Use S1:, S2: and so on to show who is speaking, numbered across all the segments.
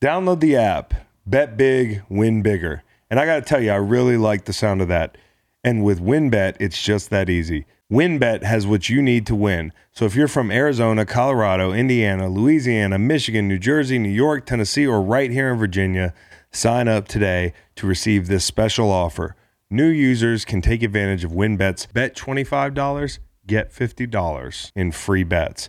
S1: Download the app, bet big, win bigger. And I got to tell you, I really like the sound of that. And with WinBet, it's just that easy. WinBet has what you need to win. So if you're from Arizona, Colorado, Indiana, Louisiana, Michigan, New Jersey, New York, Tennessee, or right here in Virginia, sign up today to receive this special offer. New users can take advantage of WinBet's bet $25, get $50 in free bets.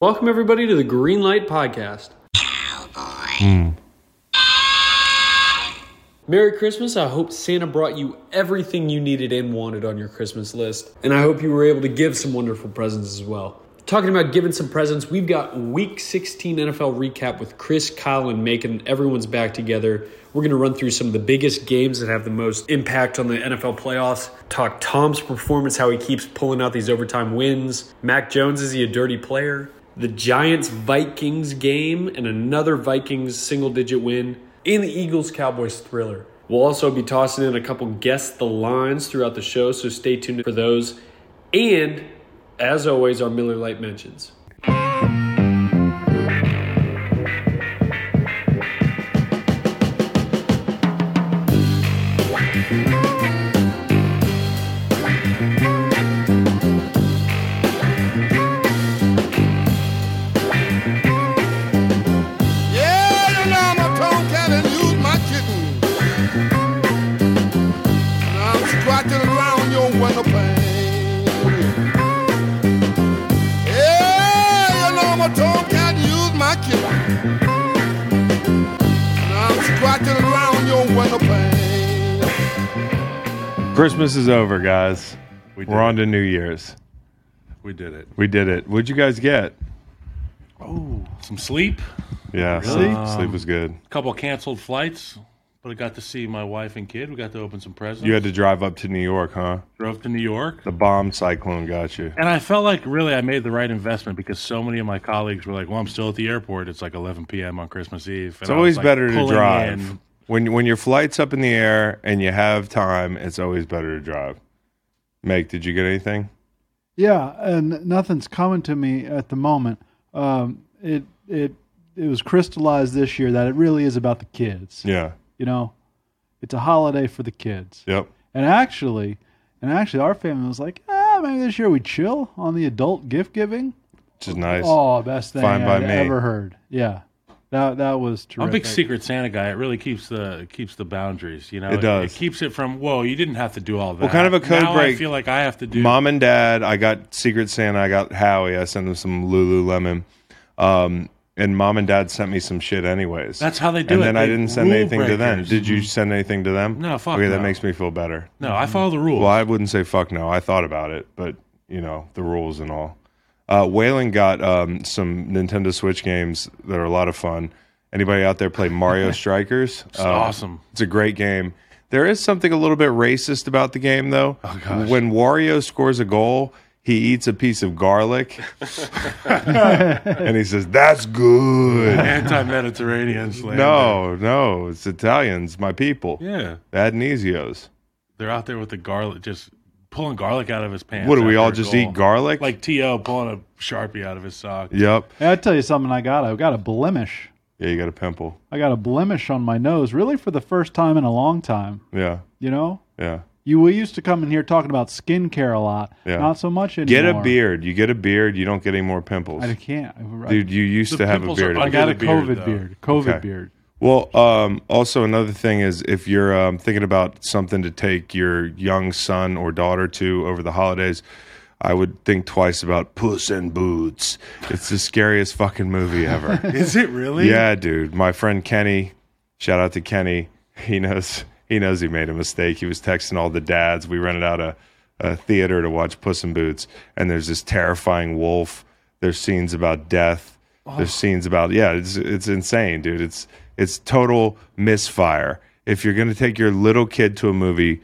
S2: Welcome everybody to the Green Light Podcast. Merry Christmas. I hope Santa brought you everything you needed and wanted on your Christmas list. And I hope you were able to give some wonderful presents as well. Talking about giving some presents, we've got week 16 NFL recap with Chris Collin making everyone's back together. We're going to run through some of the biggest games that have the most impact on the NFL playoffs, talk Tom's performance, how he keeps pulling out these overtime wins. Mac Jones, is he a dirty player? The Giants Vikings game and another Vikings single digit win in the Eagles Cowboys thriller. We'll also be tossing in a couple guess the lines throughout the show, so stay tuned for those. And as always, our Miller Lite mentions.
S3: Yeah, you know I'm a tomcat and use my kitten. And I'm scratching around your window pane. Yeah, you know I'm a tomcat and use my kitten. And I'm scratching around your window pane.
S1: Christmas is over, guys.
S4: We did
S1: We're on
S4: it.
S1: to New Year's.
S4: We did it.
S1: We did it. What'd you guys get?
S4: Oh, some sleep.
S1: Yeah,
S4: Really?
S1: sleep, sleep was good.
S4: A couple of canceled flights, but I got to see my wife and kid. We got to open some presents.
S1: You had to drive up to New York, huh?
S4: drove to New York,
S1: The bomb cyclone got you.
S4: and I felt like really I made the right investment because so many of my colleagues were like, "Well, I'm still at the airport. It's like 11 p.m. on Christmas Eve."
S1: It's always better to drive. When when your flight's up in the air and you have time, it's always better to drive. Meg, did you get anything?
S5: Yeah, and nothing's coming to me at the moment. Um, it it it was crystallized this year that it really is about the kids.
S1: Yeah.
S5: You know, it's a holiday for the kids.
S1: Yep.
S5: And actually, and actually, our family was like, ah, maybe this year we chill on the adult gift giving.
S1: Which is nice.
S5: Oh, best thing
S1: Fine by
S5: I've
S1: me.
S5: ever heard. Yeah, that that was
S4: I'm
S5: terrific.
S4: a big Secret Santa guy. It really keeps the keeps the boundaries. You know,
S1: It does.
S4: It, keeps it from whoa, you didn't have to do all that.
S1: kind of a code
S4: Now
S1: break-
S4: I feel like I have to do.
S1: Mom and dad, I got Secret Santa, I got Howie, I sent them some Lululemon. Um, and mom and dad sent me some shit anyways.
S4: That's how they do
S1: and
S4: it.
S1: then I
S4: They-
S1: didn't send
S4: rule
S1: anything to them.
S4: breakers.
S1: Did you send anything to them?
S4: No, fuck
S1: Okay, that
S4: no.
S1: makes me feel better.
S4: No, I follow the rules.
S1: Well, I wouldn't say fuck no. I thought about it, but you know the rules and all. Uh, Waylon got um, some Nintendo Switch games that are a lot of fun. Anybody out there play Mario Strikers? It's
S4: awesome.
S1: It's a great game. There is something a little bit racist about the game, though.
S4: Oh,
S1: When Wario scores a goal, he eats a piece of garlic, and he says, "That's good."
S4: Anti-Mediterranean slander.
S1: No, no, it's Italians, my people.
S4: uh, Yeah.
S1: Adonesio's.
S4: They're out there with the garlic, just pulling garlic out of his pants.
S1: What do we
S4: after
S1: all
S4: a
S1: just
S4: goal.
S1: eat garlic?
S4: Like To pulling a sharpie out of his sock.
S1: yep.
S5: Hey, I tell you something, I got I got a blemish.
S1: Yeah, you got a pimple.
S5: I got a blemish on my nose, really for the first time in a long time.
S1: Yeah,
S5: You know,
S1: yeah.
S5: You we used to come in here talking about skincare a lot.
S1: Yeah.
S5: Not so much anymore.
S1: Get a beard. You get a beard, you don't get any more pimples.
S5: I can't. I,
S1: Dude, you used
S4: The
S1: to have a
S4: pimples are
S1: beard.
S5: I got a
S4: Get a beard,
S5: COVID
S4: though.
S5: beard. COVID
S1: Okay.
S5: beard.
S1: well, um, also another thing is if you're um, thinking about something to take your young son or daughter to over the holidays, I would think twice about Puss in Boots. It's the scariest fucking movie ever.
S4: Is it really?
S1: Yeah, dude. My friend Kenny, shout out to Kenny. He knows he knows he made a mistake. He was texting all the dads. We rented out a, a theater to watch Puss in Boots, and there's this terrifying wolf. There's scenes about death. There's scenes about yeah, it's it's insane, dude. It's it's total misfire. If you're gonna take your little kid to a movie,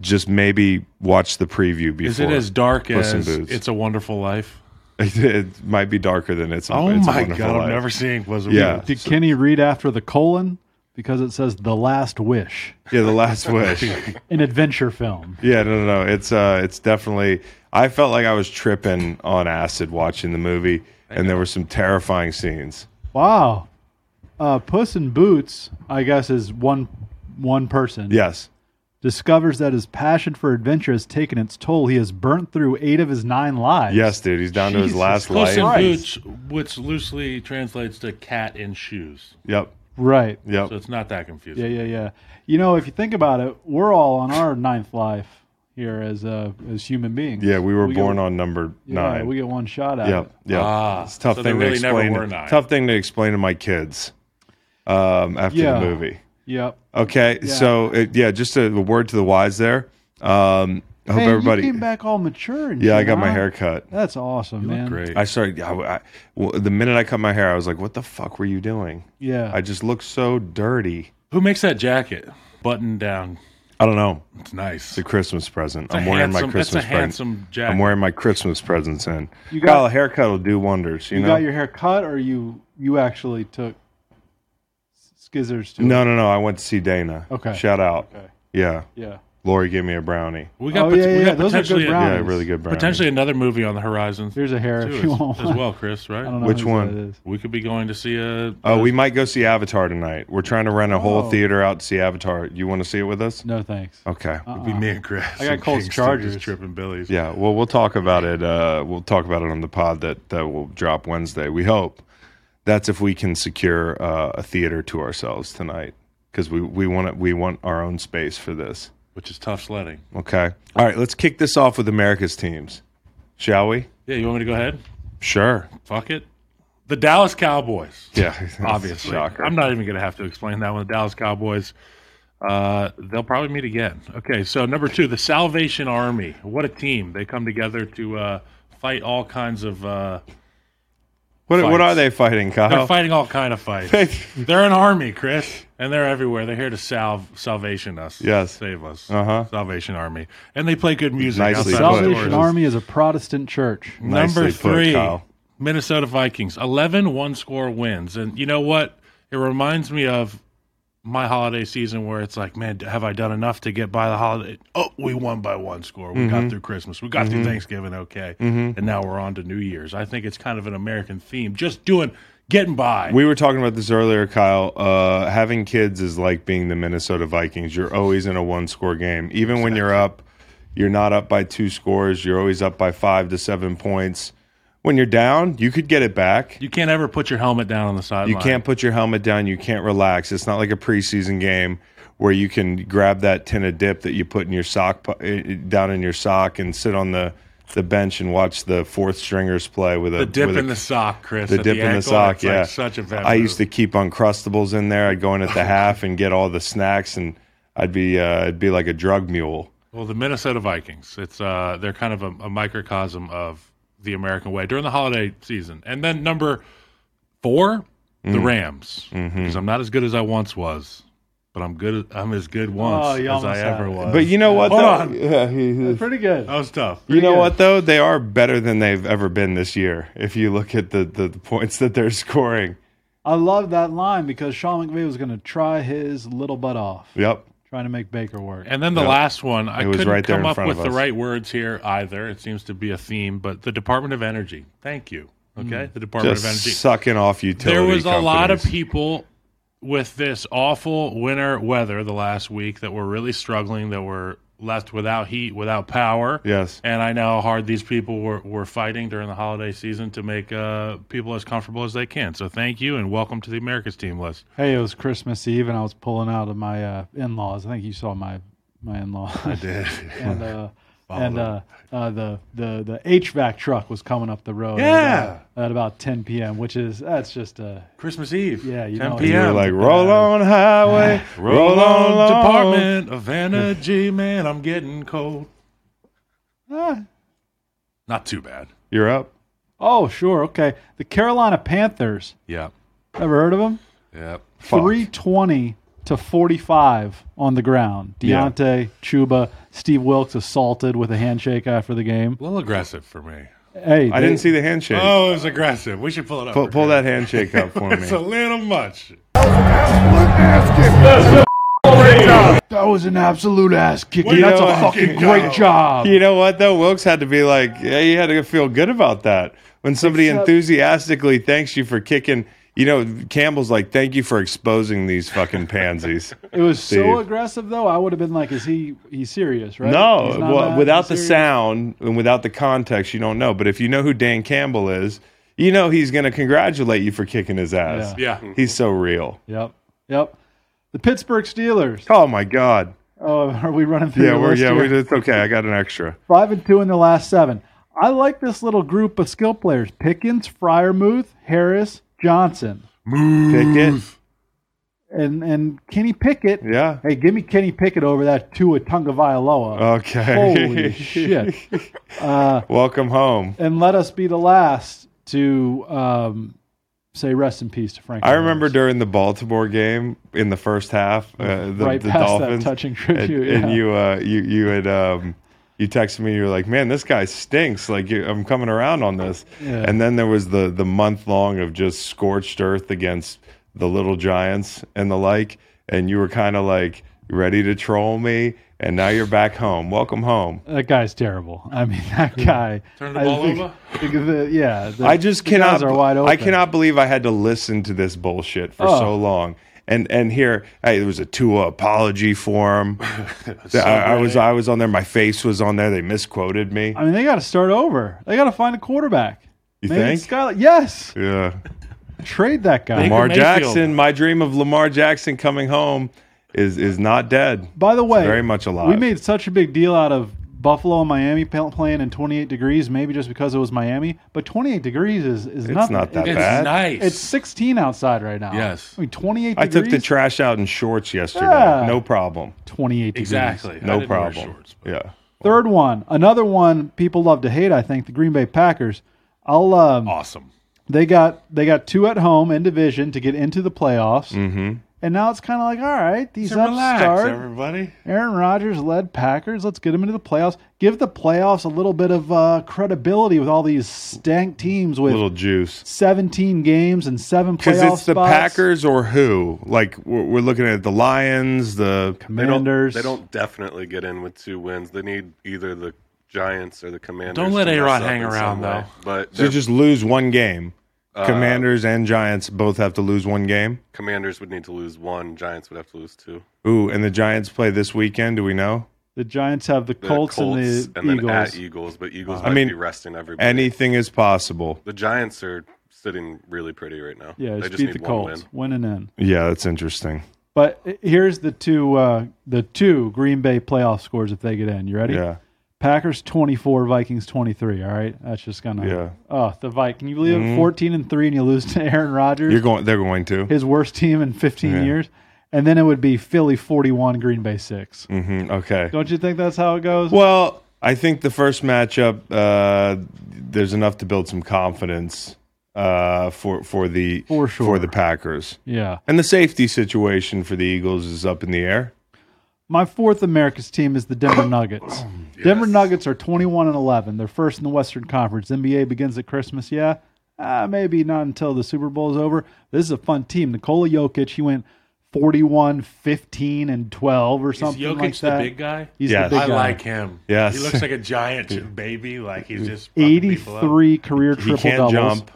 S1: just maybe watch the preview before.
S4: Is it as dark
S1: Puss in
S4: as
S1: Boots.
S4: It's a Wonderful Life?
S1: it might be darker than it's.
S4: Oh
S1: It's a
S4: my
S1: Wonderful
S4: god,
S1: Life.
S4: I'm never seeing was it
S1: Yeah.
S5: Did Kenny read after the colon because it says the last wish,
S1: Yeah, the last wish.
S5: an adventure film?
S1: Yeah, no, no, no. It's uh, it's definitely. I felt like I was tripping on acid watching the movie, and there were some terrifying scenes.
S5: Wow. Uh, Puss in Boots, I guess, is one one person.
S1: Yes,
S5: Discovers that his passion for adventure has taken its toll. He has burnt through eight of his nine lives.
S1: yes, dude. He's down to his
S5: Jesus
S1: last
S4: Puss
S1: life.
S4: in
S5: Christ.
S4: Boots, which loosely translates to cat in shoes.
S1: Yep,
S5: Right.
S1: yep.
S4: So it's not that confusing.
S5: Yeah, yeah, yeah. You know, if you think about it, we're all on our ninth life here as uh, as human beings.
S1: Yeah, we were
S5: get-
S1: born on number
S5: yeah,
S1: nine.
S5: We get one shot at
S1: Yep,
S5: it.
S1: yep.
S4: Ah,
S1: it's a tough
S4: so they
S1: thing to
S4: really never
S1: explain.
S4: were nine.
S1: Tough thing to explain to my kids um, after
S5: Yeah.
S1: the movie.
S5: Yep.
S1: Okay, so it, yeah, just a, a word to the wise there. Um, I hope
S5: Man,
S1: everybody.
S5: you came back all mature. And
S1: yeah, I
S5: shit,
S1: got my
S5: huh?
S1: hair cut.
S5: That's awesome, man.
S4: Great.
S1: I started. I, I, well, the minute I cut my hair, I was like, "What the fuck were you doing?"
S5: Yeah.
S1: I just look so dirty.
S4: Who makes that jacket? Button down.
S1: I don't know.
S4: It's nice.
S1: The Christmas present. I'm
S4: a
S1: wearing my
S4: handsome- that's a
S1: Christmas
S4: handsome
S1: present.
S4: jacket.
S1: I'm wearing my Christmas presents in. You
S5: You
S1: got
S5: got-
S1: a haircut will do wonders. You,
S5: you
S1: know.
S5: got your hair cut, or you you actually took skizzers to? it?
S1: no, no, no. I went to see Dana.
S5: Okay.
S1: Shout out.
S5: Okay.
S1: Yeah.
S5: Yeah.
S1: Lori gave me a brownie.
S4: We got,
S5: Oh,
S4: pot-
S5: yeah,
S4: we
S5: yeah,
S4: got
S5: those are good
S4: potentially,
S5: brownies.
S1: Yeah, really good brownie.
S4: potentially another movie on the horizon.
S5: Here's a
S4: too,
S5: hair if
S4: as,
S5: you want.
S4: as
S5: one.
S4: well, Chris. Right?
S5: I don't know
S1: Which
S5: whose
S1: one?
S5: that is.
S4: We could be going to see a.
S1: Oh, we might go see Avatar tonight. We're trying to rent a whole
S5: Oh.
S1: theater out to see Avatar. You want to see it with us?
S5: No Uh-uh. thanks.
S1: Okay.
S4: It'd be me and Chris.
S5: I got
S4: and
S5: Colts
S4: Kingston
S5: Chargers.
S4: just tripping Billy's.
S1: Yeah, well, we'll talk about it. Uh, we'll talk about it on the pod that that will drop Wednesday. We hope that's if we can secure uh, a theater to ourselves tonight because we we want it, we want our own space for this.
S4: which is tough sledding.
S1: Okay. All right, let's kick this off with America's teams, shall we?
S4: Yeah, you want me to go ahead?
S1: Sure.
S4: Fuck it. The Dallas Cowboys.
S1: Yeah.
S4: obviously.
S1: Shocker.
S4: I'm not even going to have to explain that one. The Dallas Cowboys, uh, they'll probably meet again. Okay, so number two, the Salvation Army. What a team! They come together to uh, fight all kinds of. Uh,
S1: what what
S4: Fights.
S1: are they fighting,
S4: they're
S1: Kyle?
S4: fighting all kind of fights. they're an army, Chris, and they're everywhere. They're here to salve salvation us.
S1: Yes.
S4: save us.
S1: Uh-huh.
S4: Salvation Army, and they play good music.
S1: Nicely
S4: outside
S1: put.
S4: the
S5: Salvation
S4: doors.
S5: Army is a Protestant church.
S1: Nicely
S4: Number
S1: put,
S4: three,
S1: Kyle.
S4: Minnesota Vikings, 11 one score wins. And you know what? It reminds me of my holiday season where it's like, man, have I done enough to get by the holiday? Oh, we won by one score. We
S1: Mm-hmm.
S4: got through Christmas. We got through Thanksgiving okay. And now we're on to New Year's. I think it's kind of an American theme. Just doing, getting by.
S1: we were talking about this earlier, Kyle. Uh, having kids is like being the Minnesota Vikings. You're always in a one score game. Even when you're up, you're not up by two scores. You're always up by five to seven points. When you're down, you could get it back.
S4: you can't ever put your helmet down on the sideline.
S1: You can't put your helmet down. You can't relax. It's not like a preseason game where you can grab that tin of dip that you put in your sock po- eh, eh, down in your sock and sit on the, the bench and watch the fourth stringers play with a
S4: The dip
S1: with a
S4: in the sock, Chris.
S1: the
S4: at
S1: dip in
S4: ankle,
S1: the sock.
S4: it's like
S1: yeah,
S4: such a bad
S1: I used
S4: move.
S1: to keep uncrustables in there. I'd go in at the half and get all the snacks, and I'd be uh, I'd be like a drug mule.
S4: Well, the Minnesota Vikings. It's uh, they're kind of a, a microcosm of the American way during the holiday season. And then number four,
S1: Mm.
S4: the Rams, because
S1: Mm-hmm.
S4: I'm not as good as I once was, but I'm good. I'm as good
S5: Oh,
S4: once
S5: you
S4: as I
S5: almost had
S4: ever
S5: it.
S4: was.
S1: But you know what?
S4: Hold
S1: though?
S4: on.
S1: Yeah, he- he-
S5: Pretty good.
S4: that was tough.
S1: you know
S5: good.
S1: what though? They are better than they've ever been this year. If you look at the the, the points that they're scoring.
S5: I love that line because Sean McVay was going to try his little butt off,
S1: Yep.
S5: trying to make Baker work.
S4: And then the last one, I
S1: It was
S4: couldn't
S1: right there
S4: come
S1: in
S4: up
S1: front
S4: with
S1: of
S4: the
S1: us.
S4: right words here either. It seems to be a theme, but the Department of Energy. Thank you. Okay, the Department
S1: Mm. Just
S4: of Energy.
S1: sucking off utility.
S4: there was a lot of
S1: companies.
S4: people with this awful winter weather the last week that were really struggling that were left without heat without power
S1: Yes.
S4: and i know how hard these people were, were fighting during the holiday season to make uh, people as comfortable as they can so thank you and welcome to the america's team list
S5: hey, it was Christmas Eve, and I was pulling out of my uh, in-laws. I think you saw my my in-laws. I did. and uh, and uh, uh, the the the HVAC truck was coming up the road. at
S4: Yeah.
S5: about- At, about 10 p.m., which is that's just uh,
S4: christmas eve
S5: Yeah, you
S4: 10
S5: know-
S1: You
S4: p.m
S1: were like, roll on highway, roll on
S4: roll on
S1: along."
S4: department of energy man i'm getting cold
S5: ah,
S4: not too bad
S1: You're up.
S5: Oh, sure. Okay. The Carolina Panthers.
S4: Yep.
S5: Ever heard of them?
S4: Yep.
S5: 320 to 45 on the ground.
S1: Yeah.
S5: Deontay, Chuba, Steve Wilkes assaulted with a handshake after the game.
S4: A little aggressive for me.
S5: Hey,
S1: I
S5: they-
S1: didn't see the handshake.
S4: Oh, it was aggressive. We should pull it up.
S1: pull, pull that handshake up for me.
S4: It's a little much.
S5: that was an absolute ass kicking.
S4: You
S5: That's
S1: know,
S5: a fucking
S4: fucking
S5: great
S4: go.
S5: job.
S1: You know what though? Wilkes had to be like, yeah, you had to feel good about that when somebody
S5: Except-
S1: enthusiastically thanks you for kicking. You know, Campbell's like, thank you for exposing these fucking pansies.
S5: It was
S1: Steve.
S5: so aggressive though. I would have been like, "Is he? He's serious, right?"
S1: no,
S5: He's not
S1: well,
S5: mad?
S1: without
S5: He's
S1: the
S5: serious?
S1: sound and without the context, you don't know. But if you know who Dan Campbell is, you know he's going to congratulate you for kicking his ass.
S4: Yeah.
S1: He's so real.
S5: Yep, yep. The Pittsburgh Steelers.
S1: Oh my god.
S5: Oh, are we running through?
S1: Yeah,
S5: the
S1: we're
S5: list
S1: yeah,
S5: here?
S1: we, it's okay. I got an extra.
S5: Five and two in their last seven. I like this little group of skill players: Pickens, Fryermuth, Harris, Johnson,
S1: Pickett.
S5: and and Kenny Pickett.
S1: Yeah.
S5: Hey, give me Kenny Pickett over that Tua Tunga
S1: Okay.
S5: Holy shit!
S1: Welcome home.
S5: And let us be the last to um, say rest in peace to Frank.
S1: I
S5: Harris.
S1: remember during the Baltimore game in the first half, uh, the,
S5: Right
S1: the
S5: past that
S1: Dolphins
S5: touching
S1: and,
S5: tribute,
S1: and
S5: yeah.
S1: you, uh, you, you had, um, you texted me. You were like, "Man, this guy stinks." Like, you, I'm coming around on this.
S5: Yeah.
S1: And then there was the the month long of just scorched earth against the little giants and the like. And you were kind of like ready to troll me, and now you're back home. Welcome home.
S5: That guy's terrible. I mean, that guy.
S4: Turn the
S5: I
S4: ball
S5: think-
S4: over?
S5: think the- yeah. the-
S1: I just
S5: the
S1: cannot.
S5: guys Are wide open. Oh.
S1: I cannot believe I had to listen to this bullshit for so long. And and here, hey, there was a Tua apology for him. I, I was I was on there. My face was on there. They misquoted me.
S5: I mean, they got to start over. They got to find a quarterback.
S1: You
S5: Maybe
S1: think?
S5: Skylar- yes.
S1: yeah,
S5: Trade that guy.
S4: Baker
S1: Lamar
S4: Mayfield.
S1: Jackson. My dream of Lamar Jackson coming home is is not dead.
S5: By the way,
S1: very much alive.
S5: We made such a big deal out of Buffalo and Miami pl- playing in 28 degrees, maybe just because it was Miami. But 28 degrees is, is
S1: It's
S5: nothing.
S1: not that
S5: It-
S4: It's
S1: bad.
S4: nice.
S5: It's 16 outside right now.
S4: Yes.
S5: I mean, 28
S1: I took
S5: degrees.
S1: the trash out in shorts yesterday.
S5: Yeah.
S1: No problem.
S5: 28 degrees.
S4: exactly. I
S1: No
S4: didn't wear
S1: problem.
S4: shorts, but-
S1: yeah.
S5: Third one. Another one people love to hate, I think, the Green Bay Packers. I'll um,
S4: Awesome.
S5: they got they got two at home in division to get into the playoffs. Mm-hmm. And now it's kind of like, all right, these
S4: So relax,
S5: upstart
S4: everybody.
S5: Aaron Rodgers led Packers. Let's get them into the playoffs. Give the playoffs a little bit of uh, credibility with all these stank teams with
S1: Little juice.
S5: 17 games and seven playoff
S1: Because it's the
S5: spots.
S1: Packers or who? Like we're, we're looking at the Lions, the
S5: Commanders.
S6: They don't definitely get in with two wins. They need either the Giants or the Commanders.
S4: Don't let
S6: to mess
S4: A-Rod
S6: up
S4: hang
S6: in some
S4: around,
S6: way.
S4: though.
S6: But
S1: So
S6: their
S1: just lose one game. Commanders and Giants both have to lose one game.
S6: Commanders would need to lose one. Giants would have to lose two.
S1: Ooh, and the Giants play this weekend. Do we know
S5: The Giants have the,
S6: The
S5: Colts, and the
S6: and then
S5: Eagles. Uh,
S6: at Eagles, but Eagles
S1: I
S6: might
S1: mean,
S6: be resting everybody.
S1: anything is possible?
S6: the Giants are sitting really pretty right now.
S5: yeah,
S6: they
S5: just
S6: just
S5: beat
S6: need
S5: the
S6: one
S5: Colts.
S6: win.
S5: Winning in.
S1: Yeah, that's interesting.
S5: But here's the two uh, the two Green Bay playoff scores if they get in. You ready?
S1: Yeah,
S5: Packers 24, Vikings 23. All right. That's just going to.
S1: Yeah. Mm-hmm.
S5: Oh, the Vikings. Can you believe it? 14 and 3 and you lose to Aaron Rodgers,
S1: you're going. They're going to.
S5: his worst team in 15 years. And then it would be Philly 41, Green Bay 6.
S1: hmm Okay.
S5: Don't you think that's how it goes?
S1: Well, I think the first matchup uh, there's enough to build some confidence uh, for for the
S5: For
S1: for
S5: sure.
S1: the Packers
S5: yeah.
S1: and the safety situation for the Eagles is up in the air.
S5: My fourth America's team is the Denver Nuggets.
S1: Oh,
S5: Denver Nuggets are 21 and 11. They're first in the Western Conference. NBA begins at Christmas, yeah. Uh, maybe not until the Super Bowl is over. This is a fun team. Nikola Jokic, he went 41, 15, and 12 or
S4: Is
S5: something
S4: Jokic
S5: like
S4: the
S5: that.
S4: big guy?
S5: He's
S1: Yes.
S5: the big
S4: I
S5: guy.
S4: like him.
S1: Yes.
S4: He looks like a giant baby. Like he's just fucking people up.
S5: 83 career triple
S1: he can't
S5: doubles.
S1: jump.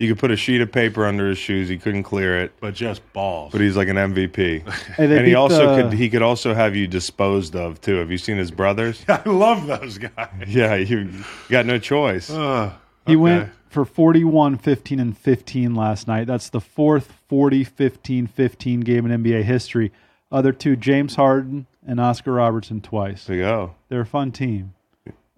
S1: You could put a sheet of paper under his shoes. He couldn't clear it.
S4: but just balls.
S1: but he's like an MVP.
S5: Hey, they
S1: and he
S5: beat
S1: also
S5: the-
S1: could he could also have you disposed of too. Have you seen his brothers?
S4: I love those guys.
S1: yeah, you you got no choice.
S5: Oh. He went for 41, 15, and 15 last night. That's the fourth 40, 15, 15 game in NBA history. Other two, James Harden and Oscar Robertson twice.
S1: to go.
S5: They're a fun team.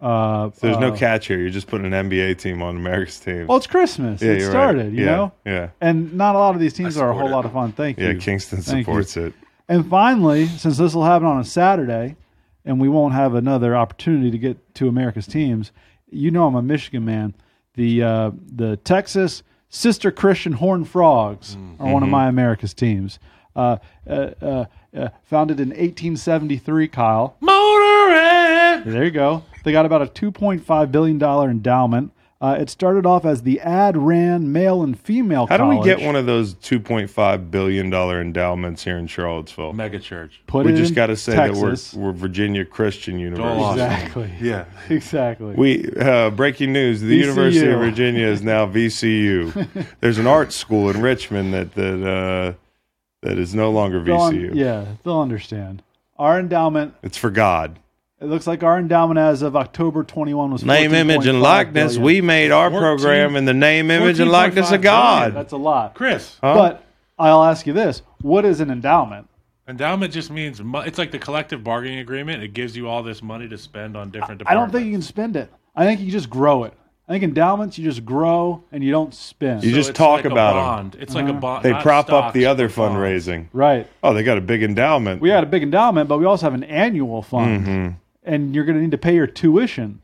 S5: Uh,
S1: So there's
S5: uh,
S1: no catch here. You're just putting an NBA team on America's team.
S5: well, it's Christmas.
S1: Yeah,
S5: it
S1: you're right.
S5: started, you
S1: Yeah,
S5: know?
S1: yeah.
S5: And not a lot of these teams are a whole
S6: support it.
S5: lot of fun. Thank
S1: yeah,
S5: you.
S1: Kingston
S5: Thank you.
S1: supports it.
S5: And finally, since this will happen on a Saturday and we won't have another opportunity to get to America's teams, you know I'm a Michigan man. the uh, the Texas Sister Christian Horn
S1: Mm.
S5: Frogs are
S1: Mm-hmm.
S5: one of my America's teams. Uh, uh, uh, uh, founded in 1873, Kyle.
S4: Motorhead.
S5: There you go. They got about a 2.5 billion dollar endowment. Uh, it started off as the Ad Ran Male and Female.
S1: How do we
S5: College.
S1: get one of those two point five billion dollar endowments here in Charlottesville?
S4: Mega church.
S5: Put
S1: We
S5: it
S1: just
S5: in
S1: got to say
S5: Texas.
S1: that we're we're Virginia Christian University.
S4: Awesome.
S5: exactly.
S4: Yeah.
S5: Exactly.
S1: We uh, breaking news: the
S5: VCU.
S1: University of Virginia is now VCU. There's an art school in Richmond that that uh, that is no longer
S5: They'll un-
S1: VCU.
S5: yeah, they'll understand. Our endowment.
S1: It's for God.
S5: It looks like our endowment as of October 21 was
S1: Name, image, and
S5: 14.5
S1: likeness.
S5: billion.
S1: We made our
S4: 14
S1: program in the name, image, and likeness of
S4: 14.5
S1: God.
S5: That's a lot.
S4: Chris,
S1: Huh?
S5: But I'll ask you this: What is an endowment?
S4: endowment just means mo- it's like the collective bargaining agreement. It gives you all this money to spend on different departments.
S5: I don't think you can spend it. I think you just grow it. I think endowments you just grow and you don't spend.
S1: You
S4: So
S1: just
S4: it's
S1: talk
S4: like a
S1: about 'em.
S4: bond. It's like a bond.
S1: they
S4: not
S1: prop up
S4: stocks,
S1: the other
S4: but bonds.
S1: fundraising.
S5: right.
S1: Oh, they got a big endowment.
S5: We had a big endowment, but we also have an annual fund,
S1: Mm-hmm.
S5: and you're going to need to pay your tuition.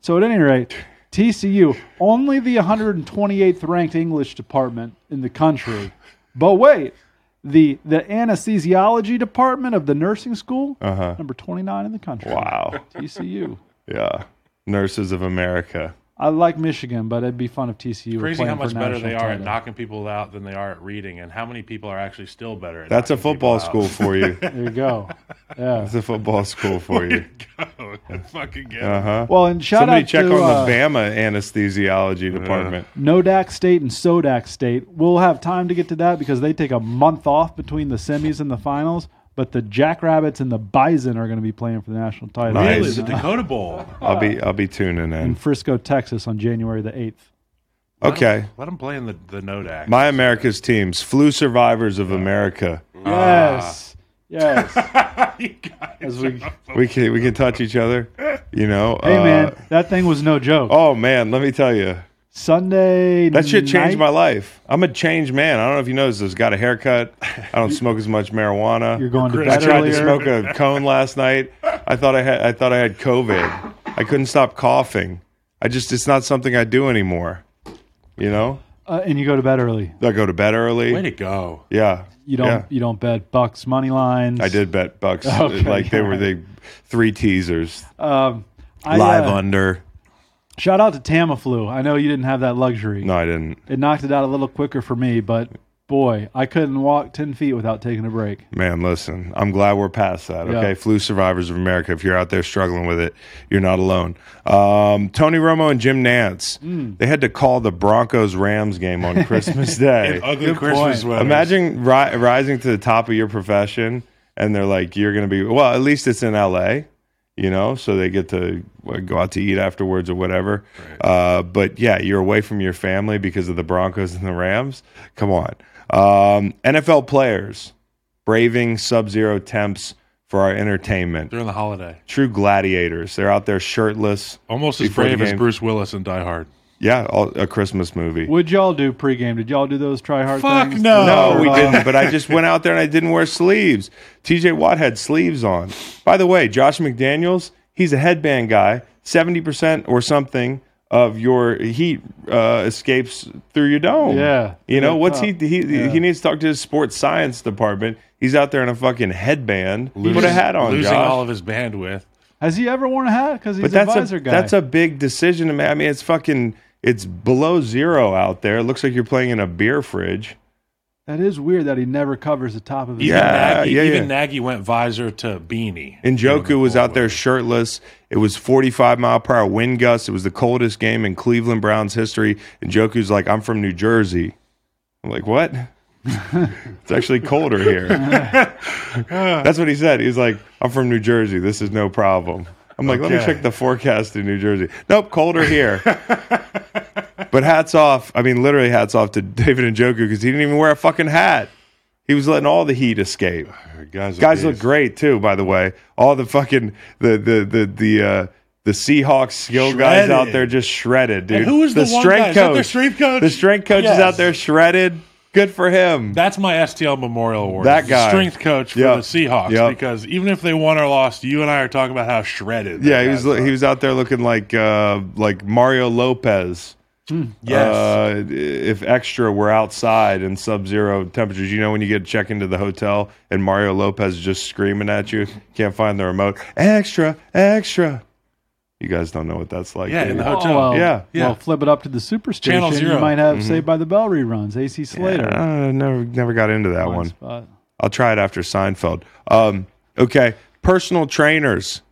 S5: So at any rate, TCU only the 128th ranked English department in the country. But wait, the the anesthesiology department of the nursing school, number 29 in the country.
S1: Uh-huh. wow.
S5: TCU.
S1: Yeah. Nurses of America.
S5: I like Michigan, but it'd be fun if TCU were
S4: Crazy
S5: playing
S4: how much
S5: for
S4: better
S5: national
S4: they are at
S5: title.
S4: knocking people out than they are at reading, and how many people are actually still better. At
S1: That's a
S4: knocking
S1: football
S4: people
S1: school
S4: out.
S1: for you.
S5: There you go. Yeah.
S1: That's a football school for you.
S4: Go. fucking get it.
S1: Uh huh.
S5: Well, and shout
S1: Somebody
S5: out
S1: check
S5: to
S1: on
S5: uh,
S1: the Bama anesthesiology department.
S5: Nodak State and Sodak State. We'll have time to get to that because they take a month off between the semis and the finals. But the Jackrabbits and the Bison are going to be playing for the national title
S1: Nice.
S4: Really, the Dakota Bowl.
S1: I'll be I'll be tuning
S5: in
S1: in.
S5: Frisco, Texas, on January the eighth.
S1: Okay.
S4: Let them play in the the Nodak.
S1: My America's teams, flu survivors of America. Ah.
S5: Yes, yes.
S4: You guys
S5: As we,
S1: We can we can touch each other. You know.
S5: hey
S1: uh,
S5: man, that thing was no joke.
S1: Oh man, let me tell you.
S5: Sunday
S1: That shit changed
S5: night-
S1: my life. I'm a changed man. I don't know if you noticed this. Got a haircut. I don't smoke as much marijuana.
S5: You're going to
S1: I
S5: bed
S1: tried
S5: earlier.
S1: to smoke a cone last night. I thought I had I thought I had COVID. I couldn't stop coughing. I just it's not something I do anymore. You know?
S5: uh, and you go to bed early.
S1: I go to bed early.
S4: Way to go.
S1: Yeah.
S5: You don't.
S1: Yeah.
S5: You don't bet Bucks money lines.
S1: I did bet bucks.
S5: Okay.
S1: Like they were the three teasers.
S5: Um, I,
S1: live
S5: uh,
S1: under.
S5: Shout out to Tamiflu. I know you didn't have that luxury.
S1: No, I didn't.
S5: It knocked it out a little quicker for me, but boy, I couldn't walk 10 feet without taking a break.
S1: Man, listen, I'm glad we're past that.
S5: Yeah.
S1: Okay. Flu survivors of America, if you're out there struggling with it, you're not alone. Um, Tony Romo and Jim Nance,
S5: Hmm.
S1: they had to call the Broncos Rams game on Christmas Day.
S4: Ugly Christmas
S5: point.
S4: weather.
S1: Imagine ri- rising to the top of your profession, and they're like, "You're going to be well." At least it's in L.A., you know, so they get to uh, go out to eat afterwards or whatever. Uh, but yeah, you're away from your family because of the Broncos and the Rams. Come on, um, NFL players braving sub-zero temps for our entertainment.
S4: during the holiday.
S1: True gladiators. They're out there shirtless.
S4: Almost as
S1: Before the
S4: brave as
S1: game.
S4: Bruce Willis in Die Hard.
S1: Yeah, all, a Christmas movie.
S5: Would y'all do pregame? Did y'all do those try hard
S4: Fuck
S5: things? uh,
S4: no.
S1: No,
S5: Shirt
S1: we
S5: off?
S1: didn't. But I just went out there and I didn't wear sleeves. TJ Watt had sleeves on. By the way, Josh McDaniels, he's a headband guy. 70% or something of your heat uh, escapes through your dome.
S5: Yeah.
S1: You know,
S5: Yeah.
S1: what's he? He, he needs to talk to his sports science department. He's out there in a fucking headband. Put a hat on,
S4: Losing
S1: Josh.
S4: all of his bandwidth.
S5: Has he ever worn a hat? Because he's
S1: but
S5: an
S1: that's
S5: visor
S1: a,
S5: guy.
S1: that's a big decision to make. I mean, it's fucking, it's below zero out there. It looks like you're playing in a beer fridge.
S5: that is weird that he never covers the top of his
S1: Yeah.
S5: head.
S4: Nagy,
S1: yeah,
S4: even
S1: yeah.
S4: Nagy went visor to beanie.
S1: Njoku was out there shirtless. It was 45 mile per hour wind gusts. It was the coldest game in Cleveland Browns history. And Njoku's like, I'm from New Jersey. I'm like, what? it's actually colder here. That's what he said. He's like, I'm from New Jersey. This is no problem. I'm like, let me
S4: Okay.
S1: check the forecast in New Jersey. Nope, colder here. but hats off. I mean, literally hats off to David and Njoku because he didn't even wear a fucking hat. He was letting all the heat escape.
S6: Guys, are
S1: Guys look
S6: beasts.
S1: great too, by the way. All the fucking the the the the uh, the Seahawks skill guys
S4: Shredded.
S1: out there just shredded, dude.
S4: And who is the one guy? Is that their strength coach?
S1: The strength coach is
S4: Yes.
S1: out there shredded. Good for him.
S4: That's my STL Memorial Award.
S1: That
S4: The
S1: guy.
S4: strength coach for
S1: Yep.
S4: the Seahawks.
S1: Yep.
S4: Because even if they won or lost, you and I are talking about how shredded. that
S1: yeah, he
S4: guy's
S1: was li-
S4: are.
S1: he was out there looking like uh, like Mario Lopez
S4: Hmm,
S1: Yes. Uh, if extra, we're outside in sub-zero temperatures. You know when you get a check into the hotel and Mario Lopez is just screaming at you, can't find the remote. Extra, extra. You guys don't know what that's like.
S4: Yeah,
S1: do
S4: in the
S1: you?
S4: hotel.
S5: well,
S1: yeah,
S4: yeah.
S5: Well, flip it up to the superstation.
S4: Channel
S5: You
S4: zero.
S5: might have Saved by the Bell reruns. AC Slater.
S1: Mm-hmm. Yeah, I never, never got into that one.
S5: Spot.
S1: I'll try it after Seinfeld. Um, okay, personal trainers.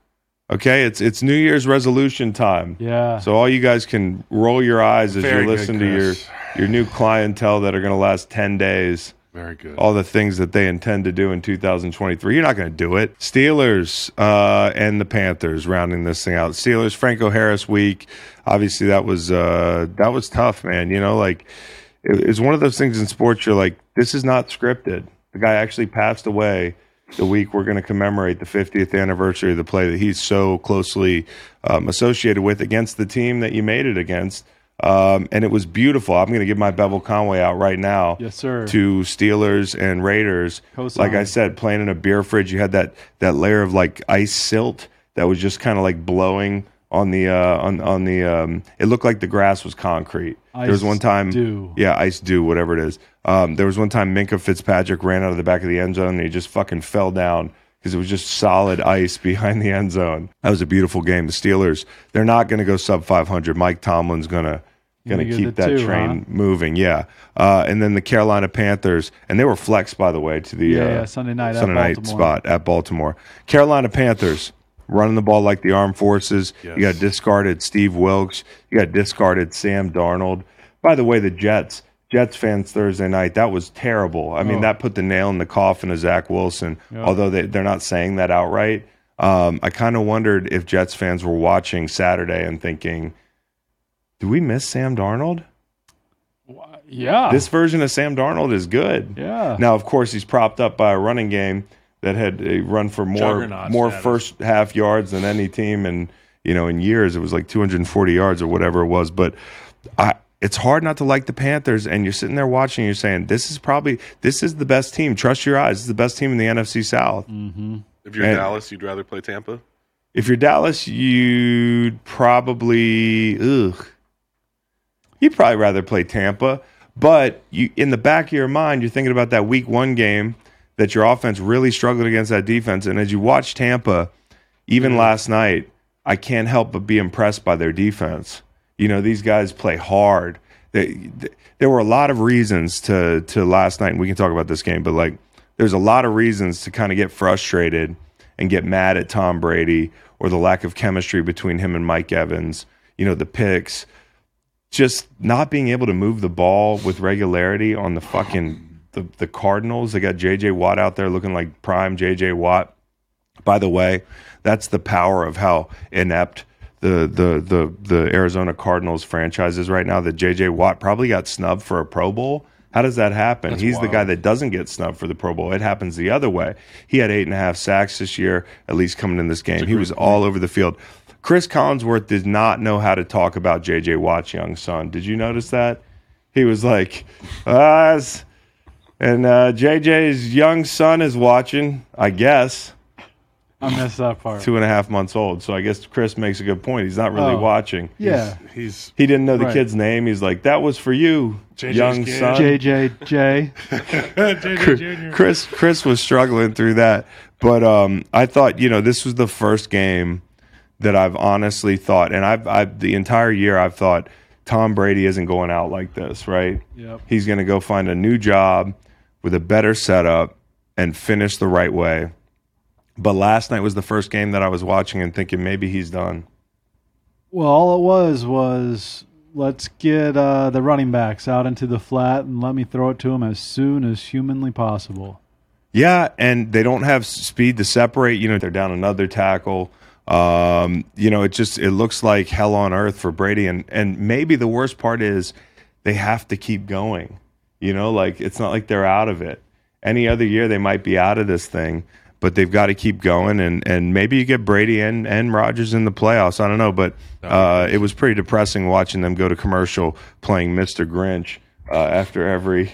S1: Okay, it's it's New Year's resolution time.
S5: Yeah.
S1: So all you guys can roll your eyes as
S4: Very
S1: you
S4: good,
S1: listen to your
S4: Chris.
S1: your new clientele that are going to last 10 days.
S4: Very good.
S1: All the things that they intend to do in 2023. You're not going to do it. Steelers uh, and the Panthers rounding this thing out. Steelers Franco Harris week. Obviously that was uh, that was tough, man. You know, like it, it's one of those things in sports. You're like, this is not scripted. The guy actually passed away the week we're going to commemorate the 50th anniversary of the play that he's so closely um, associated with against the team that you made it against. Um, and it was beautiful. I'm going to give my Bevel Conway out right now.
S5: Yes, sir.
S1: To Steelers and Raiders.
S5: Co-signed.
S1: Like I said, playing in a beer fridge, you had that that layer of like ice silt that was just kind of like blowing on the uh, on on the. Um, it looked like the grass was concrete. there was
S5: Ice
S1: one time,
S5: dew.
S1: yeah, ice dew, whatever it is. Um, there was one time Minka Fitzpatrick ran out of the back of the end zone and he just fucking fell down because it was just solid ice behind the end zone. That was a beautiful game. The Steelers, they're not going to go sub 500. Mike Tomlin's going to going to
S5: Gonna get
S1: keep
S5: the
S1: that
S5: two,
S1: train
S5: huh?
S1: moving. Yeah, uh, and then the Carolina Panthers, and they were flexed by the way to the
S5: Yeah,
S1: uh,
S5: yeah, Sunday night at
S1: Sunday night
S5: Baltimore.
S1: spot at Baltimore. Carolina Panthers running the ball like the armed forces. You got discarded Steve Wilkes. You got discarded Sam Darnold. By the way, the Jets. Jets fans Thursday night, that was terrible. I mean,
S5: Oh.
S1: that put the nail in the coffin of Zach Wilson, although they, they're not saying that outright. Um, I kind of wondered if Jets fans were watching Saturday and thinking, do we miss Sam Darnold?
S5: Yeah.
S1: This version of Sam Darnold is good.
S5: yeah.
S1: Now, of course, he's propped up by a running game that had a run for more
S4: Juggernaut
S1: more
S4: status.
S1: first half yards than any team in you know in years. It was like 240 yards or whatever it was. But I, it's hard not to like the Panthers. And you're sitting there watching. You're saying this is probably this is the best team. Trust your eyes. This is the best team in the NFC South.
S6: If you're
S1: And-
S6: Dallas, you'd rather play Tampa.
S1: If you're Dallas, you'd probably ugh. You'd probably rather play Tampa, but you in the back of your mind, you're thinking about that Week One game that your offense really struggled against that defense. And as you watch Tampa, even last night, I can't help but be impressed by their defense. You know, these guys play hard. They, th- there were a lot of reasons to to last night, and we can talk about this game, but like there's a lot of reasons to kind of get frustrated and get mad at Tom Brady or the lack of chemistry between him and Mike Evans. You know, the picks, just not being able to move the ball with regularity on the fucking the, the Cardinals. They got JJ Watt out there looking like prime JJ Watt. By the way, that's the power of how inept the the the the Arizona Cardinals franchise is right now. That JJ Watt probably got snubbed for a Pro Bowl. How does that happen? He's the guy that doesn't get snubbed for the Pro Bowl. It happens the other way. He had eight and a half sacks this year, at least coming in this game. He was all over the field. Chris Collinsworth did not know how to talk about JJ Watt's young son. Did you notice that? He was like, uh, s- and uh, JJ's young son is watching, I guess
S5: I missed that part.
S1: two and a half months old. So I guess Chris makes a good point. He's not really
S5: Oh.
S1: watching.
S5: yeah.
S4: He's
S1: He didn't know the
S5: Right.
S1: kid's name. He's like, that was for you,
S4: JJ's
S1: young
S4: kid.
S1: son.
S5: JJJ.
S4: JJ Jr.
S1: Chris Chris was struggling through that. But um, I thought, you know, this was the first game that I've honestly thought, and I've, I've the entire year I've thought Tom Brady isn't going out like this, right?
S5: Yep.
S1: He's going to go find a new job with a better setup and finish the right way. But last night was the first game that I was watching and thinking maybe he's done.
S5: Well, all it was was let's get uh, the running backs out into the flat and let me throw it to them as soon as humanly possible.
S1: Yeah, and they don't have s- speed to separate. You know, they're down another tackle. Um, you know, it just it looks like hell on earth for Brady, and and maybe the worst part is they have to keep going. You know, like it's not like they're out of it. Any other year they might be out of this thing, but they've got to keep going, and and maybe you get Brady and and Rogers in the playoffs. I don't know, but uh, it was pretty depressing watching them go to commercial playing Mr. Grinch uh, after every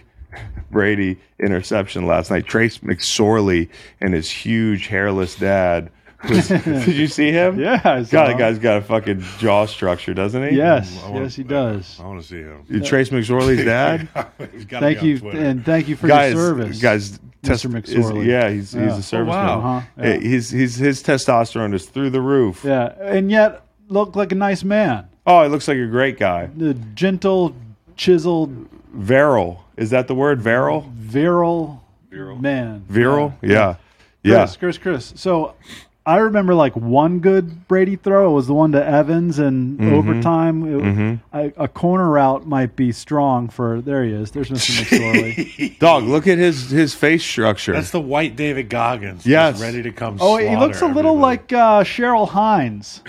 S1: Brady interception last night. Trace McSorley and his huge hairless dad Did you see him?
S5: Yeah, I saw
S1: God, that
S5: him.
S1: guy's got a fucking jaw structure, doesn't he?
S5: Yes,
S4: I wanna-
S5: yes, he does.
S4: I want to see him.
S1: You Trace McSorley's dad?
S4: He's gotta
S5: Thank
S4: be on
S5: you,
S4: Twitter.
S5: and thank you for
S1: guys,
S5: your service.
S1: guys,
S5: Mr.
S1: is-
S5: McSorley.
S1: yeah, he's he's
S5: Yeah.
S1: a serviceman.
S4: wow.
S5: Uh-huh,
S1: Eh, His his his testosterone is through the roof.
S5: yeah, and yet looked like a nice man,
S1: Oh, he looks like a great guy.
S5: the gentle, chiseled,
S1: Viral. Is that the word? Viral?
S5: virile man.
S1: Viral? Yeah. Yeah.
S5: Chris, Chris, Chris. So I remember like one good Brady throw was the one to Evans and
S1: Mm-hmm.
S5: overtime. It- I- a corner route might be strong for. There he is. There's Mr. McSorley.
S1: Dog, look at his his face structure.
S4: That's the white David Goggins.
S1: Yes.
S4: just ready to come.
S5: Oh, he looks a
S4: slaughter
S5: little
S4: everybody.
S5: like uh, Cheryl Hines,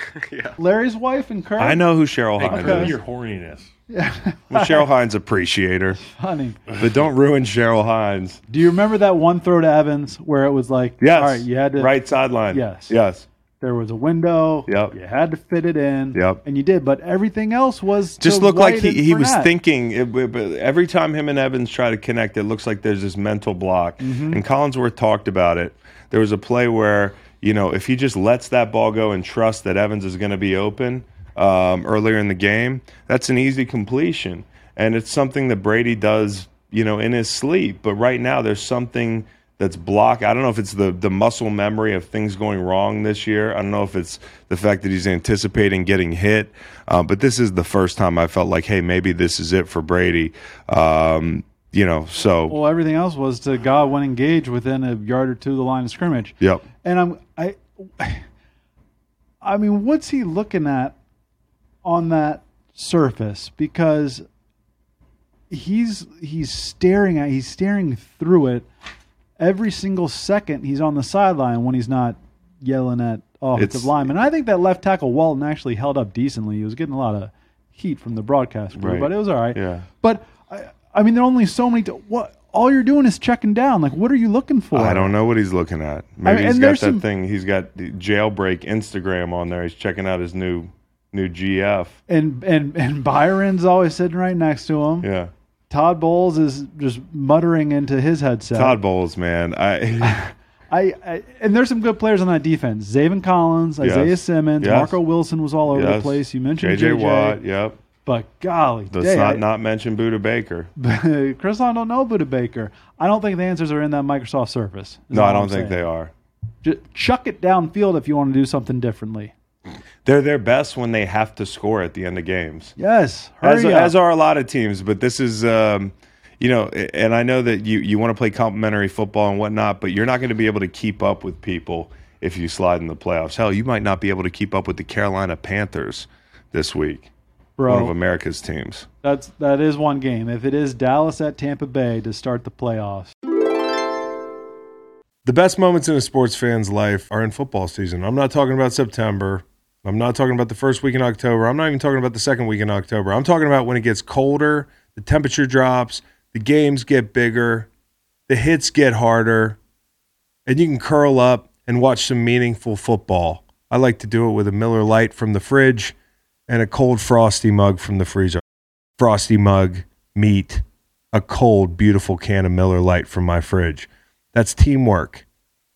S5: Larry's wife and Kurt.
S1: I know who Cheryl
S4: Hey,
S1: Hines
S4: give me
S1: is.
S4: your horniness.
S1: Well, Cheryl Hines appreciator,
S5: Funny.
S1: but don't ruin Cheryl Hines.
S5: Do you remember that one throw to Evans where it was like,
S1: Yes.
S5: all right, you had to.
S1: right sideline.
S5: Yes.
S1: Yes.
S5: There was a window.
S1: Yep.
S5: You had to fit it in.
S1: Yep.
S5: And you did, but everything else was
S1: Just
S5: to
S1: look like
S5: right
S1: he,
S5: and
S1: he was
S5: Fournette.
S1: thinking. It, it- but every time him and Evans try to connect, it looks like there's this mental block.
S5: Mm-hmm.
S1: And Collinsworth talked about it. There was a play where you know if he just lets that ball go and trust that Evans is going to be open um, earlier in the game, that's an easy completion, and it's something that Brady does you know in his sleep. But right now, there's something that's block. I don't know if it's the the muscle memory of things going wrong this year. I don't know if it's the fact that he's anticipating getting hit. Uh, but this is the first time I felt like, hey, maybe this is it for Brady. Um, you know, so
S5: Well, everything else was to Godwin engage within a yard or two of the line of scrimmage.
S1: yep.
S5: And I'm I I mean, what's he looking at on that surface? Because he's he's staring at he's staring through it every single second he's on the sideline when he's not yelling at offensive
S1: It's-
S5: linemen. And I think that left tackle Walton actually held up decently. He was getting a lot of heat from the broadcast crew,
S1: Right.
S5: but it was all right.
S1: Yeah.
S5: But I, I mean, there are only so many. To, what all you're doing is checking down. Like, what are you looking for?
S1: I don't know what he's looking at. Maybe
S5: mean,
S1: he's
S5: and
S1: got that
S5: there's some-
S1: thing. He's got the jailbreak Instagram on there. He's checking out his new new GF.
S5: and and and Byron's always sitting right next to him.
S1: Yeah.
S5: Todd Bowles is just muttering into his headset.
S1: Todd Bowles, man. I
S5: I, I and there's some good players on that defense. Zaven Collins, Isaiah
S1: Yes.
S5: Simmons,
S1: Yes.
S5: Marco Wilson was all over the
S1: yes.
S5: place. You mentioned
S1: JJ
S5: JJ,
S1: Watt. Yep.
S5: but golly,
S1: Let's
S5: dang,
S1: not
S5: I-
S1: not mention Buda Baker.
S5: Chris, I don't know Buda Baker. I don't think the answers are in that Microsoft Surface. is
S1: No,
S5: all
S1: I
S5: I'm
S1: don't think
S5: saying.
S1: they are.
S5: Just chuck it downfield if you want to do something differently.
S1: They're their best when they have to score at the end of games,
S5: Yes, hurry
S1: as,
S5: up.
S1: as are a lot of teams. But this is, um, you know, and I know that you, you want to play complementary football and whatnot, but you're not going to be able to keep up with people if you slide in the playoffs. Hell, you might not be able to keep up with the Carolina Panthers this week, one of
S5: Bro,
S1: America's teams.
S5: that's that is one game. If it is Dallas at Tampa Bay to start the playoffs,
S1: The best moments in a sports fan's life are in football season. I'm not talking about September. I'm not talking about the first week in October. I'm not even talking about the second week in October. I'm talking about when it gets colder, the temperature drops, the games get bigger, the hits get harder, and you can curl up and watch some meaningful football. I like to do it with a Miller Lite from the fridge and a cold frosty mug from the freezer. Frosty mug, meat, a cold, beautiful can of Miller Lite from my fridge. That's teamwork.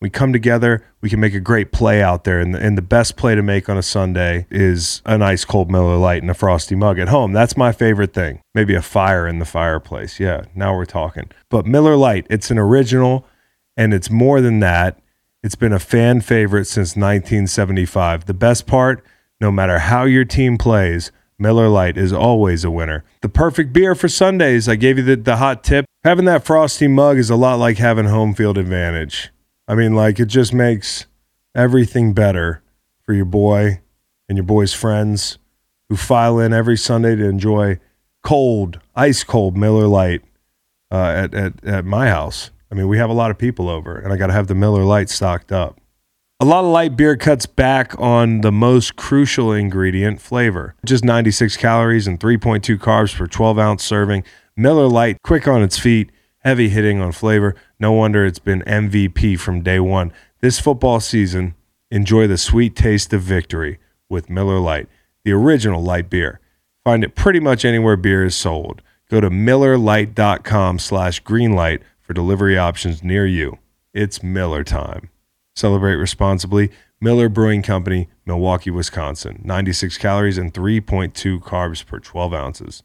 S1: We come together, we can make a great play out there. And the, and the best play to make on a Sunday is an ice cold Miller Lite and a frosty mug at home. That's my favorite thing. Maybe a fire in the fireplace. Yeah, now we're talking. But Miller Lite, it's an original and it's more than that. It's been a fan favorite since 1975. The best part, no matter how your team plays, Miller Lite is always a winner. The perfect beer for Sundays, I gave you the, the hot tip. Having that frosty mug is a lot like having home field advantage. I mean, like, it just makes everything better for your boy and your boy's friends who file in every Sunday to enjoy cold, ice cold Miller Lite uh, at, at, at my house. I mean, we have a lot of people over, and I got to have the Miller Lite stocked up. A lot of light beer cuts back on the most crucial ingredient, flavor. Just 96 calories and 3.2 carbs per 12 ounce serving. Miller Lite, quick on its feet, heavy hitting on flavor. No wonder it's been MVP from day one. This football season, enjoy the sweet taste of victory with Miller Lite, the original light beer. Find it pretty much anywhere beer is sold. Go to MillerLite.com slash greenlight for delivery options near you. It's Miller time. Celebrate responsibly. Miller Brewing Company, Milwaukee, Wisconsin. 96 calories and 3.2 carbs per 12 ounces.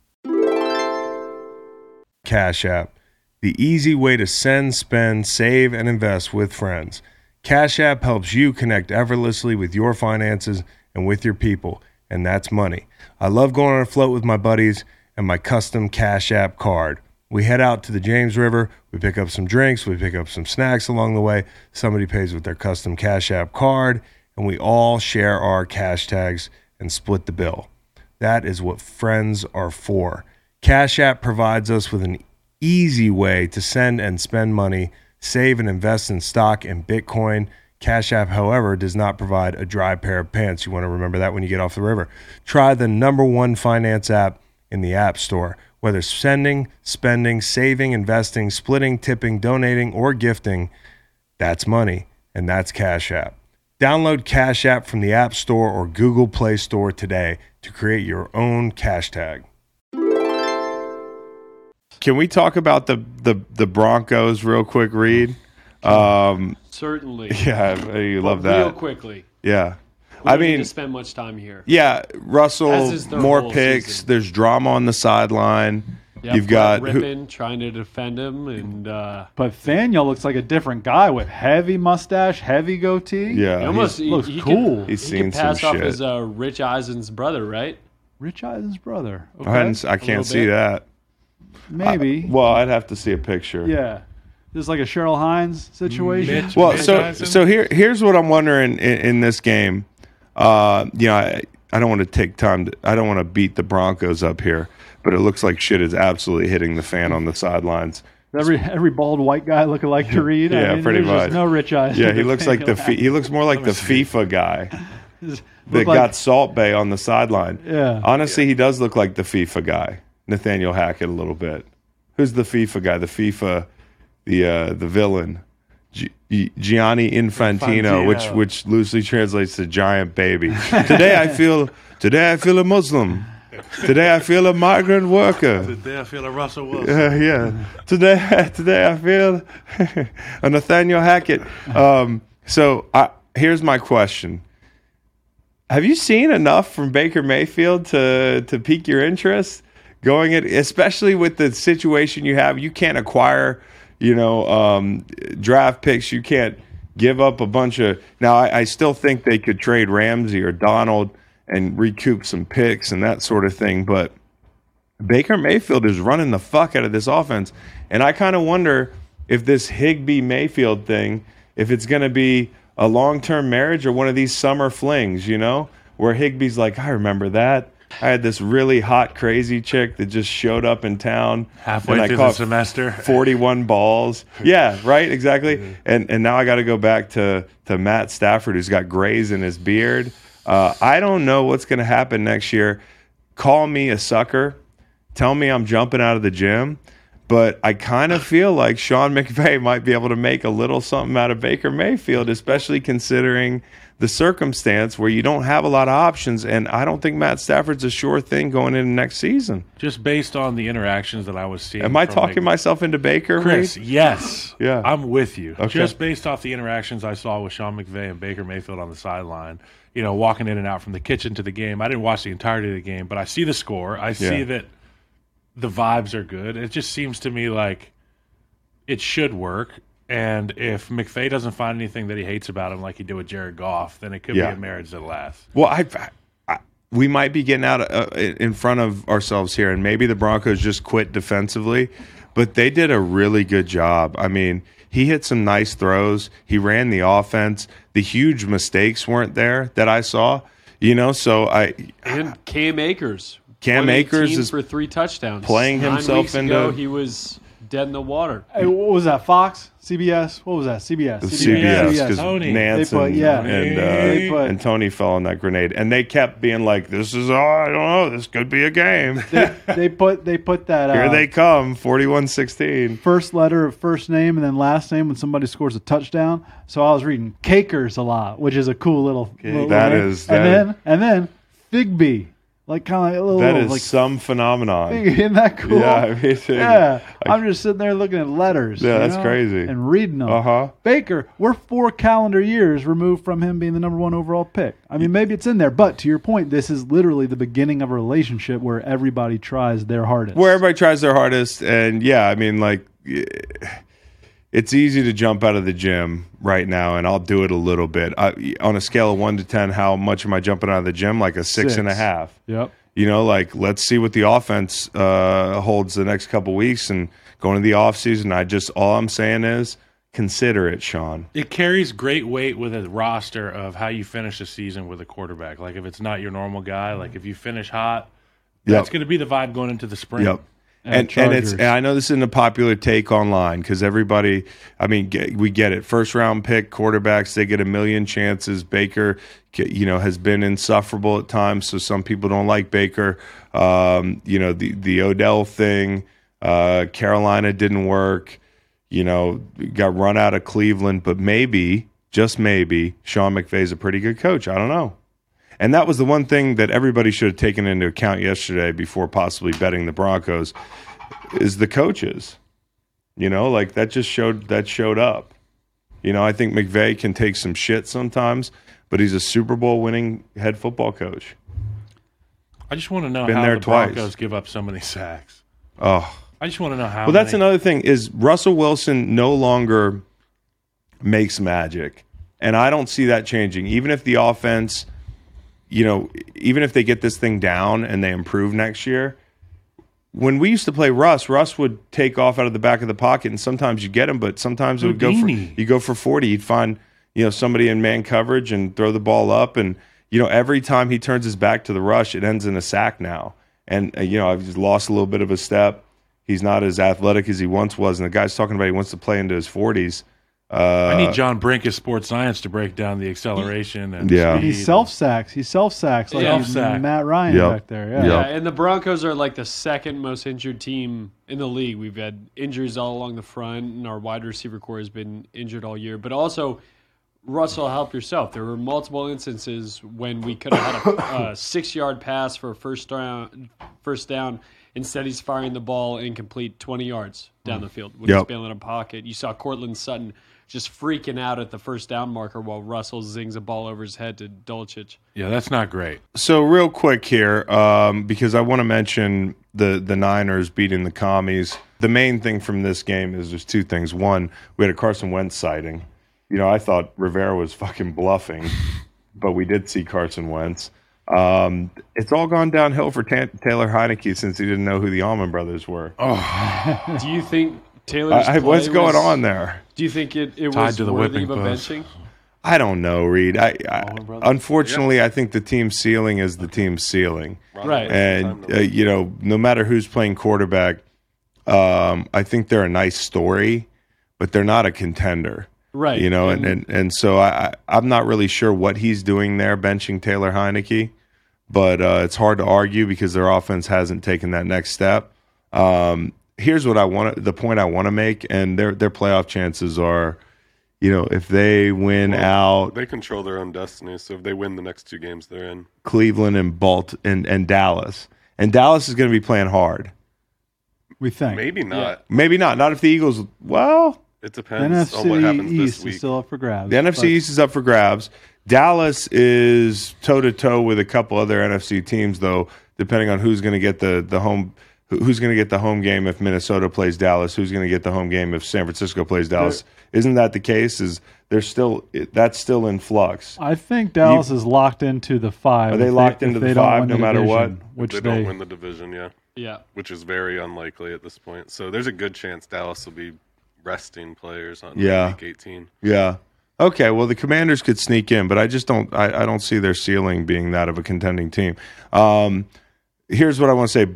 S1: Cash App, the easy way to send, spend, save, and invest with friends. Cash App helps you connect effortlessly with your finances and with your people, and that's money. I love going on a float with my buddies and my custom Cash App card. We head out to the James River, we pick up some drinks, we pick up some snacks along the way. Somebody pays with their custom Cash App card, and we all share our cash tags and split the bill. That is what friends are for. Cash App provides us with an easy way to send and spend money, save and invest in stock and Bitcoin. Cash App, however, does not provide a dry pair of pants. You want to remember that when you get off the river. Try the number one finance app in the App Store. Whether sending, spending, saving, investing, splitting, tipping, donating, or gifting, that's money, and that's Cash App. Download Cash App from the App Store or Google Play Store today to create your own cash tag. Can we talk about the the, the Broncos real quick, Reed? Um,
S2: Certainly.
S1: yeah, you love
S2: Real
S1: that.
S2: quickly.
S1: Yeah,
S2: We
S1: I
S2: don't need
S1: mean,
S2: to spend much time here.
S1: yeah,
S2: As
S1: Russell,
S2: is their
S1: more
S2: whole
S1: picks.
S2: season.
S1: There's drama on the sideline. You've got who-
S2: Rippin trying to defend him, and uh,
S5: But Faniel looks like a different guy with heavy mustache, heavy goatee.
S2: he
S1: yeah,
S2: almost
S5: he
S2: he,
S5: looks
S2: he
S5: cool.
S2: Can,
S1: He's
S2: he
S1: seen
S2: can
S1: some
S2: pass off
S1: shit.
S2: as uh, Rich Eisen's brother, right?
S5: Rich Eisen's brother.
S1: I, hadn't,
S5: Okay.
S1: s- I can't
S2: little
S1: see
S2: bit.
S1: that.
S5: Maybe.
S1: Well, I'd have to see a picture.
S5: yeah. This is like a Cheryl Hines situation.
S4: Mitch
S1: Well,
S4: Mitch
S1: so
S4: Eisen?
S1: so here here's what I'm wondering in, in this game. Uh, you know, I, I don't want to take time. To, I don't want to beat the Broncos up here, but it looks like shit is absolutely hitting the fan on the sidelines.
S5: Every every bald white guy looking like Kareed.
S1: Yeah,
S5: I mean,
S1: pretty
S5: there's just
S1: much.
S5: no Rich Eisen.
S1: Yeah, he looks like the fi- he looks more like the FIFA guy
S5: Look
S1: that
S5: like-
S1: got Salt Bay on the sideline.
S5: Yeah.
S1: honestly, he does look like the FIFA guy, Nathaniel Hackett a little bit. Who's the FIFA guy? The FIFA, the uh, the villain, G- G- Gianni Infantino,
S4: Infantino.
S1: which which loosely translates to giant baby. Today I feel today I feel a Muslim. Today I feel a migrant worker.
S4: Today I feel a Russell Wilson.
S1: Uh, yeah. Today, today I feel a Nathaniel Hackett. Um, so I, here's my question: Have you seen enough from Baker Mayfield to to pique your interest going it, especially with the situation you have? You can't acquire, you know, um, draft picks. You can't give up a bunch of. Now I, I still think they could trade Ramsey or Donald and recoup some picks and that sort of thing, but. Baker Mayfield is running the fuck out of this offense. And I kind of wonder if this Higby Mayfield thing, if it's going to be a long term marriage or one of these summer flings, you know, where Higby's like, I remember that. I had this really hot, crazy chick that just showed up in town
S4: Halfway
S1: I
S4: through the
S1: caught
S4: semester. Mm-hmm.
S1: 41 balls. Yeah, right, exactly. And and now I got to go back to to Matt Stafford who's got grays in his beard. Uh, I don't know what's going to happen next year. Call me a sucker. Tell me I'm jumping out of the gym, but I kind of feel like Sean McVay might be able to make a little something out of Baker Mayfield, especially considering the circumstance where you don't have a lot of options. And I don't think Matt Stafford's a sure thing going into next season.
S4: Just based on the interactions that I was seeing.
S1: Am I
S4: from,
S1: talking
S4: like,
S1: myself into Baker?
S4: Chris,
S1: Reed?
S4: yes.
S1: Yeah.
S4: I'm with you. Just based off the interactions I saw with Sean McVay and Baker Mayfield on the sideline, you know, walking in and out from the kitchen to the game. I didn't watch the entirety of the game, but I see the score. I see
S1: Yeah.
S4: that the vibes are good. It just seems to me like it should work. And if McVay doesn't find anything that he hates about him like he did with Jared Goff, then it could
S1: Yeah.
S4: be a marriage that lasts.
S1: Well, I, I we might be getting out uh, in front of ourselves here, and maybe the Broncos just quit defensively, but they did a really good job. I mean, he hit some nice throws. He ran the offense. The huge mistakes weren't there that I saw. You know, so I
S2: And Cam Akers.
S1: Ah. Cam
S2: 118
S1: Akers is
S2: for three touchdowns.
S1: playing
S2: Nine
S1: himself
S2: weeks ago,
S1: into-
S2: He was dead in the water.
S5: Hey, what was that? Fox? CBS? What was that? CBS.
S1: CBS
S4: CBS,
S1: because
S4: Tony.
S1: Nance
S5: They put-
S1: and,
S5: yeah.
S1: and, uh,
S5: They put-
S1: and Tony fell on that grenade, and they kept being like, "This is all I don't know. This could be a game.
S5: They put they put that.
S1: Here
S5: uh,
S1: they come, 41-16.
S5: first letter of first name and then last name when somebody scores a touchdown. So I was reading Cakers a lot, which is a cool little. little
S1: That
S5: name.
S1: is-
S5: and
S1: that-
S5: then and then Figby. Like kind of like a little,
S1: That is
S5: like
S1: some phenomenon.
S5: Isn't that cool?
S1: Yeah, I mean,
S5: Yeah.
S1: I-
S5: I'm just sitting there looking at letters.
S1: Yeah,
S5: you
S1: that's
S5: know,
S1: crazy.
S5: And reading them.
S1: Uh-huh.
S5: Baker, we're four calendar years removed from him being the number one overall pick. I mean, maybe it's in there, but to your point, this is literally the beginning of a relationship where everybody tries their hardest.
S1: where everybody tries their hardest and yeah i mean like eh, it's easy to jump out of the gym right now and i'll do it a little bit I, on a scale of 1 to 10 how much am i jumping out of the gym like a six and a
S5: Six.
S1: half.
S5: Yep.
S1: you know like let's see what the offense uh, holds the next couple weeks and going to the offseason i just all i'm saying is consider it sean
S4: It carries great weight with a roster of how you finish the season with a quarterback. Like if it's not your normal guy, like if you finish hot, that's
S1: Yep.
S4: going to be the vibe going into the spring.
S1: Yep. And, and it's and I know this isn't a popular take online because everybody, I mean, get, we get it. First round pick quarterbacks, they get a million chances. Baker, ca- you know, has been insufferable at times, so some people don't like Baker. Um, you know, the the Odell thing, uh, Carolina didn't work. You know, got run out of Cleveland, but maybe, just maybe, Sean McVay's a pretty good coach. I don't know. And that was the one thing that everybody should have taken into account yesterday before possibly betting the Broncos is the coaches. You know, like that just showed that showed up. You know, I think McVay can take some shit sometimes, but he's a Super Bowl winning head football coach.
S4: I just want to know
S1: Been
S4: how
S1: there
S4: the
S1: twice.
S4: Broncos give up so many sacks.
S1: Oh,
S4: I just want to know how.
S1: well, that's
S4: many-
S1: another thing is Russell Wilson no longer makes magic, and I don't see that changing. Even if the offense, you know, even if they get this thing down and they improve next year, when we used to play Russ, Russ would take off out of the back of the pocket, and sometimes you get him, but sometimes it would go for
S4: Houdini.
S1: you go for forty. You'd find you know somebody in man coverage and throw the ball up, and you know every time he turns his back to the rush, it ends in a sack now. And uh, you know I've just lost a little bit of a step. He's not as athletic as he once was, and the guy's talking about he wants to play into his forties. Uh,
S4: I need John Brink as sports science to break down the acceleration and
S1: Yeah.
S4: speed.
S5: he self sacks. He self sacks like he's
S4: Self-sack.
S5: Matt Ryan
S1: Yep.
S5: back there. Yeah.
S1: Yep.
S2: Yeah, and the Broncos are like the second most injured team in the league. We've had injuries all along the front, and our wide receiver core has been injured all year. But also, Russell, help yourself. There were multiple instances when we could have had a, a six-yard pass for a first down, first down. Instead, he's firing the ball incomplete, twenty yards down the field when he's
S1: Yep.
S2: bailing a pocket. You saw Cortland Sutton just freaking out at the first down marker while Russell zings a ball over his head to Dolchich.
S4: Yeah, that's not great.
S1: So real quick here, um, because I want to mention the the Niners beating the Commies. The main thing from this game is there's two things. One, we had a Carson Wentz sighting. You know, I thought Rivera was fucking bluffing, but we did see Carson Wentz. Um, it's all gone downhill for Tan Taylor Heineke since he didn't know who the Almond Brothers were. Oh,
S2: Do you think Taylor's
S1: I, I- what's
S2: play
S1: going
S2: was-
S1: on there?
S2: Do you think it, it
S4: Tied
S2: was
S4: to the
S2: worthy
S4: whipping
S2: of a
S4: post.
S2: benching?
S1: I don't know, Reed. I, I unfortunately, I think the team ceiling is the team ceiling.
S2: Right.
S1: and uh, you know no matter who's playing quarterback um, i think they're a nice story but they're not a contender
S2: Right.
S1: you know and and, and so I, I i'm not really sure what he's doing there benching taylor Heineke. but uh, it's hard to argue because their offense hasn't taken that next step um, here's what i want the point i want to make and their their playoff chances are you know if they win out
S6: They control their own destiny, so if they win the next two games they're in.
S1: cleveland and balt and, and dallas and dallas is going to be playing hard
S5: We think.
S6: Maybe not.
S1: Maybe not. Not if the Eagles. Well,
S6: It
S5: The
S6: depends on what
S5: NFC
S6: happens
S5: East
S6: this
S5: is
S6: week.
S5: still up for grabs.
S1: the NFC East is up for grabs. Dallas is toe to toe with a couple other NFC teams, though. Depending on who's going to get the the home, who- who's going to get the home game if Minnesota plays Dallas, who's going to get the home game if San Francisco plays Dallas? Isn't that the case? Is there's still it- that's still in flux?
S5: I think Dallas is locked into the five.
S1: Are they
S5: if
S1: locked
S5: if
S1: into the
S5: they don't
S1: five
S5: win
S1: no matter
S5: division,
S1: what?
S5: Which
S6: they
S5: they,
S6: don't win the division, yeah.
S2: yeah.
S6: Which is very unlikely at this point. So there's a good chance Dallas will be resting players on
S1: Yeah.
S6: week 18.
S1: Yeah. Okay. Well, the Commanders could sneak in, but I just don't. I, I don't see their ceiling being that of a contending team. Um, here's what I want to say.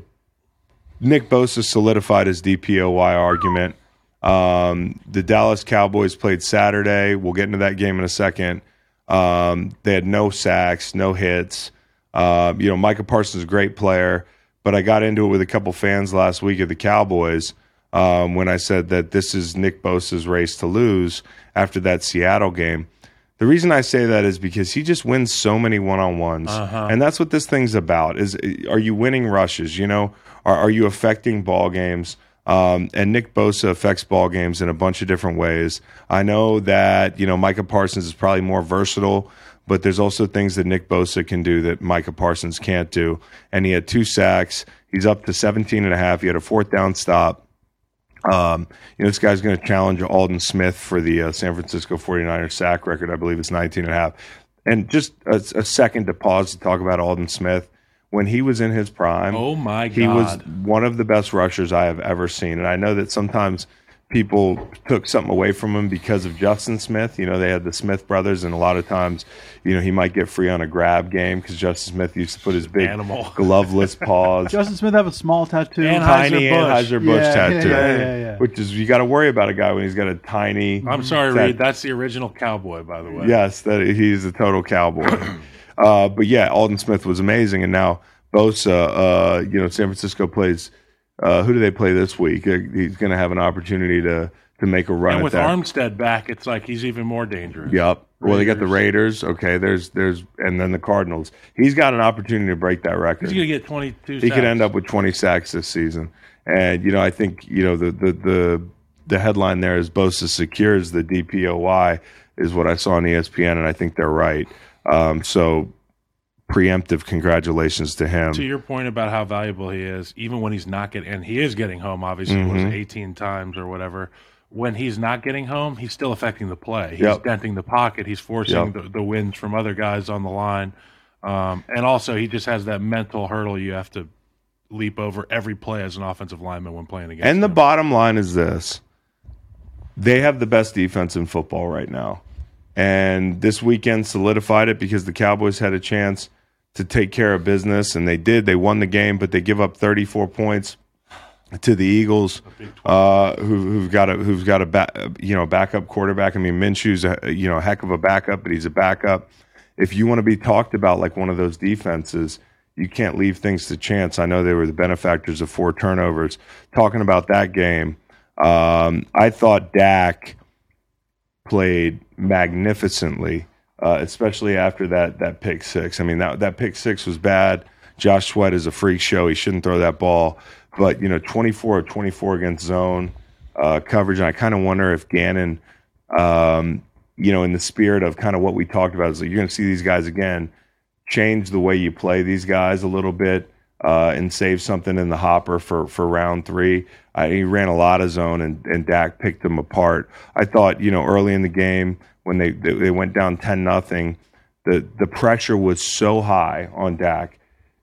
S1: Nick Bosa solidified his DPOY argument. Um, the Dallas Cowboys played Saturday. We'll get into that game in a second. Um, they had no sacks, no hits. Um, you know, Micah Parsons is a great player, but I got into it with a couple fans last week of the Cowboys um, when I said that this is Nick Bosa's race to lose after that Seattle game. The reason I say that is because he just wins so many one on ones, and that's what this thing's about. Is are you winning rushes? You know, are, are you affecting ball games? Um, and Nick Bosa affects ball games in a bunch of different ways. I know that you know Micah Parsons is probably more versatile, but there's also things that Nick Bosa can do that Micah Parsons can't do. And he had two sacks. He's up to 17 and a half. He had a fourth down stop. Um, you know, this guy's going to challenge Alden Smith for the uh, San Francisco 49ers sack record. I believe it's 19 and a half. And just a, a second to pause to talk about Alden Smith. When he was in his prime,
S4: Oh my god!
S1: he was one of the best rushers I have ever seen. And I know that sometimes people took something away from him because of Justin Smith. You know, they had the Smith brothers, and a lot of times, you know, he might get free on a grab game because Justin Smith used to put his big
S4: Animal.
S1: gloveless paws
S5: Justin Smith have a small tattoo.
S4: And I-
S1: tiny
S4: Anheuser-Busch.
S1: Anheuser Busch
S5: Yeah,
S1: tattoo,
S5: yeah, yeah, yeah, yeah.
S1: which is you got to worry about a guy when he's got a tiny.
S4: I'm sorry,
S1: That-
S4: Reed. That's the original cowboy, by the way.
S1: Yes, that he's a total cowboy. uh, but yeah, Alden Smith was amazing, and now Bosa. Uh, you know, San Francisco plays. Uh, who do they play this week? Uh, He's going to have an opportunity to to make a run
S4: And
S1: at
S4: with
S1: that.
S4: Armstead back, it's like he's even more dangerous.
S1: Yep. Well, they got the Raiders. Okay, there's there's and then the Cardinals. He's got an opportunity to break that record.
S4: He's gonna get 22.
S1: he could
S4: sacks.
S1: end up with 20 sacks this season. And you know, I think you know the the the, the headline there is Bosa secures the DPOY is what I saw on E ESPN, and I think they're right. Um, so preemptive congratulations to him.
S4: To your point about how valuable he is, even when he's not getting, and he is getting home, obviously, what
S1: Mm-hmm.
S4: was it, 18 times or whatever. When he's not getting home, he's still affecting the play. He's
S1: Yep.
S4: denting the pocket. He's
S1: Yep.
S4: forcing the, the wins from other guys on the line. Um, and also, he just has that mental hurdle you have to leap over every play as an offensive lineman when playing against
S1: and the
S4: him.
S1: bottom line is this: they have the best defense in football right now, and this weekend solidified it because the Cowboys had a chance to take care of business, and they did. They won the game, but they give up 34 points. to the Eagles, uh, who, who've got a who've got a ba- you know backup quarterback. I mean, Minshew's a, you know a heck of a backup, but he's a backup. If you want to be talked about like one of those defenses, you can't leave things to chance. I know they were the benefactors of four turnovers. Talking about that game, um, I thought Dak played magnificently, uh, especially after that that pick six. I mean, that that pick six was bad. Josh Sweat is a freak show. He shouldn't throw that ball. But you know, twenty four of twenty four against zone uh, coverage, and I kind of wonder if Gannon, um, you know, in the spirit of kind of what we talked about, is like you're going to see these guys again change the way you play these guys a little bit uh, and save something in the hopper for, for round three. I, he ran a lot of zone, and, and Dak picked them apart. I thought, you know, early in the game when they they, they went down ten nothing, the the pressure was so high on Dak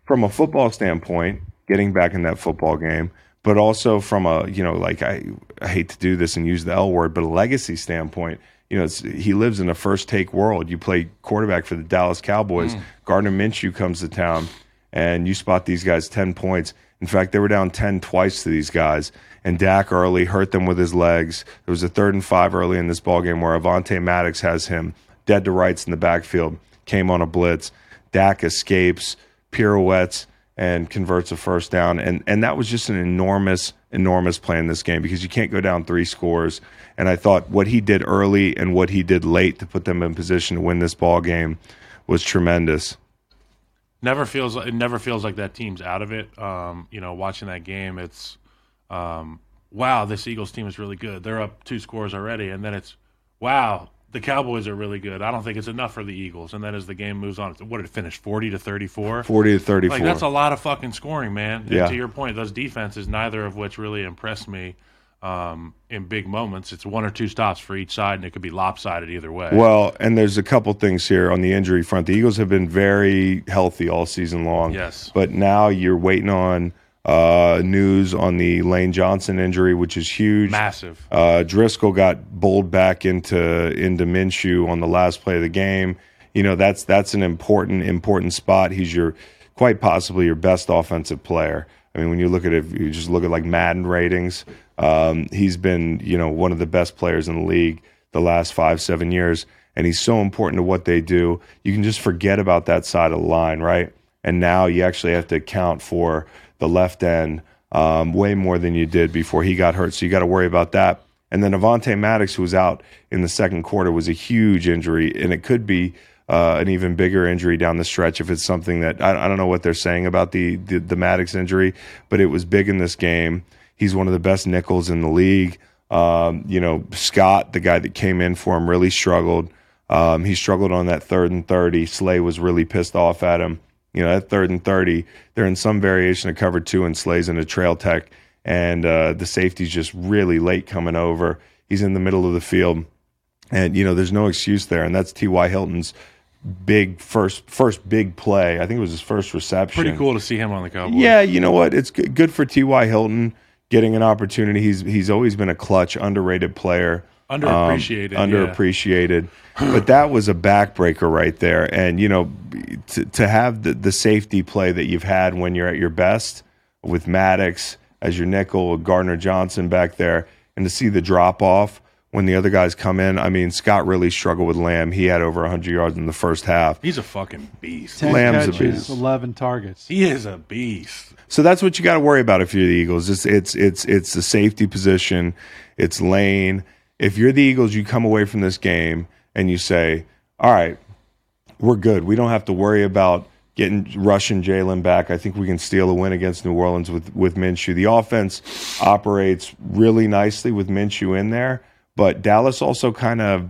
S1: from a football standpoint, getting back in that football game, but also from a you know like I, I hate to do this and use the L word, but a legacy standpoint. You know, it's, he lives in a first take world. You play quarterback for the Dallas Cowboys. Gardner Minshew comes to town, and you spot these guys ten points. In fact, they were down ten twice to these guys. And Dak early hurt them with his legs. There was a third and five early in this ballgame where Avante Maddox has him dead to rights in the backfield. Came on a blitz. Dak escapes pirouettes and converts a first down. And and that was just an enormous, enormous play in this game because you can't go down three scores. And I thought what he did early and what he did late to put them in position to win this ball game was tremendous.
S4: never feels it never feels like that team's out of it. Um, you know, watching that game, it's um, wow, this Eagles team is really good. They're up two scores already, and then it's wow, the Cowboys are really good. I don't think it's enough for the Eagles. And then as the game moves on, it's- what did it finish? Forty to thirty-four.
S1: Forty to thirty four.
S4: Like that's a lot of fucking scoring, man. And
S1: Yeah.
S4: to your point, those defenses, neither of which really impressed me um, in big moments. It's one or two stops for each side, and it could be lopsided either way.
S1: Well, and there's a couple things here on the injury front. The Eagles have been very healthy all season long.
S4: Yes.
S1: But now you're waiting on uh, news on the Lane Johnson injury, which is huge.
S4: Massive.
S1: Uh, Driscoll got bowled back into into Minshew on the last play of the game. You know that's that's an important important spot. He's your quite possibly your best offensive player. I mean, when you look at it, if you just look at like Madden ratings. Um, he's been you know one of the best players in the league the last five seven years, and he's so important to what they do. You can just forget about that side of the line, right? And now you actually have to account for the left end um, way more than you did before he got hurt. So you got to worry about that. And then Avante Maddox, who was out in the second quarter, was a huge injury, and it could be uh, an even bigger injury down the stretch if it's something that I, I don't know what they're saying about the, the the Maddox injury, but it was big in this game. He's one of the best nickels in the league. Um, you know, Scott, the guy that came in for him, really struggled. Um, he struggled on that third and 30. Slay was really pissed off at him. You know, that third and 30, they're in some variation of cover two, and Slay's in a trail tech. And uh, the safety's just really late coming over. He's in the middle of the field. And, you know, there's no excuse there. And that's T.Y. Hilton's big first first big play. I think it was his first reception.
S4: Pretty cool to see him on the Cowboys.
S1: Yeah, you know what? It's good, good for T.Y. Hilton getting an opportunity. He's he's always been a clutch, underrated player. um,
S4: Underappreciated, yeah.
S1: underappreciated. but that was a backbreaker right there. And, you know, to, to have the, the safety play that you've had when you're at your best with Maddox as your nickel, with Gardner Johnson back there, and to see the drop off when the other guys come in. I mean, Scott really struggled with Lamb. He had over 100 yards in the first half.
S4: He's a fucking beast.
S5: 10
S1: Lamb's a
S5: catches,
S1: beast.
S5: 11 targets.
S4: He is a beast.
S1: So that's what you got to worry about if you're the Eagles. It's it's it's it's the safety position, it's lane. If you're the Eagles, you come away from this game and you say, "All right, we're good. We don't have to worry about getting rushing Jalen back. I think we can steal a win against New Orleans with with Minshew. The offense operates really nicely with Minshew in there, but Dallas also kind of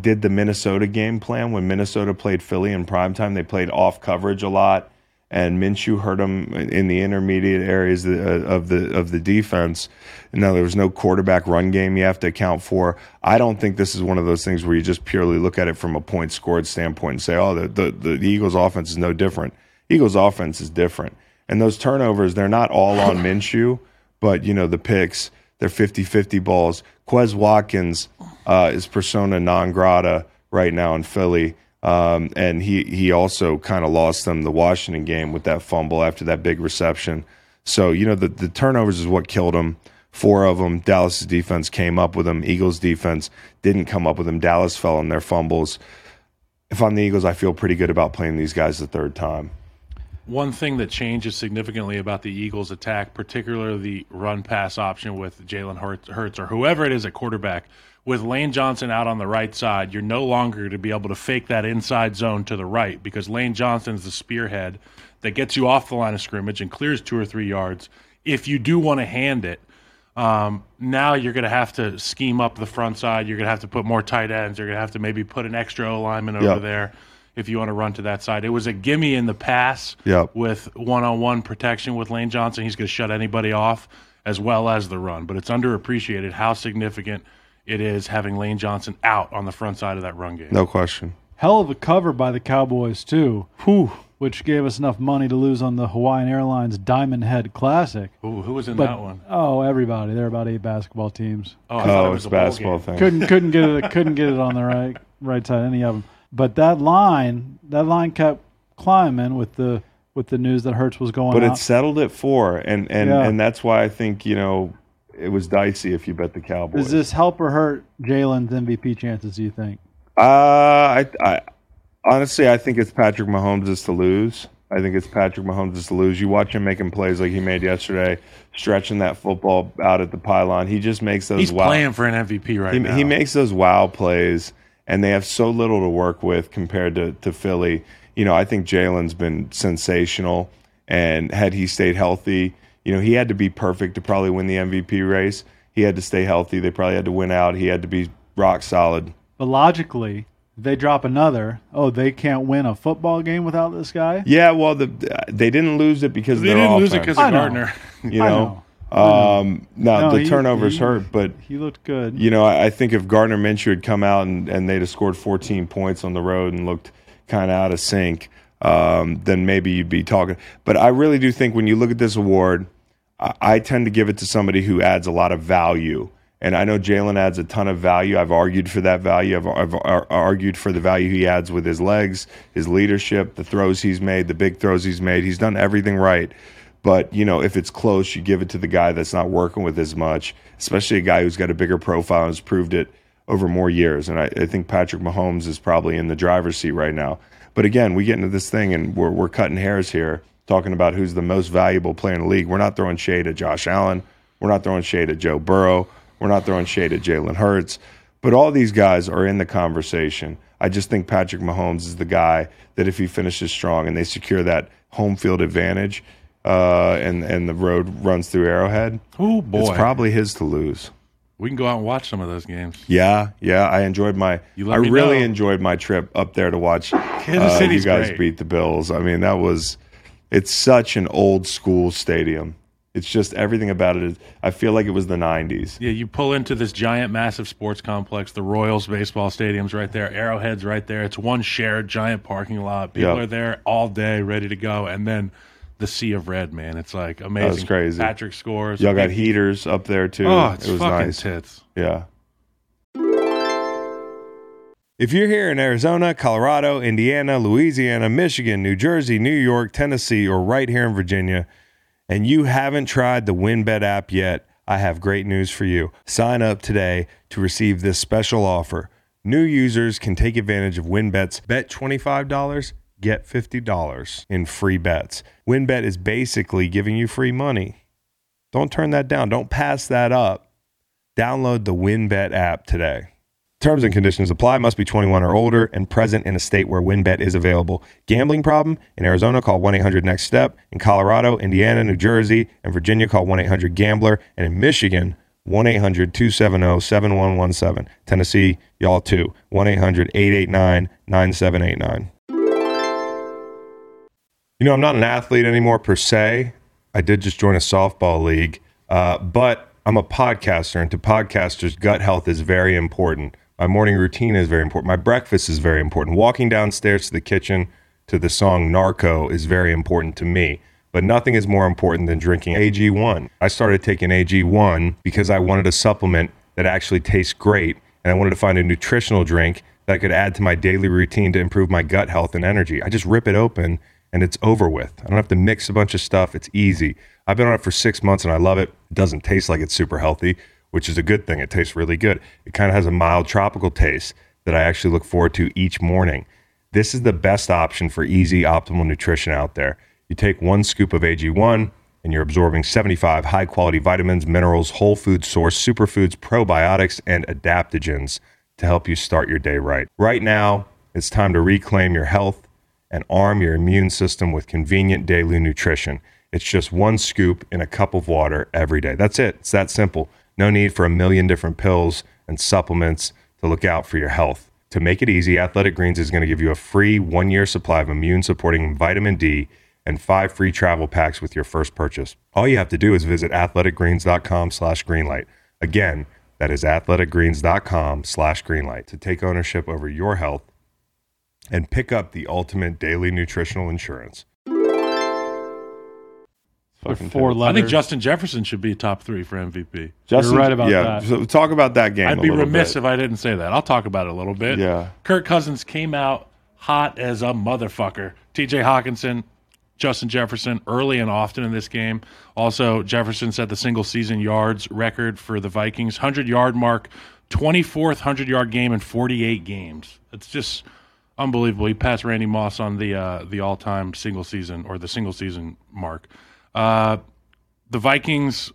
S1: did the Minnesota game plan when Minnesota played Philly in primetime. They played off coverage a lot, and Minshew hurt them in the intermediate areas of the of the, of the defense. Now there was no quarterback run game you have to account for. I don't think this is one of those things where you just purely look at it from a point scored standpoint and say, "Oh, the the, the, the Eagles' offense is no different." Eagles' offense is different, and those turnovers they're not all on Minshew, but you know the picks. They're 50-50 balls. Quez Watkins uh, is persona non grata right now in Philly, um, and he he also kind of lost them the Washington game with that fumble after that big reception. So you know the the turnovers is what killed them. Four of them. Dallas' defense came up with them. Eagles' defense didn't come up with them. Dallas fell on their fumbles. If I'm the Eagles, I feel pretty good about playing these guys the third time.
S4: One thing that changes significantly about the Eagles' attack, particularly the run pass option with Jalen Hurts, Hurts or whoever it is at quarterback, with Lane Johnson out on the right side, you're no longer to be able to fake that inside zone to the right because Lane Johnson's the spearhead that gets you off the line of scrimmage and clears two or three yards. If you do want to hand it, um, now you're going to have to scheme up the front side. You're going to have to put more tight ends. You're going to have to maybe put an extra O lineman over
S1: Yeah.
S4: there if you want to run to that side. It was a gimme in the pass
S1: Yep.
S4: with one on one protection with Lane Johnson. He's going to shut anybody off as well as the run, but it's underappreciated how significant it is having Lane Johnson out on the front side of that run game.
S1: No question.
S5: Hell of a cover by the Cowboys, too. Whew. Which gave us enough money to lose on the Hawaiian Airlines Diamond Head Classic.
S4: Ooh, who was in
S5: But-
S4: that one?
S5: Oh, everybody. There are about eight basketball teams.
S4: I thought
S1: Oh, it's a
S4: bowl
S1: basketball
S4: game.
S1: thing.
S5: couldn't couldn't get it couldn't get it on the right right side any of them. But that line that line kept climbing with the with the news that Hertz was going.
S1: but
S5: out.
S1: it settled at four, and and
S5: Uh-huh. Yeah.
S1: and that's why I think you know it was dicey if you bet the Cowboys.
S5: does this help or hurt Jalen's MVP chances? Do you think?
S1: uh, I, I honestly I think it's Patrick Mahomes is to lose. I think it's Patrick Mahomes is to lose. You watch him making plays like he made yesterday, stretching that football out at the pylon. He just makes those
S4: He's
S1: wow.
S4: playing for an MVP right
S1: he,
S4: now.
S1: he makes those wow plays, and they have so little to work with compared to, to Philly. You know, I think Jalen's been sensational, and had he stayed healthy, you know, he had to be perfect to probably win the MVP race. He had to stay healthy. They probably had to win out. He had to be rock solid.
S5: But logically, if they drop another. Oh, they can't win a football game without this guy.
S1: Yeah, well, the, they didn't lose it because
S4: they
S1: of their
S4: didn't
S1: offense.
S4: lose it because
S5: I
S4: of
S5: know.
S4: Gardner.
S1: you
S5: I
S1: know.
S5: know.
S1: Um, now
S5: No,
S1: the
S5: he-
S1: turnovers
S5: he-
S1: hurt, but
S5: He looked good.
S1: you know, I, I think if Gardner Minshew had come out and, and they'd have scored 14 points on the road and looked kind of out of sync, um, then maybe you'd be talking. But I really do think when you look at this award, I, I tend to give it to somebody who adds a lot of value. And I know Jalen adds a ton of value. I've argued for that value. I've, I've ar- argued for the value he adds with his legs, his leadership, the throws he's made, the big throws he's made. He's done everything right. But you know, if it's close, you give it to the guy that's not working with as much, especially a guy who's got a bigger profile and has proved it over more years. And I, I think Patrick Mahomes is probably in the driver's seat right now. But again, we get into this thing and we're we're cutting hairs here, talking about who's the most valuable player in the league. We're not throwing shade at Josh Allen. We're not throwing shade at Joe Burrow. We're not throwing shade at Jalen Hurts, but all these guys are in the conversation. I just think Patrick Mahomes is the guy that if he finishes strong and they secure that home field advantage, uh, and and the road runs through Arrowhead,
S4: Oh boy,
S1: it's probably his to lose.
S4: we can go out and watch some of those games.
S1: Yeah, yeah. I enjoyed my.
S4: You
S1: I
S4: let me
S1: really
S4: know.
S1: enjoyed my trip up there to watch
S4: Kansas
S1: uh, you
S4: City's
S1: guys
S4: great.
S1: beat the Bills. I mean, that was. It's such an old school stadium. It's just everything about it. Is, I feel like it was the '90s.
S4: Yeah, you pull into this giant, massive sports complex. The Royals baseball stadium's right there. Arrowhead's right there. It's one shared giant parking lot. People
S1: Yeah.
S4: are there all day, ready to go. And then the sea of red, man. It's like amazing.
S1: crazy.
S4: Patrick scores.
S1: Y'all got heaters up there too.
S4: Oh, it's
S1: it was
S4: fucking
S1: nice.
S4: tits.
S1: Yeah. If you're here in Arizona, Colorado, Indiana, Louisiana, Michigan, New Jersey, New York, Tennessee, or right here in Virginia, and you haven't tried the WinBet app yet, I have great news for you. Sign up today to receive this special offer. New users can take advantage of WinBet's bet $25, get $50 in free bets. WinBet is basically giving you free money. Don't turn that down. Don't pass that up. Download the WinBet app today. Terms and conditions apply. Must be 21 or older and present in a state where WinBet is available. Gambling problem? In Arizona, call 1 800 Next Step. In Colorado, Indiana, New Jersey, and Virginia, call 1 800 Gambler. And in Michigan, 1 800 270 7117. Tennessee, y'all too. 1 800 889 9789. You know, I'm not an athlete anymore per se. I did just join a softball league, uh, but I'm a podcaster, and to podcasters, gut health is very important. My morning routine is very important. My breakfast is very important. Walking downstairs to the kitchen to the song Narco is very important to me. But nothing is more important than drinking AG1. I started taking AG1 because I wanted a supplement that actually tastes great, and I wanted to find a nutritional drink that I could add to my daily routine to improve my gut health and energy. I just rip it open and it's over with. I don't have to mix a bunch of stuff. It's easy. I've been on it for six months and I love it. It doesn't taste like it's super healthy, which is a good thing. It tastes really good. It kind of has a mild tropical taste that I actually look forward to each morning. This is the best option for easy, optimal nutrition out there. You take one scoop of AG1 and you're absorbing 75 high quality vitamins, minerals, whole food source, superfoods, probiotics, and adaptogens to help you start your day right. Right now, it's time to reclaim your health and arm your immune system with convenient daily nutrition. It's just one scoop in a cup of water every day. That's it. It's that simple. No need for a million different pills and supplements to look out for your health. To make it easy, Athletic Greens is going to give you a free one year supply of immune supporting vitamin D and five free travel packs with your first purchase. All you have to do is visit athleticgreens.com slash greenlight. Again, that is athleticgreens.com slash greenlight to take ownership over your health and pick up the ultimate daily nutritional insurance.
S5: They're
S1: Fucking
S5: four
S1: terrible.
S5: letters.
S4: I think Justin Jefferson should be top three for MVP.
S5: Justin- right about
S1: yeah,
S5: that.
S1: So talk about that game.
S4: I'd
S1: a
S4: be
S1: little
S4: remiss
S1: bit.
S4: if I didn't say that. I'll talk about it a little bit.
S1: Yeah.
S4: Kirk Cousins came out hot as a motherfucker. TJ Hawkinson, Justin Jefferson early and often in this game. Also, Jefferson set the single season yards record for the Vikings, 100 yard mark, 24th 100 yard game in 48 games. It's just unbelievable. He passed Randy Moss on the uh, the all time single season or the single season mark. Uh, the Vikings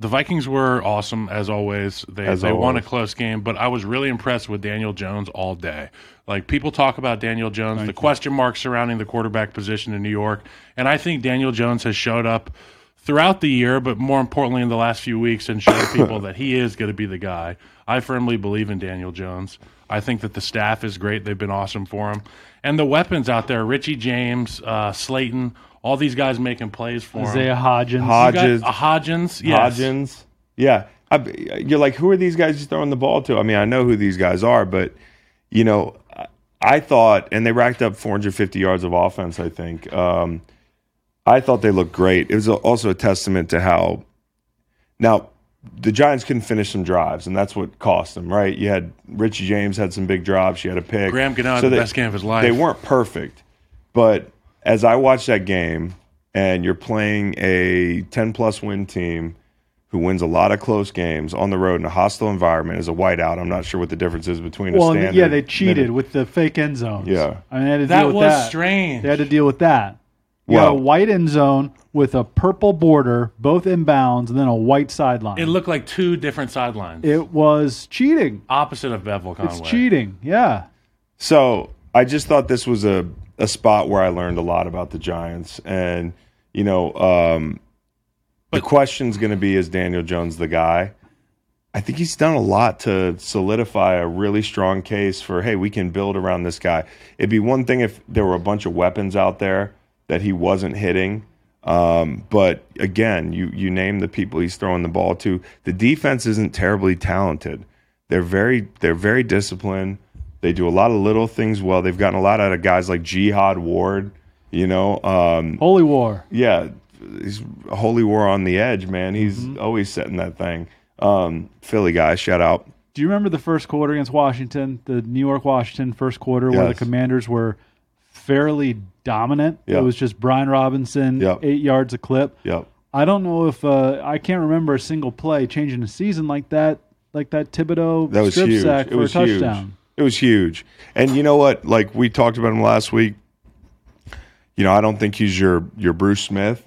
S4: the Vikings were awesome as always. They
S1: As
S4: they won a
S1: always.
S4: close game, but I was really impressed with Daniel Jones all day. Like people talk about Daniel Jones, the question mark surrounding the quarterback position in New York, and I think Daniel Jones has showed up throughout the year, but more importantly in the last few weeks and showed people that he is going to be the guy. I firmly believe in Daniel Jones. I think that the staff is great. They've been awesome for him. And the weapons out there, Richie James, uh, Slayton, all these guys making plays for him.
S5: Isaiah Hodgins.
S4: You got
S1: Hodges,
S4: a Hodgins, yes.
S1: Hodgins. Yeah. I, you're like, who are these guys just throwing the ball to? I mean, I know who these guys are, but you know, I- I thought, and they racked up 450 yards of offense. I think. Um, I thought they looked great. It was also a testament to how. Now, the Giants couldn't finish some drives, and that's what cost them. Right? You had Richie James had some big drives. She had a pick.
S4: Graham Gano had the
S1: they-
S4: best game of his life.
S1: They weren't perfect, but as I watched that game, and you're playing a 10 plus win team who wins a lot of close games on the road in a hostile environment as a whiteout. I'm not sure what the difference is between
S5: well,
S1: a
S5: and
S1: standard.
S5: yeah, they cheated with the fake end zones.
S1: Yeah.
S5: I mean, they had to
S4: That
S5: deal with
S4: was
S5: that.
S4: strange.
S5: They had to deal with that. You got a
S1: Wow.
S5: white end zone with a purple border, both inbounds, and then a white sideline.
S4: It
S5: It,
S4: looked like two different sidelines.
S5: was cheating.
S4: opposite of Bevel Conway.
S5: It's cheating. Yeah.
S1: So I just thought this was a, a spot where I learned a lot about the Giants. And, you know, um, the question's going to be is Daniel Jones the guy? I think he's done a lot to solidify a really strong case for, hey, we can build around this guy. It'd be one thing if there were a bunch of weapons out there that he wasn't hitting. Um, but again, you, you name the people he's throwing the ball to. The defense isn't terribly talented. They're very they're very disciplined. They do a lot of little things well. They've gotten a lot out of guys like Jihad Ward, you know, um,
S5: Holy war.
S1: yeah, he's a holy war on the edge, man. He's
S5: Mm-hmm.
S1: always setting that thing. Um, Philly guy, shout out.
S5: Do you remember the first quarter against Washington, the New York Washington first quarter, where the
S1: Yes.
S5: Commanders were fairly dominant?
S1: Yeah.
S5: It was just Brian Robinson,
S1: Yeah.
S5: eight yards a clip.
S1: Yep.
S5: I don't know if uh, I can't remember a single play changing a season like that, like that Thibodeau
S1: That was
S5: strip
S1: huge.
S5: sack
S1: it
S5: for
S1: was
S5: a touchdown.
S1: huge. It was huge. And you know what? Like we talked about him last week. You know, I don't think he's your your Bruce Smith.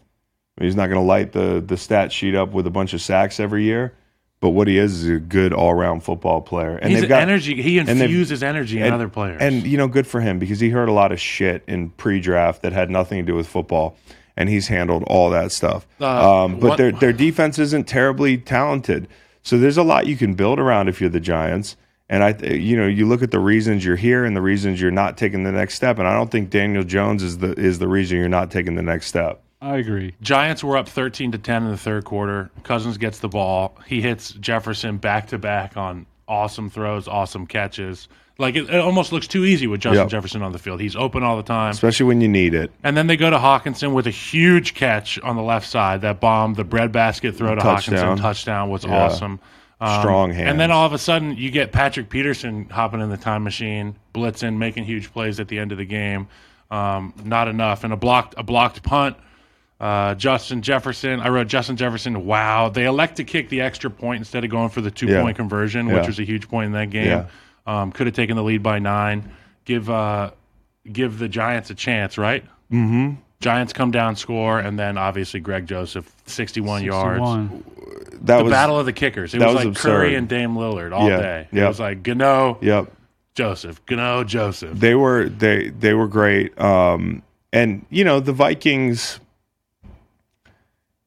S1: I mean, he's not going to light the the stat sheet up with a bunch of sacks every year. But what he is is a good all round football player. And
S4: He's
S1: they've got
S4: energy. He
S1: and they've-
S4: infuses energy in
S1: and-
S4: other players.
S1: And you know, good for him because he heard a lot of shit in pre-draft that had nothing to do with football, and he's handled all that stuff.
S4: Uh,
S1: um, but
S4: one-
S1: their their defense isn't terribly talented, so there's a lot you can build around if you're the Giants. And I, th- you know, you look at the reasons you're here and the reasons you're not taking the next step. And I don't think Daniel Jones is the is the reason you're not taking the next step.
S5: I agree.
S4: Giants were up 13 to 10 in the third quarter. Cousins gets the ball. He hits Jefferson back to back on awesome throws, awesome catches. Like it, it almost looks too easy with Justin
S1: Yep.
S4: Jefferson on the field. He's open all the time.
S1: Especially when you need it.
S4: And then they go to Hawkinson with a huge catch on the left side that bomb, the breadbasket throw to
S1: Touchdown.
S4: Hawkinson touchdown was awesome. Um,
S1: Strong hands.
S4: And then all of a sudden, you get Patrick Peterson hopping in the time machine, blitzing, making huge plays at the end of the game. Um, not enough, and a blocked a blocked punt. Uh, Justin Jefferson. I wrote Justin Jefferson. Wow, they elect to kick the extra point instead of going for the two point conversion,
S1: Yeah.
S4: which was a huge point in that game.
S1: Yeah.
S4: Um, could have taken the lead by nine. Give uh, give the Giants a chance, right? Mm-hmm. Giants come down, score, and then obviously Greg Joseph, sixty-one, yards.
S5: One.
S1: That
S4: The
S1: was
S4: battle of the kickers. It
S1: that
S4: was,
S1: was
S4: like Curry
S1: absurd.
S4: and Dame Lillard all
S1: Yeah,
S4: day.
S1: yeah.
S4: It was like Gano
S1: Yep.
S4: Joseph, Gano Joseph.
S1: They were they they were great. Um, and you know the Vikings,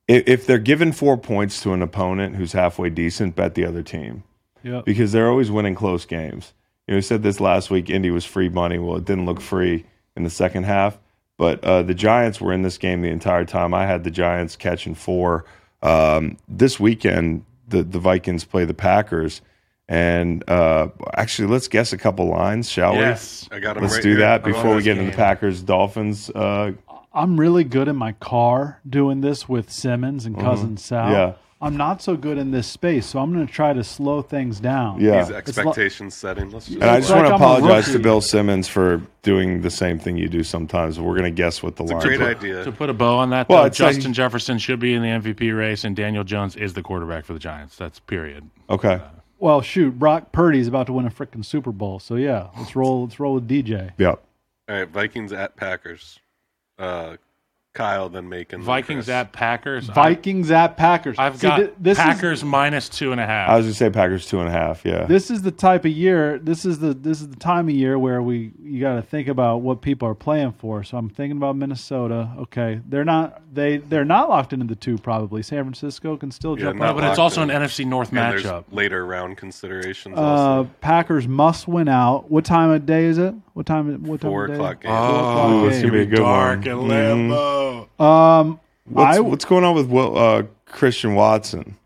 S1: if, if they're given four points to an opponent who's halfway decent, bet the other team
S5: Yep.
S1: because they're always winning close games. You know, we said this last week. Indy was free money. Well, it didn't look free in the second half, but uh, the Giants were in this game the entire time. I had the Giants catching four. Um, this weekend, the the Vikings play the Packers, and uh, actually, let's guess a couple lines, shall we?
S4: Yes.
S6: I got him.
S1: Let's
S6: right
S1: do
S6: here.
S1: that
S6: I love
S1: before we
S6: this
S1: get into the
S6: game.
S1: Packers Dolphins. Uh,
S5: I'm really good in my car doing this with Simmons and Cousin Sal.
S1: Yeah.
S5: I'm not so good in this space, so I'm going to try to slow things down.
S1: yeah.
S6: He's expectation setting. Let's just
S1: and I
S5: It's
S1: just
S5: like
S1: want to
S5: I'm a
S1: apologize to
S5: rookie.
S1: Bill Simmons for doing the same thing you do sometimes. We're going to guess what the line
S6: great
S1: is.
S4: To
S6: idea.
S4: put a bow on that,
S1: Well,
S4: though,
S1: it's like-
S4: Justin Jefferson should be in the MVP race, and Daniel Jones is the quarterback for the Giants. That's period.
S1: Okay.
S5: Well, shoot, Brock Purdy's about to win a freaking Super Bowl, so yeah, let's roll. Let's roll with DJ.
S1: Yeah.
S6: All right, Vikings at Packers. Uh, Kyle then making
S4: Vikings at Packers. I,
S5: Vikings at Packers.
S4: I've
S5: See,
S4: got
S5: thi- this is-
S4: Packers minus two and a half.
S1: I was going to say Packers two and a half. Yeah.
S5: this is the type of year this is the this is the time of year where we you got to think about what people are playing for so i'm thinking about minnesota okay they're not they they're not locked into the two probably san francisco can still
S6: Yeah,
S5: jump
S6: not
S5: up
S4: but it's
S6: locked
S4: also an
S6: in.
S4: NFC North
S6: And there's
S4: matchup.
S6: Later round considerations.
S5: uh,
S6: also.
S5: packers must win out what time of day is it what time what time
S6: Four
S5: of day?
S6: o'clock game.
S1: Uh,
S5: Four o'clock
S1: Ooh, Oh, it's
S5: game.
S1: gonna be a good
S4: Dark
S1: one.
S4: and
S1: Mhm.
S4: Lambo.
S5: um
S1: What's,
S5: I-
S1: what's going on with Will, uh, Christian Watson?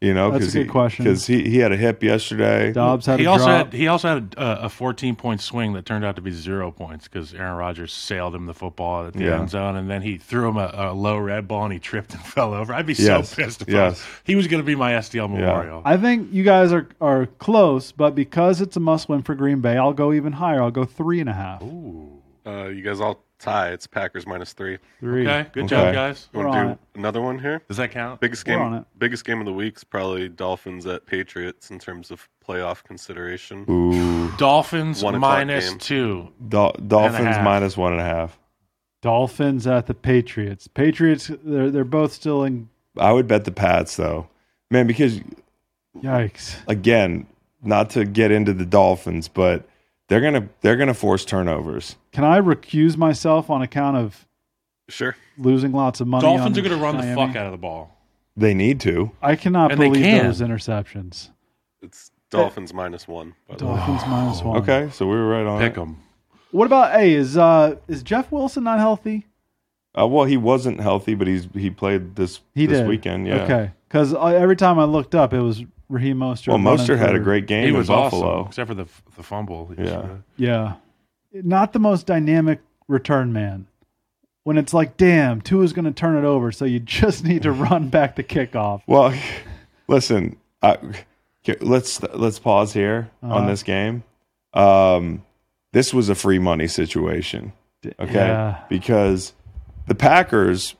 S1: You know,
S5: That's a good question.
S1: Because he, he had a hip yesterday.
S5: dobbs had
S4: He
S5: a
S4: also
S5: drop.
S4: had he also had a, a 14 point swing that turned out to be zero points because Aaron Rodgers sailed him the football at the
S1: Yeah.
S4: end zone and then he threw him a, a low red ball and he tripped and fell over. I'd be
S1: Yes.
S4: so pissed if I
S1: Yes.
S4: was- he was going to be my SDL memorial.
S5: I think you guys are, are close, but because it's a must win for Green Bay, I'll go even higher. I'll go three and a half.
S6: Uh, you guys all tie. It's Packers minus three.
S5: Three.
S4: Okay, good job,
S1: Okay.
S4: guys.
S6: You
S5: We're on
S6: want
S5: it.
S6: to do another one here?
S4: Does that count?
S6: Biggest
S5: We're
S6: game.
S5: on it.
S6: Biggest game of the week's probably Dolphins at Patriots in terms of playoff consideration.
S1: Ooh,
S4: Dolphins
S6: One o'clock
S4: minus
S6: game.
S4: two.
S1: Dol- Dolphins
S4: half.
S1: minus one and a half.
S5: Dolphins at the Patriots. Patriots, they're they're both still in.
S1: I would bet the Pats though, man, because
S5: Yikes!
S1: again, not to get into the Dolphins, but they're gonna they're gonna force turnovers.
S5: Can I recuse myself on account of
S6: Sure.
S5: losing lots of money?
S4: Dolphins
S5: on
S4: are going to run
S5: Miami?
S4: the fuck out of the ball.
S1: They need to.
S5: I cannot
S4: And they
S5: believe
S4: can.
S5: those interceptions.
S6: It's Dolphins minus one. By the way.
S5: Dolphins minus one.
S1: oh. Okay, so we were right on.
S4: Pick
S1: it.
S4: them.
S5: What about a? is uh is Jeff Wilson not healthy?
S1: Uh, well, he wasn't healthy, but he's he played this
S5: He
S1: this
S5: did
S1: weekend. Yeah.
S5: Okay. Because every time I looked up, it was Raheem Mostert.
S1: Well, Moster
S5: running
S1: had a
S5: for-
S1: great game
S4: He was
S1: in Buffalo.
S4: awesome, except for the the fumble. uh,
S1: Yeah.
S5: Yeah. Not the most dynamic return man. When it's like, damn, Tua's going to turn it over, so you just need to run back the kickoff.
S1: Well, listen, I, okay, let's let's pause here on this game. Um, this was a free money situation, okay?
S5: yeah.
S1: Because the Packers,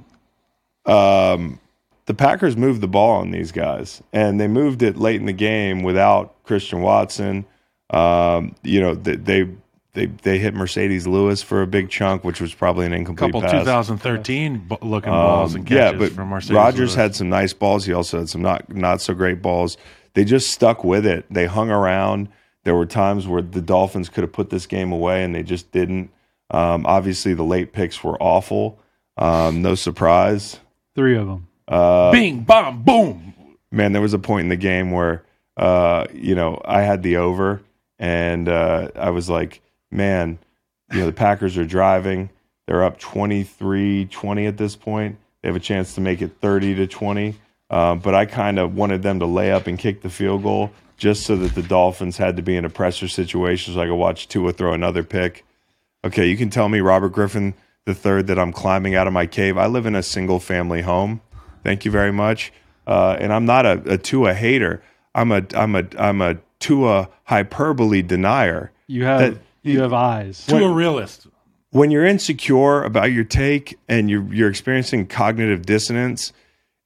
S1: um, the Packers moved the ball on these guys, and they moved it late in the game without Christian Watson. Um, you know, they, they they they hit Mercedes Lewis for a big chunk, which was probably an
S4: a
S1: incomplete
S4: couple
S1: pass.
S4: 2013 bu- looking balls and
S1: Um, yeah,
S4: catches
S1: but
S4: from Mercedes.
S1: Rogers
S4: Lewis.
S1: had some nice balls. He also had some not not so great balls. They just stuck with it. They hung around. There were times where the Dolphins could have put this game away, and they just didn't. Um, obviously, the late picks were awful. Um, no surprise. Uh,
S5: Three of them.
S4: Bing, bomb, boom.
S1: Man, there was a point in the game where uh, you know I had the over, and uh, I was like, man, you know the Packers are driving. They're up 23-20 at this point. They have a chance to make it 30 to 20. Uh, but I kind of wanted them to lay up and kick the field goal just so that the Dolphins had to be in a pressure situation so I could watch Tua throw another pick. Okay, you can tell me Robert Griffin the third that I'm climbing out of my cave. I live in a single family home. Thank you very much. Uh, and I'm not a, a Tua hater. I'm a I'm a I'm a Tua hyperbole denier.
S5: You have
S1: That-
S5: you have eyes.
S4: To a realist.
S1: when you're insecure about your take and you're, you're experiencing cognitive dissonance,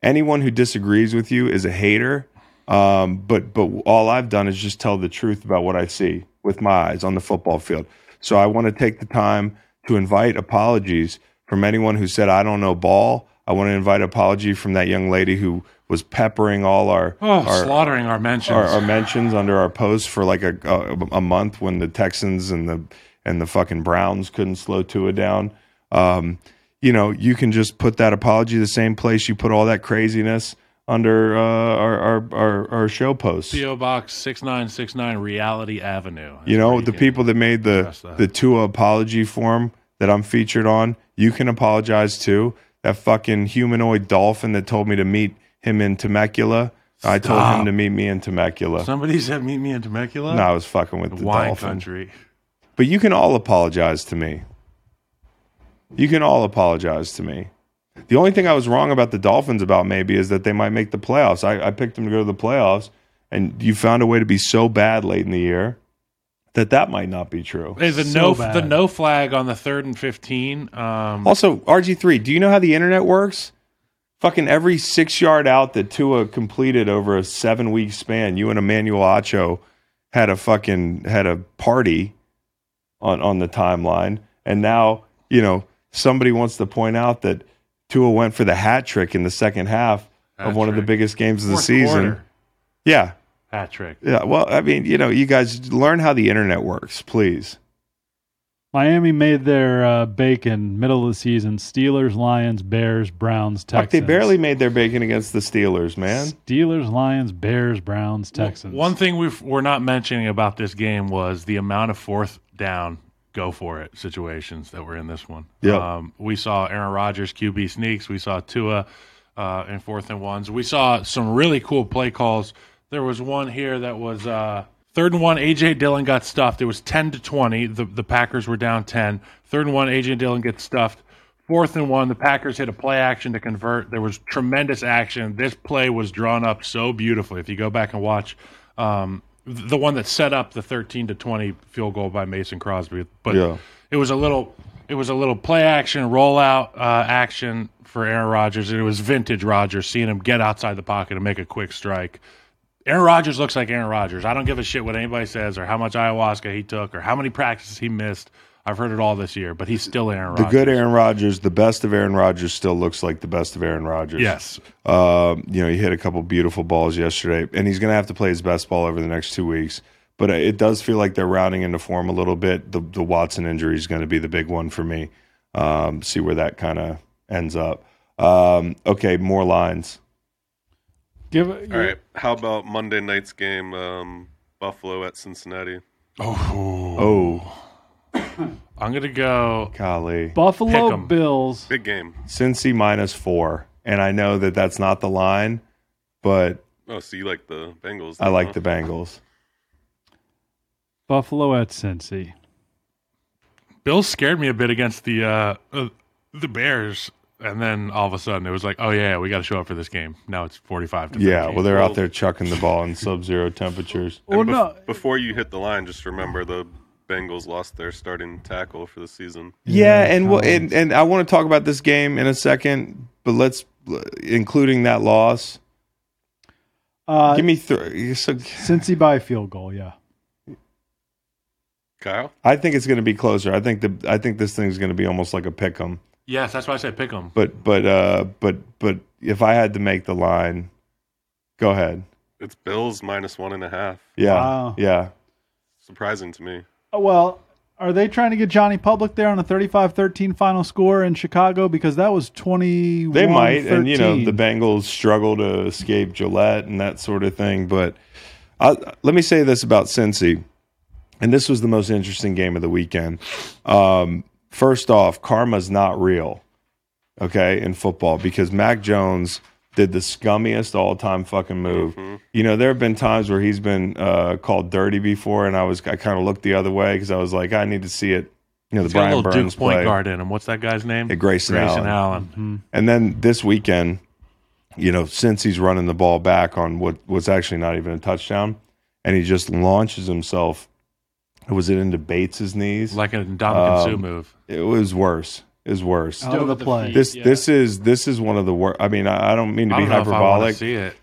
S1: anyone who disagrees with you is a hater. Um, but but all I've done is just tell the truth about what I see with my eyes on the football field. So I want to take the time to invite apologies from anyone who said I don't know ball. I want to invite apology from that young lady who was peppering all our
S4: Oh,
S1: our,
S4: slaughtering our mentions.
S1: our, our mentions under our post for like a, a a month when the Texans and the and the fucking Browns couldn't slow Tua down. Um, you know, you can just put that apology the same place you put all that craziness under uh, our, our our our show posts.
S4: PO Box 6969 Reality Avenue.
S1: You know, the people that made the
S4: address that.
S1: the Tua apology form that I'm featured on, you can apologize to. That fucking humanoid dolphin that told me to meet him in Temecula. I told him to meet me in Temecula.
S4: Somebody said, "Meet me in Temecula."
S1: No, I was fucking with the
S4: wine
S1: dolphin.
S4: country.
S1: But you can all apologize to me. You can all apologize to me. The only thing I was wrong about the Dolphins about maybe is that they might make the playoffs. I, I picked them to go to the playoffs, and you found a way to be so bad late in the year that that might not be true.
S4: Hey, the
S5: So
S4: no,
S5: bad.
S4: the no flag on the third and fifteen. Um,
S1: Also, RG3, do you know how the internet works? Fucking every six yard out that Tua completed over a seven week span, you and Emmanuel Acho had a fucking had a party on on the timeline. And now, you know, somebody wants to point out that Tua went for the hat trick in the second half of
S4: Hat
S1: one of the
S4: trick.
S1: biggest games of the
S4: fourth
S1: season.
S4: quarter.
S1: Yeah.
S4: Hat trick.
S1: Yeah. Well, I mean, you know, you guys learn how the internet works, please.
S5: Miami made their uh, bacon middle of the season. Steelers, Lions, Bears, Browns, Texans.
S1: Fuck, they barely made their bacon against the Steelers, man.
S5: Steelers, Lions, Bears, Browns, Texans.
S4: One thing we we're not mentioning about this game was the amount of fourth down, go for it situations that were in this one.
S1: Yeah.
S4: Um, we saw Aaron Rodgers QB sneaks. We saw Tua uh, in fourth and ones. We saw some really cool play calls. There was one here that was uh, third and one. AJ Dillon got stuffed. It was ten to twenty. The the Packers were down ten. Third and one. AJ Dillon gets stuffed. Fourth and one, the Packers hit a play action to convert. There was tremendous action. This play was drawn up so beautifully. If you go back and watch, um, th- the one that set up the thirteen to twenty field goal by Mason Crosby, but
S1: Yeah.
S4: it was a little, it was a little play action, rollout uh, action for Aaron Rodgers, and it was vintage Rodgers, seeing him get outside the pocket and make a quick strike. Aaron Rodgers looks like Aaron Rodgers. I don't give a shit what anybody says or how much ayahuasca he took or how many practices he missed. I've heard it all this year, but he's still Aaron
S1: The
S4: Rodgers.
S1: good Aaron Rodgers, the best of Aaron Rodgers, still looks like the best of Aaron Rodgers.
S4: Yes.
S1: Um, you know, he hit a couple beautiful balls yesterday, and he's going to have to play his best ball over the next two weeks. But uh, it does feel like they're rounding into form a little bit. The, the Watson injury is going to be the big one for me. Um, see where that kind of ends up. Um, okay, more lines.
S5: Give
S6: All right. How about Monday night's game, um, Buffalo at Cincinnati?
S1: Oh,
S4: I'm gonna go.
S1: golly.
S5: Buffalo
S4: Pick 'em.
S5: Bills.
S6: Big game.
S1: Cincy minus four. And I know that that's not the line, but
S6: Oh, so you like the Bengals?
S1: I
S6: then,
S1: like
S6: huh?
S1: the Bengals.
S5: Buffalo at Cincy.
S4: Bill scared me a bit against the uh, uh, the Bears, and then all of a sudden it was like, oh yeah, we got to show up for this game. Now it's 45 to
S1: Yeah,
S4: 13.
S1: well, they're out there chucking the ball in sub-zero temperatures.
S5: Well,
S6: bef-
S5: no,
S6: Before you hit the line, just remember the Bengals lost their starting tackle for the season.
S1: Yeah, and well, and, and I want to talk about this game in a second, but let's including that loss.
S5: uh,
S1: Give me three. So
S5: Cincy by a field goal. Yeah,
S6: Kyle?
S1: I think it's going to be closer. I think the I think this thing's going to be almost like a pick 'em.
S4: Yes, that's why I said pick them.
S1: But but uh but but if I had to make the line, go ahead.
S6: It's Bills minus one and a half.
S1: Yeah,
S5: Wow.
S1: yeah.
S6: Surprising to me.
S5: Uh, Well, are they trying to get Johnny Public there on a 35-13 final score in Chicago because that was 21
S1: They might, and you know the Bengals struggle to escape Gillette and that sort of thing. But I, let me say this about Cincy, and this was the most interesting game of the weekend. Um, first off, karma's not real, okay, in football because Mac Jones did the scummiest all-time fucking move.
S4: Mm-hmm.
S1: You know, there have been times where he's been uh, called dirty before, and I was I kind of looked the other way because I was like, I need to see it. You know, the
S4: He's got a
S1: Brian
S4: little
S1: Burns
S4: Duke point
S1: play.
S4: guard in him. What's that guy's name?
S1: Yeah, Grayson Allen.
S4: Allen.
S1: And then this weekend, you know, since he's running the ball back on what was actually not even a touchdown, and he just launches himself. Was it into Bates's knees?
S4: Like an Dominican Sue
S1: Um,
S4: move.
S1: it was worse. It was worse.
S4: Oh,
S5: out of the
S2: the
S5: play.
S2: feet.
S1: this
S2: yeah.
S1: this is this is one of the worst. I mean, I, I don't mean to
S4: I
S1: be
S4: don't know if I want to
S1: hyperbolic.
S4: see it.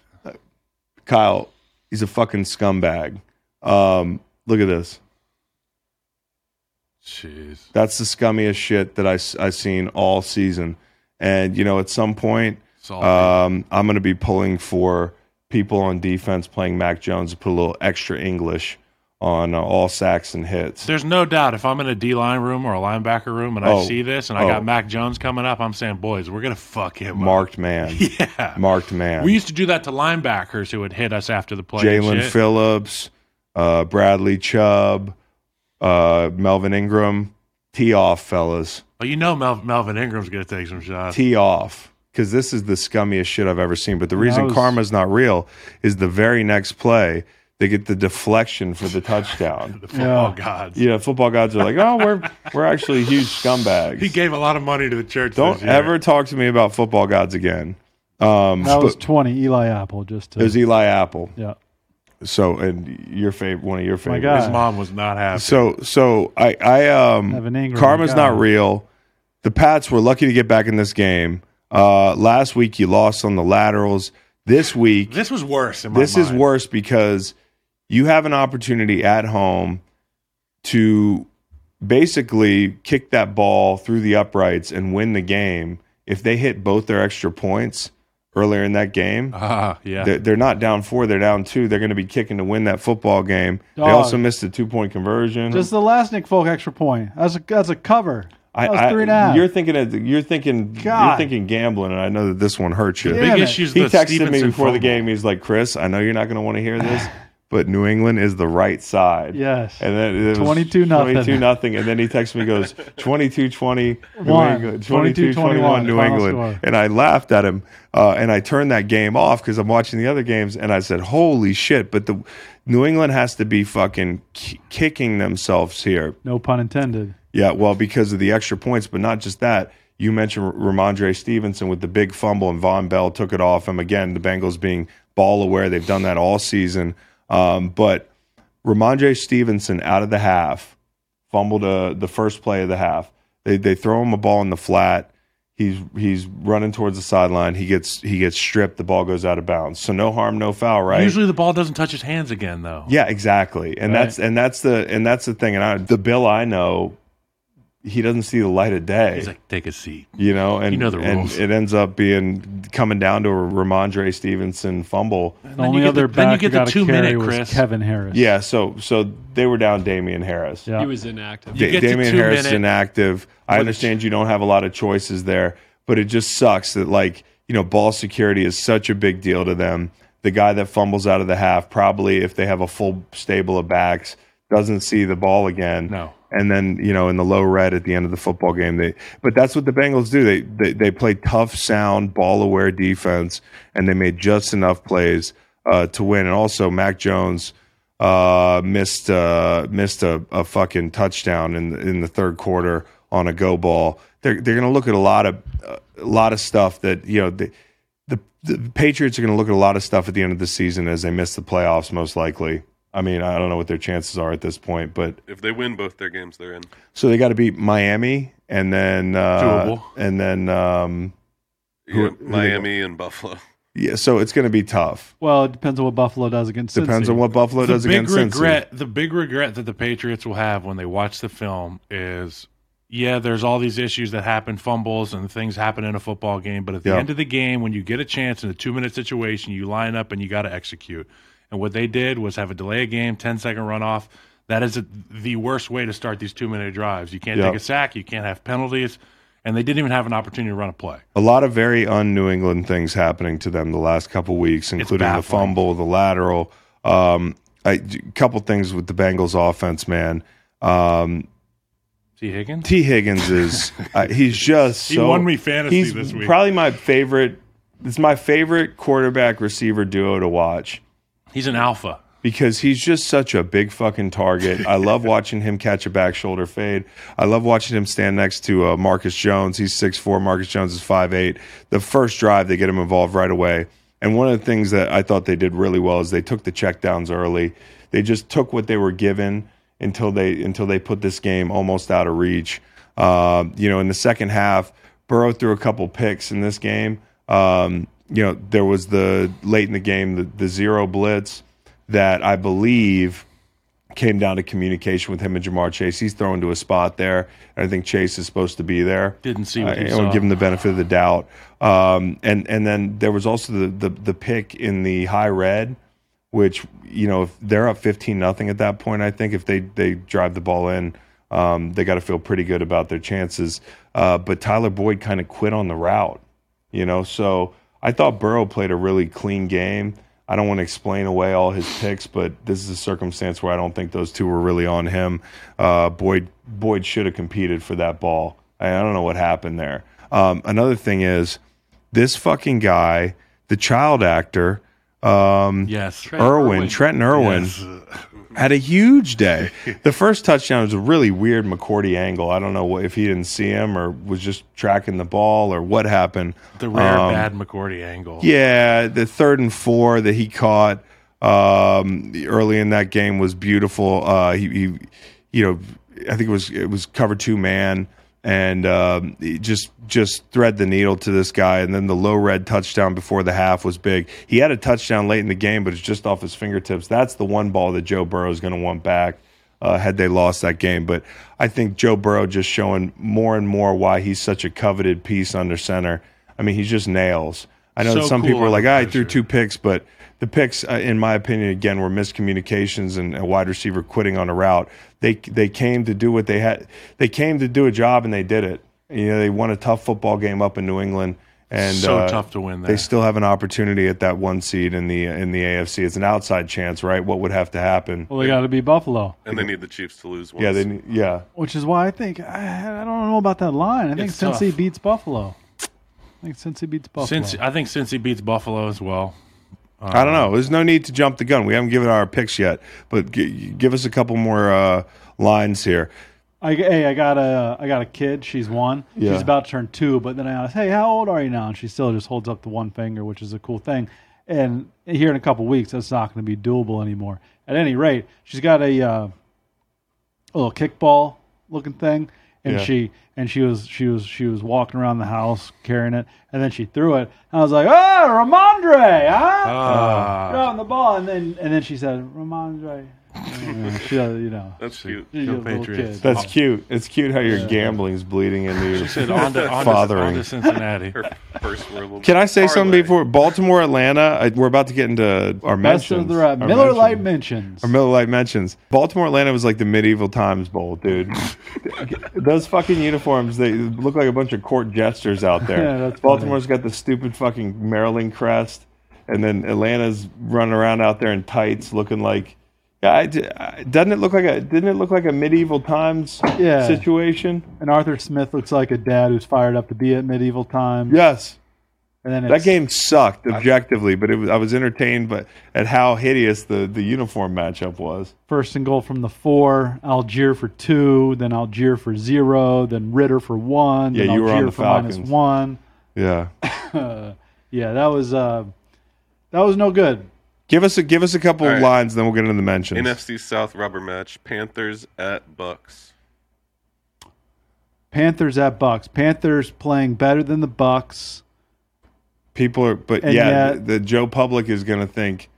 S1: Kyle, he's a fucking scumbag. Um, look at this.
S4: Jeez.
S1: That's the scummiest shit that I s- I seen all season. And you know, at some point,
S4: Salty.
S1: Um, I'm going to be pulling for people on defense playing Mac Jones to put a little extra English on uh, all sacks and hits.
S4: There's no doubt if I'm in a D line room or a linebacker room and
S1: Oh.
S4: I see this and I
S1: Oh.
S4: got Mac Jones coming up, I'm saying, boys, we're gonna fuck him. up.
S1: Marked man.
S4: Yeah.
S1: Marked man.
S4: We used to do that to linebackers who would hit us after the play. and
S1: Jalen
S4: shit.
S1: Phillips, uh, Bradley Chubb, uh, Melvin Ingram. Tee off, fellas.
S4: But you know Mel- Melvin Ingram's gonna take some shots.
S1: Tee off. Because this is the scummiest shit I've ever seen. But the reason
S5: was-
S1: karma's not real is the very next play, they get the deflection for the touchdown.
S4: the football
S5: Yeah.
S4: gods.
S1: yeah, football gods are like, oh, we're we're actually huge scumbags.
S4: He gave a lot of money to the church.
S1: Don't
S4: this year.
S1: ever talk to me about football gods again. Um,
S5: That was
S1: but
S5: 20 Eli Apple just to
S1: it was Eli Apple.
S5: yeah.
S1: So, and your favorite, one of your favorites.
S5: God.
S4: His mom was not happy.
S1: So, so I, I,
S5: Evan
S1: um,
S5: Ingram,
S1: karma's
S5: God.
S1: not real. The Pats were lucky to get back in this game. Uh, last week you lost on the laterals. This week,
S4: this was worse. In my
S1: this is
S4: mind.
S1: worse because you have an opportunity at home to basically kick that ball through the uprights and win the game if they hit both their extra points earlier in that game
S5: Uh-huh.
S4: Ah, yeah.
S1: they're, they're not down four they're down two they're going to be kicking to win that football game
S5: Dog.
S1: they also missed a two-point conversion
S5: Just the last Nick Folk extra point. That's a that's a cover.
S1: I-
S5: That was
S1: I-
S5: three and a half.
S1: you're thinking of, you're thinking
S5: God.
S1: you're thinking gambling and i know that this one hurts you
S5: Yeah.
S4: Big
S5: Damn it.
S4: issues.
S1: he
S4: the
S1: texted
S4: Stevenson
S1: me before the
S4: fumble.
S1: game. He's like, "Chris, I know you're not going to want to hear this, but New England is the right side."
S5: Yes.
S1: And then it was
S5: 22 nothing.
S1: 22 nothing. And then he texts me, goes 22 20 New
S5: One.
S1: England, 22
S5: 22,
S1: 21 New
S5: final
S1: England.
S5: score.
S1: And I laughed at him. Uh, and I turned that game off because I'm watching the other games. And I said, "Holy shit!" But the New England has to be fucking ki- kicking themselves here.
S5: no pun intended.
S1: Yeah, well, because of the extra points, but not just that. You mentioned R- Ramondre Stevenson with the big fumble, and Von Bell took it off him again. The Bengals being ball aware, they've done that all season. Um, but Ramondre Stevenson out of the half fumbled uh, the first play of the half. They they throw him a ball in the flat. He's he's running towards the sideline. He gets he gets stripped. The ball goes out of bounds. So no harm, no foul, right?
S4: Usually the ball doesn't touch his hands again, though.
S1: Yeah, exactly. And that's and that's the and that's the thing. And I, the Bill I know he doesn't see the light of day.
S4: He's like, take a seat.
S1: you know, and,
S4: know the
S1: and
S4: rules.
S1: it ends up being coming down to a Ramondre Stevenson fumble.
S5: The only
S4: you get
S5: other
S4: the-
S5: back
S4: then you
S5: you
S4: get the
S5: got to
S4: two-minute,
S5: carry was
S4: Chris.
S5: Kevin Harris.
S1: Yeah, so so they were down Damian Harris.
S5: Yeah.
S2: He was inactive.
S4: You
S1: Da-
S4: get to
S1: Damian
S4: two
S1: Harris
S4: minute-
S1: is inactive. I understand you don't have a lot of choices there, but it just sucks that like you know ball security is such a big deal to them. The guy that fumbles out of the half probably if they have a full stable of backs doesn't see the ball again.
S4: No.
S1: And then you know in the low red at the end of the football game they but that's what the Bengals do. They they, they play tough, sound, ball aware defense, and they made just enough plays uh, to win. And also Mac Jones uh, missed uh, missed a, a fucking touchdown in the, in the third quarter on a go ball. They're they're going to look at a lot of uh, a lot of stuff that you know the the, the Patriots are going to look at a lot of stuff at the end of the season as they miss the playoffs most likely. I mean, I don't know what their chances are at this point, but
S6: If they win both their games, they're in.
S1: so they got to beat Miami and then uh,
S4: Doable.
S1: and then um, Who-
S6: Yeah,
S1: who they
S6: Miami and Buffalo.
S1: yeah. So it's going to be tough.
S5: Well, it depends on what Buffalo does against.
S1: Depends
S5: Cincy.
S1: on what Buffalo
S4: the
S1: does
S4: big
S1: against Cincy.
S4: regret the big regret that the patriots will have when they watch the film is yeah there's all these issues that happen fumbles and things happen in a football game but at the
S1: Yeah.
S4: end of the game when you get a chance in a two minute situation you line up and you got to execute and what they did was have a delay of game 10 second runoff that is a, the worst way to start these two minute drives you can't
S1: Yeah.
S4: take a sack you can't have penalties and they didn't even have an opportunity to run a play
S1: a lot of very un-New England things happening to them the last couple weeks, including the
S4: baffling.
S1: fumble, the lateral. Um, I- d- couple things with the Bengals offense, man. Um,
S4: see higgins
S1: T. Higgins is uh, he's just
S4: He
S1: so,
S4: won me fantasy
S1: he's
S4: this week.
S1: Probably my favorite. It's my favorite quarterback receiver duo to watch
S4: he's an alpha
S1: because he's just such a big fucking target. I love watching him catch a back shoulder fade. I love watching him stand next to uh, Marcus Jones. He's 6'4, Marcus Jones is 5'8. The first drive, they get him involved right away. And one of the things that I thought they did really well is they took the checkdowns early. They just took what they were given until they until they put this game almost out of reach. Uh, you know, in the second half, Burrow threw a couple picks in this game. Um, you know, there was the late in the game the, the zero blitz that I believe came down to communication with him and Jamar Chase. He's thrown to a spot there, and I think Chase is supposed to be there.
S4: Didn't see what
S1: I,
S4: he
S1: I would
S4: saw.
S1: give him the benefit of the doubt. Um, and and then there was also the, the the pick in the high red, which you know if they're up fifteen nothing at that point, I think if they they drive the ball in. Um, they got to feel pretty good about their chances, uh, but Tyler Boyd kind of quit on the route you know. So I thought Burrow played a really clean game. I don't want to explain away all his picks, but this is a circumstance where I don't think those two were really on him. Uh, Boyd Boyd should have competed for that ball. I, I don't know what happened there. Um, another thing is this fucking guy, the child actor, um,
S4: yes
S1: Irwin, Trenton Irwin, had a huge day. The first touchdown was a really weird McCourty angle. I don't know what, if he didn't see him or was just tracking the ball or what happened.
S4: the rare
S1: Um,
S4: bad mccordy angle
S1: Yeah, the third and four that he caught um, early in that game was beautiful. Uh, he, he, you know, I think it was it was cover two man, and um, he just just thread the needle to this guy. And then the low red touchdown before the half was big. He had a touchdown late in the game, but it's just off his fingertips. That's the one ball that Joe Burrow is going to want back. Uh, had they lost that game, but I think Joe Burrow just showing more and more why he's such a coveted piece under center. I mean, he's just nails. I know
S4: So
S1: that some
S4: cool
S1: people are
S4: under
S1: like, "Ah, "I threw
S4: pressure."
S1: two picks," but the picks, uh, in my opinion, again, were miscommunications and a wide receiver quitting on a route. They they came to do what they had. They came to do a job and they did it. You know, they won a tough football game up in New England, and
S4: so
S1: uh,
S4: tough to win there.
S1: They still have an opportunity at that one seed in the in the AFC. It's an outside chance, right? What would have to happen?
S5: Well, they got to be Buffalo,
S6: And they need the Chiefs to lose once.
S1: yeah, they need- yeah.
S5: which is why I think I, I don't know about that line. I think
S4: It's tough.
S5: Cincy beats Buffalo. I think Cincy beats Buffalo.
S4: Since I think since he beats Buffalo as well.
S1: I don't know. There's no need to jump the gun. We haven't given our picks yet, but g- give us a couple more uh, lines here.
S5: I, hey, I got a I got a kid. She's one.
S1: Yeah.
S5: She's about to turn two. But then I asked, "Hey, how old are you now?" And she still just holds up the one finger, which is a cool thing. And here in a couple weeks, that's not going to be doable anymore. At any rate, she's got a, uh, a little kickball looking thing, and
S1: Yeah.
S5: she and she was she was she was walking around the house carrying it, and then she threw it. And I was like, "Oh, Ramondre, huh?"
S4: Ah. Uh,
S7: Oh.
S5: Throwing the ball, and then and then she said, "Ramondre, She, uh, you know,
S6: That's cute.
S5: she's a
S4: Go
S5: little
S4: Patriots.
S5: kid.
S7: That's cute. It's cute how your gambling's bleeding into your
S4: She said on to, on to, on
S7: fathering.
S4: to Cincinnati.
S6: Her first world.
S7: Can I say something
S6: parlay.
S7: before Baltimore, Atlanta? I, we're about to get into our
S5: Best of
S7: mentions.
S5: the right.
S7: our
S5: Miller Lite
S7: mentions.
S5: mentions.
S7: Or Miller Lite mentions. Baltimore Atlanta was like the medieval times bowl, dude. Those fucking uniforms, they look like a bunch of court jesters out there.
S5: Yeah, that's funny.
S7: Baltimore's got the stupid fucking Maryland crest, and then Atlanta's running around out there in tights, looking like. Yeah, I, d- I- doesn't it look like a didn't it look like a medieval times
S5: Yeah.
S7: situation?
S5: And Arthur Smith looks like a dad who's fired up to be at medieval times.
S7: Yes.
S5: And then
S7: That
S5: it's,
S7: game sucked objectively, but it was, I was entertained but at how hideous the, the uniform matchup was.
S5: First and goal from the four, Algier for two, then Algier for zero, then Ritter for one,
S7: Yeah,
S5: then
S7: you were
S5: Algier
S7: on the
S5: for minus
S7: Falcons.
S5: one.
S7: Yeah.
S5: Yeah, that was uh, that was no good.
S7: Give us a give us a couple
S6: All right.
S7: lines, then we'll get into the mentions.
S6: NFC South rubber match. Panthers at Bucks.
S5: Panthers at Bucks. Panthers playing better than the Bucks.
S7: People are, but
S5: And
S7: yeah,
S5: yet-
S7: the, the Joe Public is going to think.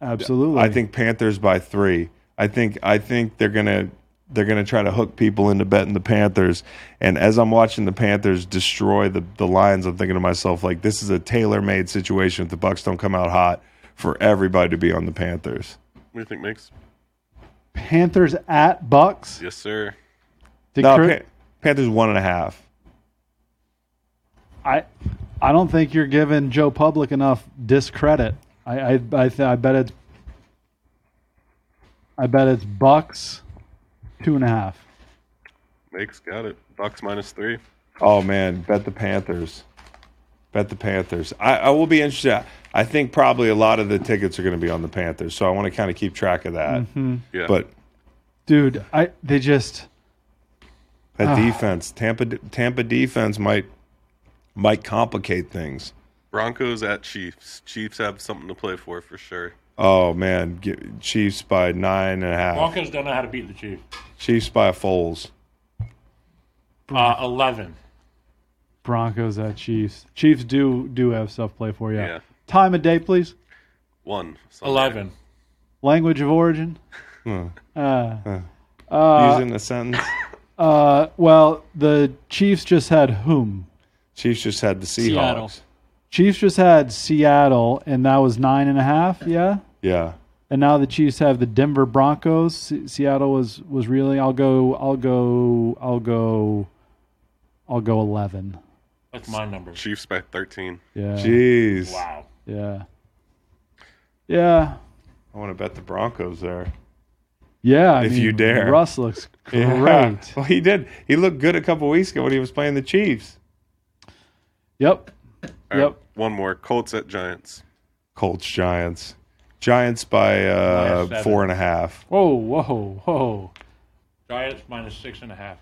S5: Absolutely.
S7: I think Panthers by three. I think I think they're gonna they're gonna try to hook people into betting the Panthers. And as I'm watching the Panthers destroy the the Lions, I'm thinking to myself like, this is a tailor made situation. If the Bucks don't come out hot, for everybody to be on the Panthers.
S6: What do you think, Mix?
S5: Panthers at Bucks.
S6: Yes, sir.
S5: Did
S7: No,
S5: Chris-
S7: Pan- Panthers one and a half.
S5: I I don't think you're giving Joe Public enough discredit. I I I, th- I bet it's I bet it's Bucks two and a half.
S6: Mix got it. Bucks minus three.
S7: Oh man, bet the Panthers. Bet the Panthers. I, I will be interested. I think probably a lot of the tickets are going to be on the Panthers, so I want to kind of keep track of that.
S6: Yeah.
S7: But
S5: Dude, I they just
S7: that defense, Tampa, Tampa defense might might complicate things.
S6: Broncos at Chiefs. Chiefs have something to play for for sure.
S7: Oh man, get Chiefs by nine and a half.
S4: Broncos don't know how to beat the Chiefs.
S7: Chiefs by a Foles.
S4: Uh, 11.
S5: Broncos at Chiefs. Chiefs do do have stuff play for you.
S6: Yeah.
S5: Time of day, please.
S6: One. Sunday.
S4: 11.
S5: Language of origin.
S7: Using the sentence,
S5: Uh, well, the Chiefs just had whom?
S7: Chiefs just had the
S4: Seattle.
S7: Seahawks.
S5: Chiefs just had Seattle, and that was nine and a half. Yeah.
S7: Yeah,
S5: and now the Chiefs have the Denver Broncos. Se- Seattle was was really. I'll go. I'll go. I'll go. I'll go eleven.
S4: That's my number.
S6: Chiefs by 13.
S5: Yeah.
S7: jeez.
S4: Wow.
S5: Yeah. Yeah.
S7: I want to bet the Broncos there.
S5: Yeah. I
S7: If
S5: mean,
S7: you dare.
S5: Russ looks great.
S7: Yeah. Well, he did. He looked good a couple weeks ago when he was playing the Chiefs.
S5: Yep.
S6: All right,
S5: Yep.
S6: One more. Colts at Giants.
S7: Colts Giants. Giants by
S4: Minus
S7: uh,
S4: seven.
S7: four and a half.
S5: Whoa. Whoa. Whoa.
S4: Giants minus six and a half.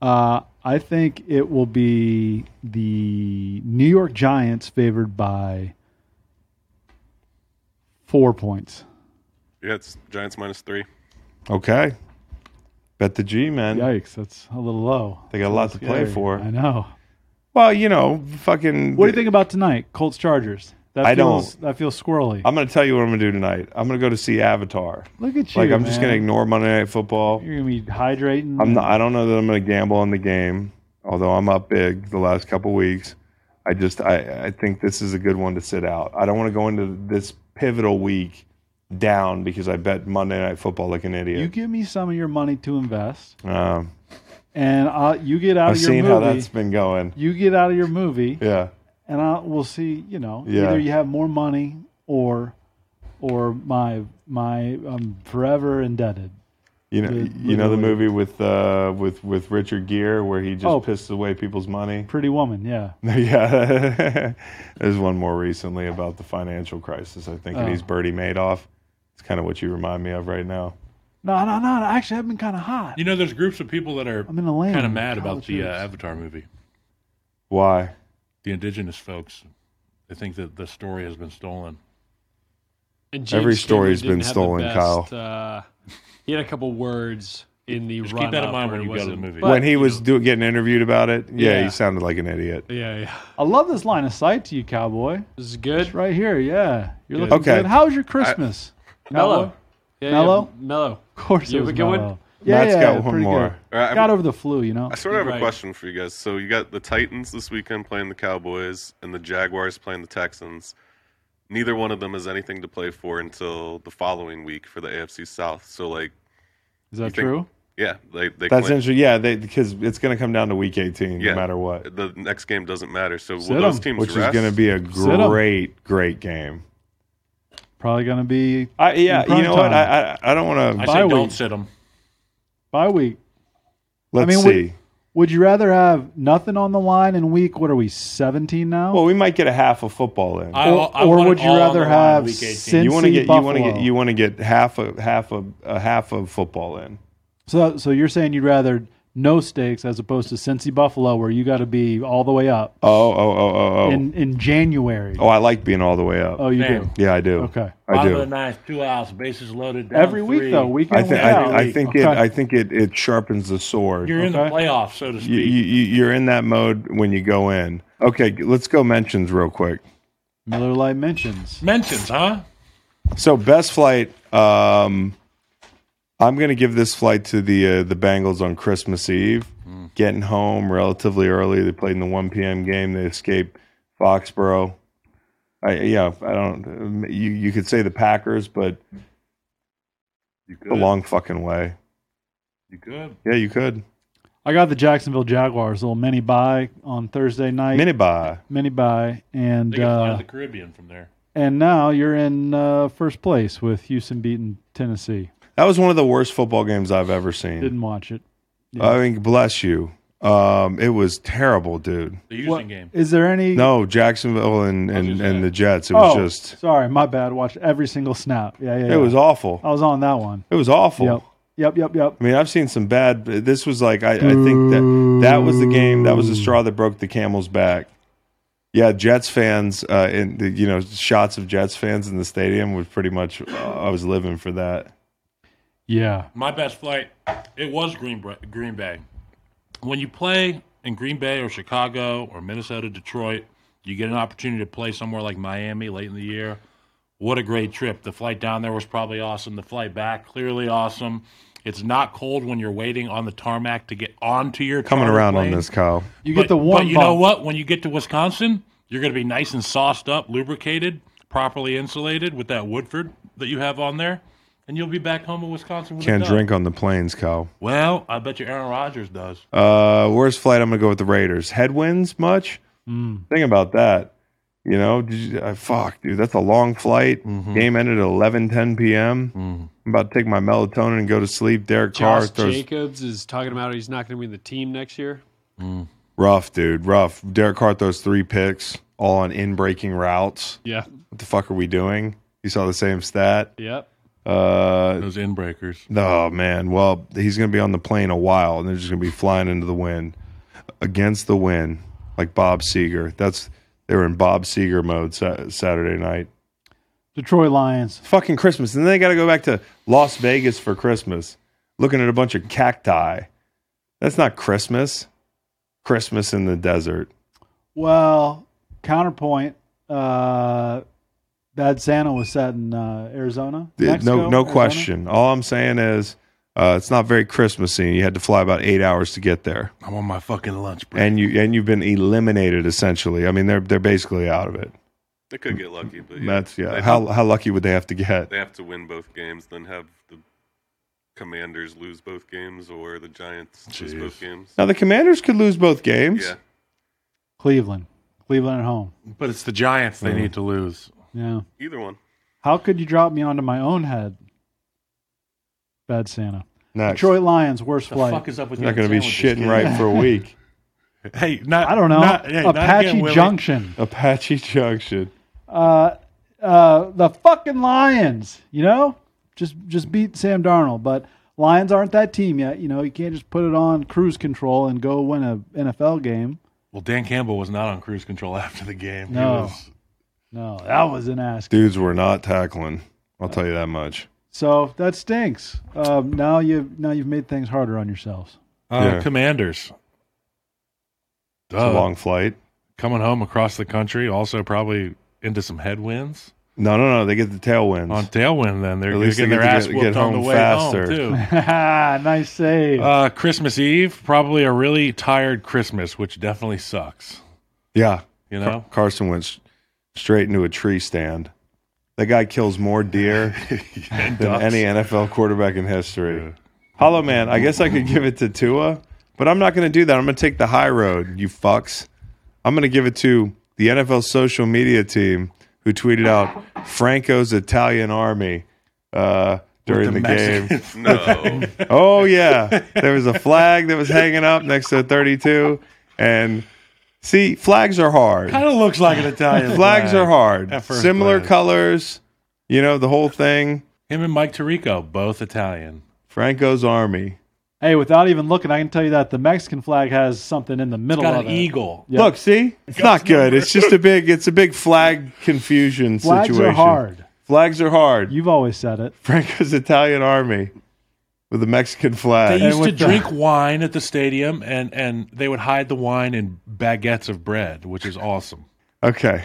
S5: Uh, I think it will be the New York Giants favored by four points.
S6: Yeah, it's Giants minus three.
S7: Okay. Bet the G man.
S5: Yikes, that's a little low.
S7: They got a lot to play for.
S5: I know.
S7: Well, you know, fucking.
S5: What do you think about tonight? Colts Chargers. That
S7: I
S5: feels, That feels squirrely.
S7: I'm going to tell you what I'm going to do tonight. I'm going to go to see Avatar.
S5: Look at you.
S7: Like I'm just
S5: man.
S7: going to ignore Monday Night Football.
S5: You're gonna be hydrating.
S7: I'm not. I don't know that I'm going to gamble on the game, although I'm up big the last couple weeks. I just I, I think this is a good one to sit out. I don't want to go into this pivotal week down because I bet Monday Night Football like an
S5: You
S7: idiot.
S5: give me some of your money to invest,
S7: Um,
S5: and i you get out
S7: I've
S5: of your
S7: seen
S5: movie.
S7: how that's been going.
S5: You get out of your movie,
S7: Yeah.
S5: and I we'll see. You know,
S7: Yeah.
S5: either you have more money or or my my I'm forever indebted.
S7: You know,
S5: The-
S7: you know the
S5: literally.
S7: movie with uh, with with Richard Gere where he just
S5: Oh.
S7: pisses away people's money.
S5: Pretty Woman, yeah.
S7: yeah, there's one more recently about the financial crisis. I think,
S5: Oh.
S7: and he's Bertie Madoff. It's kind of what you remind me of right now.
S5: No, no, no. no, Actually, I've been kind of hot.
S4: You know, there's groups of people that are
S5: I'm in a lane.
S4: kind of mad about
S5: College
S4: the uh,
S5: hoops.
S4: Avatar movie.
S7: Why?
S4: The indigenous folks, they think that the story has been stolen.
S2: And James
S7: Every story's
S2: Cameron
S7: been
S2: didn't have
S7: stolen,
S2: the best, Uh, he had a couple words in the
S4: Just
S2: run
S4: keep that in
S2: up
S4: mind
S2: where
S4: when
S2: it
S4: you go to the
S2: wasn't-
S4: movie.
S2: but,
S7: when he
S2: you
S7: was do, getting interviewed about it, yeah,
S2: Yeah.
S7: he sounded like an idiot.
S2: know, yeah, yeah,
S4: uh,
S5: I love this line of sight to you, cowboy.
S2: this is good.
S5: Right here, yeah. You're looking
S7: Okay.
S5: good. How's your Christmas?
S2: Mellow.
S5: cowboy?
S2: Yeah,
S5: Mello?
S2: Yeah, Mello.
S5: Of course,
S2: You
S5: it
S2: have
S5: was
S2: a good one?
S5: Mello. Yeah,
S1: Matt's
S5: yeah,
S1: got one
S5: pretty
S1: more.
S5: Good.
S6: All right,
S5: Got
S6: I,
S5: over the flu, you know.
S6: I sort of have
S2: Right.
S6: a question for you guys. So you got the Titans this weekend playing the Cowboys and the Jaguars playing the Texans. Neither one of them has anything to play for until the following week for the AFC South. So like,
S5: Is that
S6: think-
S5: true?
S6: yeah, they
S1: That's
S6: they claim-
S1: interesting. Yeah, they, because it's going to come down to week 18
S6: Yeah.
S1: no matter what,
S6: the next game doesn't matter. So
S5: Sit
S6: will those
S5: 'em,
S6: teams
S1: which is
S6: rest?
S1: going to be a
S5: 'em.
S1: great, great game.
S5: Probably going to be
S1: I, yeah,
S5: In prime
S1: you know what?
S5: time.
S1: I, I, I don't want
S4: I
S1: to.
S5: Bye
S4: say
S5: week.
S4: don't sit them.
S5: bye week.
S1: Let's
S5: mean, we-
S1: see.
S5: Would you rather have nothing on the line in week? What are we, seventeen now?
S1: well, we might get a half of football in.
S4: I,
S5: Or-
S4: I
S5: or
S4: want
S5: would
S4: it
S5: you
S4: all on
S5: rather
S4: the line
S5: have
S4: week 18.
S5: sin-
S1: you want to get
S5: NC
S1: you want to get
S5: Buffalo.
S1: you want to get half a half a, a half of football in.
S5: so, so you're saying you'd rather no stakes as opposed to Cincy Buffalo, where you got to be all the way up
S1: Oh oh oh oh oh.
S5: in in January.
S1: oh, I like being all the way up.
S5: Oh, you
S4: Man.
S5: do.
S1: yeah, I do.
S5: Okay.
S1: I
S4: Bottom of the
S1: do.
S4: ninth, two outs, bases loaded. Down
S5: Every week
S4: three.
S5: though, weekend.
S1: I think
S5: week out.
S1: I, I think it
S5: Okay.
S1: I think it it sharpens the sword.
S4: You're in the
S5: Okay.
S4: playoffs, so to speak.
S1: you, you, you're in that mode when you go in. Okay, let's go mentions real quick.
S5: Miller Lite mentions.
S4: Mentions, huh?
S1: So best flight, um, I'm going to give this flight to the uh, the Bengals on Christmas Eve,
S5: Hmm.
S1: getting home relatively early. They played in the 1 p.m. game. They escaped Foxborough. I, yeah, I don't. You you could say the Packers, but
S6: You
S1: a
S6: good?
S1: long fucking way.
S6: You good?
S1: Yeah, you could.
S5: I got the Jacksonville Jaguars little mini buy on Thursday night.
S1: Mini buy.
S5: mini buy and
S4: They can fly
S5: uh,
S4: to the Caribbean from there.
S5: and now you're in uh, first place with Houston beating Tennessee.
S1: That was one of the worst football games I've ever seen.
S5: Didn't watch it.
S1: I mean, bless you. Um, it was terrible, dude.
S4: The Houston
S5: What-
S4: game.
S5: Is there any?
S1: No, Jacksonville and and, and the Jets. It was
S5: Oh,
S1: just.
S5: sorry, my bad. Watched every single snap. Yeah, yeah. yeah.
S1: It was awful.
S5: I was on that one.
S1: It was awful.
S5: Yep. Yep. Yep. Yep.
S1: I mean, I've seen some bad. But this was like I, I think that that was the game. That was the straw that broke the camel's back. Yeah, Jets fans uh, and the you know shots of Jets fans in the stadium was pretty much. Uh, I was living for that.
S5: Yeah.
S4: My best flight, it was Green, Bra- Green Bay. When you play in Green Bay or Chicago or Minnesota, Detroit, you get an opportunity to play somewhere like Miami late in the year. What a great trip. The flight down there was probably awesome. The flight back, clearly awesome. It's not cold when you're waiting on the tarmac to get onto your
S1: Coming
S4: charter
S1: around on
S4: plane.
S1: this, Kyle.
S5: You get the one.
S4: But you
S5: bump.
S4: know what? When you get to Wisconsin, you're going to be nice and sauced up, lubricated, properly insulated with that Woodford that you have on there, and you'll be back home in Wisconsin. With a
S1: Can't
S4: dub.
S1: drink on the planes, Kyle.
S4: Well, I bet you Aaron Rodgers does.
S1: Uh, worst flight, I'm gonna go with the Raiders. Headwinds much? Think about that. You know, did you, uh, fuck, dude, that's a long flight. Game ended at 11, 10 p.m. I'm about to take my melatonin and go to sleep. Derek Carr
S2: Josh
S1: throws
S2: Jacobs is talking about he's not going to be in the team next year.
S1: rough, dude, rough. Derek Carr throws three picks, all on in-breaking routes.
S2: Yeah.
S1: What the fuck are we doing? You saw the same stat.
S2: Yep.
S1: Uh,
S4: Those inbreakers.
S1: Oh man, well he's going to be on the plane a while, and they're just going to be flying into the wind, against the wind, like Bob Seger. That's they were in Bob Seger mode sa- Saturday night.
S5: Detroit Lions.
S1: Fucking Christmas, and then they got to go back to Las Vegas for Christmas, looking at a bunch of cacti. That's not Christmas. Christmas in the desert.
S5: Well, counterpoint. Uh, Bad Santa was set in uh, Arizona. Mexico,
S1: no, no
S5: Arizona.
S1: question. All I'm saying is, uh, it's not very Christmassy. You had to fly about eight hours to get there.
S4: I'm on my fucking lunch break.
S1: and you and you've been eliminated essentially. I mean, they're they're basically out of it.
S6: They could get lucky, but yeah,
S1: That's yeah.
S6: They,
S1: How how lucky would they have to get?
S6: they have to win both games, then have the Commanders lose both games or the Giants lose both games.
S1: Now the Commanders could lose both games.
S6: Yeah,
S5: Cleveland. Cleveland at home.
S4: but it's the Giants they
S1: Mm.
S4: need to lose.
S5: Yeah.
S6: either one.
S5: How could you drop me onto my own head? Bad Santa.
S1: Next.
S5: Detroit Lions, worst
S4: The
S5: flight.
S4: fuck is up with
S1: They're not
S4: your
S1: going to be
S4: sandwiches,
S1: shitting
S4: kid?
S1: right for a week.
S4: Hey, not
S5: I don't know.
S4: not- hey, not
S5: Apache
S4: again, Willie.
S5: Junction.
S1: Apache Junction.
S5: Uh, uh, the fucking Lions. You know, just just beat Sam Darnold. But Lions aren't that team yet. You know, you can't just put it on cruise control and go win a NFL game.
S4: Well, Dan Campbell was not on cruise control after the game. He
S5: No.
S4: was-
S5: No, that was an ass.
S1: Dudes were not tackling. I'll tell you that much.
S5: So that stinks. Um, now you now you've made things harder on yourselves.
S4: uh,
S1: Yeah.
S4: Commanders.
S1: It's a
S4: Duh.
S1: long flight.
S4: coming home across the country, also probably into some headwinds.
S1: No, no, no. They get the tailwinds.
S4: on tailwind. Then they're
S1: At least
S4: getting
S1: they
S4: their
S1: get to
S4: ass
S1: get-
S4: whooped
S1: get
S4: on the
S1: home
S4: way
S1: faster.
S4: home too.
S5: nice save.
S4: Uh, Christmas Eve, probably a really tired Christmas, which definitely sucks.
S1: yeah.
S4: You know,
S1: Carson went s- straight into a tree stand. That guy kills more deer than any NFL quarterback in history. Hollow man, I guess I could give it to Tua, but I'm not going to do that. I'm going to take the high road, you fucks. I'm going to give it to the NFL social media team who tweeted out Franco's Italian Army uh, during the, game.
S6: No.
S1: Oh yeah, there was a flag that was hanging up next to a 32, and see, flags are hard.
S4: kind of looks like an Italian.
S1: Flags
S4: flag.
S1: are hard.
S4: at first
S1: Similar
S4: glance.
S1: colors, you know, the whole thing.
S4: Him and Mike Tirico, both Italian.
S1: Franco's army.
S5: hey, without even looking, I can tell you that the Mexican flag has something in the middle
S4: Got
S5: of
S4: an
S5: it.
S4: eagle.
S5: Yep.
S1: Look, see, it's not good. It's just a big, it's a big flag confusion
S5: Flags
S1: situation.
S5: are hard.
S1: Flags are hard.
S5: You've always said it.
S1: Franco's Italian army with the Mexican
S4: They
S1: flag.
S5: And
S4: used to
S5: with the-
S4: drink wine at the stadium, and and they would hide the wine in baguettes of bread, which is awesome.
S1: okay,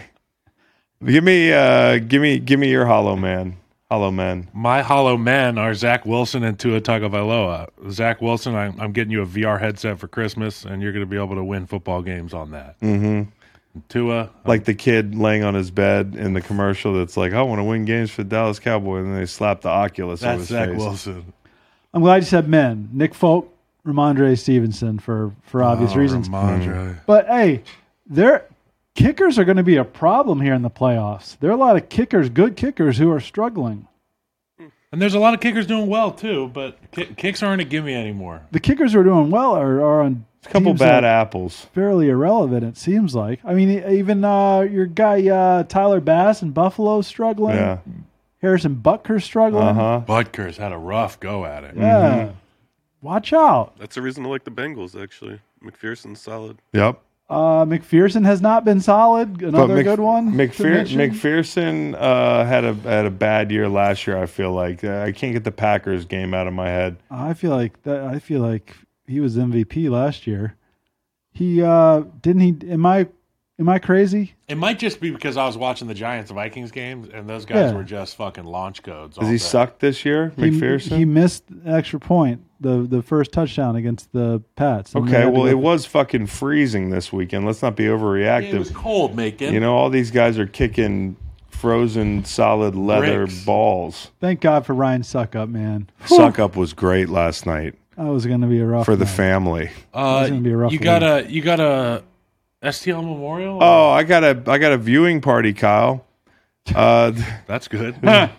S1: give me, uh, give me, give me your hollow man. Hollow man.
S4: My hollow men are Zach Wilson and Tua Tagovailoa. Zach Wilson, I'm, I'm getting you a VR headset for Christmas, and you're going to be able to win football games on that. Mm-hmm. Tua,
S1: Like the kid laying on his bed in the commercial that's like, I want to win games for the Dallas Cowboys, and they slap the Oculus on
S4: that's
S1: his
S4: Zach
S1: face.
S4: Wilson.
S5: I'm glad you said men. Nick Folk, Ramondre Stevenson for for
S1: Oh,
S5: obvious
S4: Hmm.
S5: reasons.
S4: Ramondre.
S5: But hey, their kickers are going to be a problem here in the playoffs. There are a lot of kickers, good kickers, who are struggling.
S4: And there's a lot of kickers doing well too, but ki- kicks aren't a gimme anymore.
S5: The kickers who are doing well are, are on
S1: A couple
S5: teams
S1: bad
S5: that are
S1: apples.
S5: fairly irrelevant. It seems like. I mean, e- even uh, your guy uh, Tyler Bass in Buffalo struggling.
S1: Yeah.
S5: Harrison Butker struggling.
S1: Uh huh.
S4: Butker's had a rough go at it.
S5: Yeah. Mm-hmm. Watch out.
S6: That's the reason I like the Bengals, actually. McPherson's solid.
S1: Yep.
S5: Uh, McPherson has not been solid. Another
S1: Mc-
S5: good one. to
S1: McPher-
S5: mention.
S1: McPherson uh, had a had a bad year last year. I feel like uh, I can't get the Packers game out of my head.
S5: I feel like that. I feel like he was MVP last year. He uh didn't he? Am I am I crazy?
S4: It might just be because I was watching the Giants Vikings games, and those guys
S5: Yeah.
S4: were just fucking launch codes. all
S1: Does he
S4: day.
S1: suck this year,
S5: He-
S1: McPherson?
S5: He, missed the extra point, the the first touchdown against the Pats. and they had
S1: okay.
S5: to
S1: Well,
S5: go-
S1: it was fucking freezing this weekend. Let's not be
S4: It was
S1: overreactive.
S4: cold, Macon.
S1: You know, all these guys are kicking frozen solid leather
S4: Bricks.
S1: balls.
S5: Thank God for Ryan Suckup, man.
S1: Suck up was great last night
S5: That was going to be a rough
S1: for the
S5: night.
S1: family.
S4: Uh,
S5: It's gonna be a rough
S4: you got a you got a STL Memorial.
S1: Oh, I got a I got a viewing party, Kyle. Uh,
S4: that's good.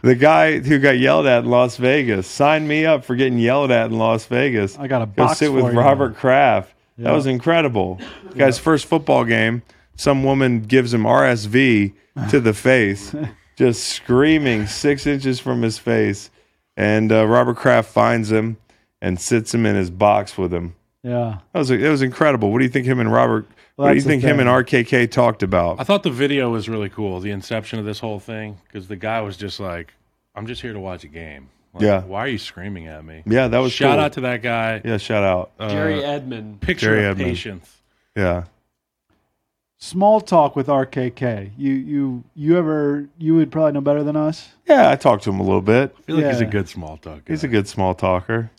S1: The guy who got yelled at in Las Vegas. Sign me up for getting yelled at in Las Vegas.
S5: I got a
S1: Go
S5: box
S1: sit with
S5: for you.
S1: Robert Kraft. That was incredible. Guy's first football game. Some woman gives him RSV to the face, just screaming six inches from his face. And uh, Robert Kraft finds him and sits him in his box with him.
S5: Yeah,
S1: That was that was incredible. What do you think him and Robert? what do you
S5: that's the
S1: think him
S5: thing.
S1: and RKK talked
S4: I
S1: about?
S4: thought the video was really cool. The inception of this whole thing because the guy was just like, "I'm just here to watch a game." Like,
S1: Yeah.
S4: Why are you screaming at me?
S1: Yeah, that was
S4: Shout
S1: cool.
S4: out Uh, to that guy.
S1: yeah, shout out.
S2: Jerry Edmond.
S4: Picture
S1: Jerry
S4: of
S1: Edmund.
S4: patience.
S1: Yeah.
S5: small talk with RKK. You you you ever you would probably know better than us.
S1: Yeah, I talked to him a little bit.
S4: I feel like he's a
S5: Yeah.
S4: good small talk.
S1: He's
S4: guy.
S1: a good small talker.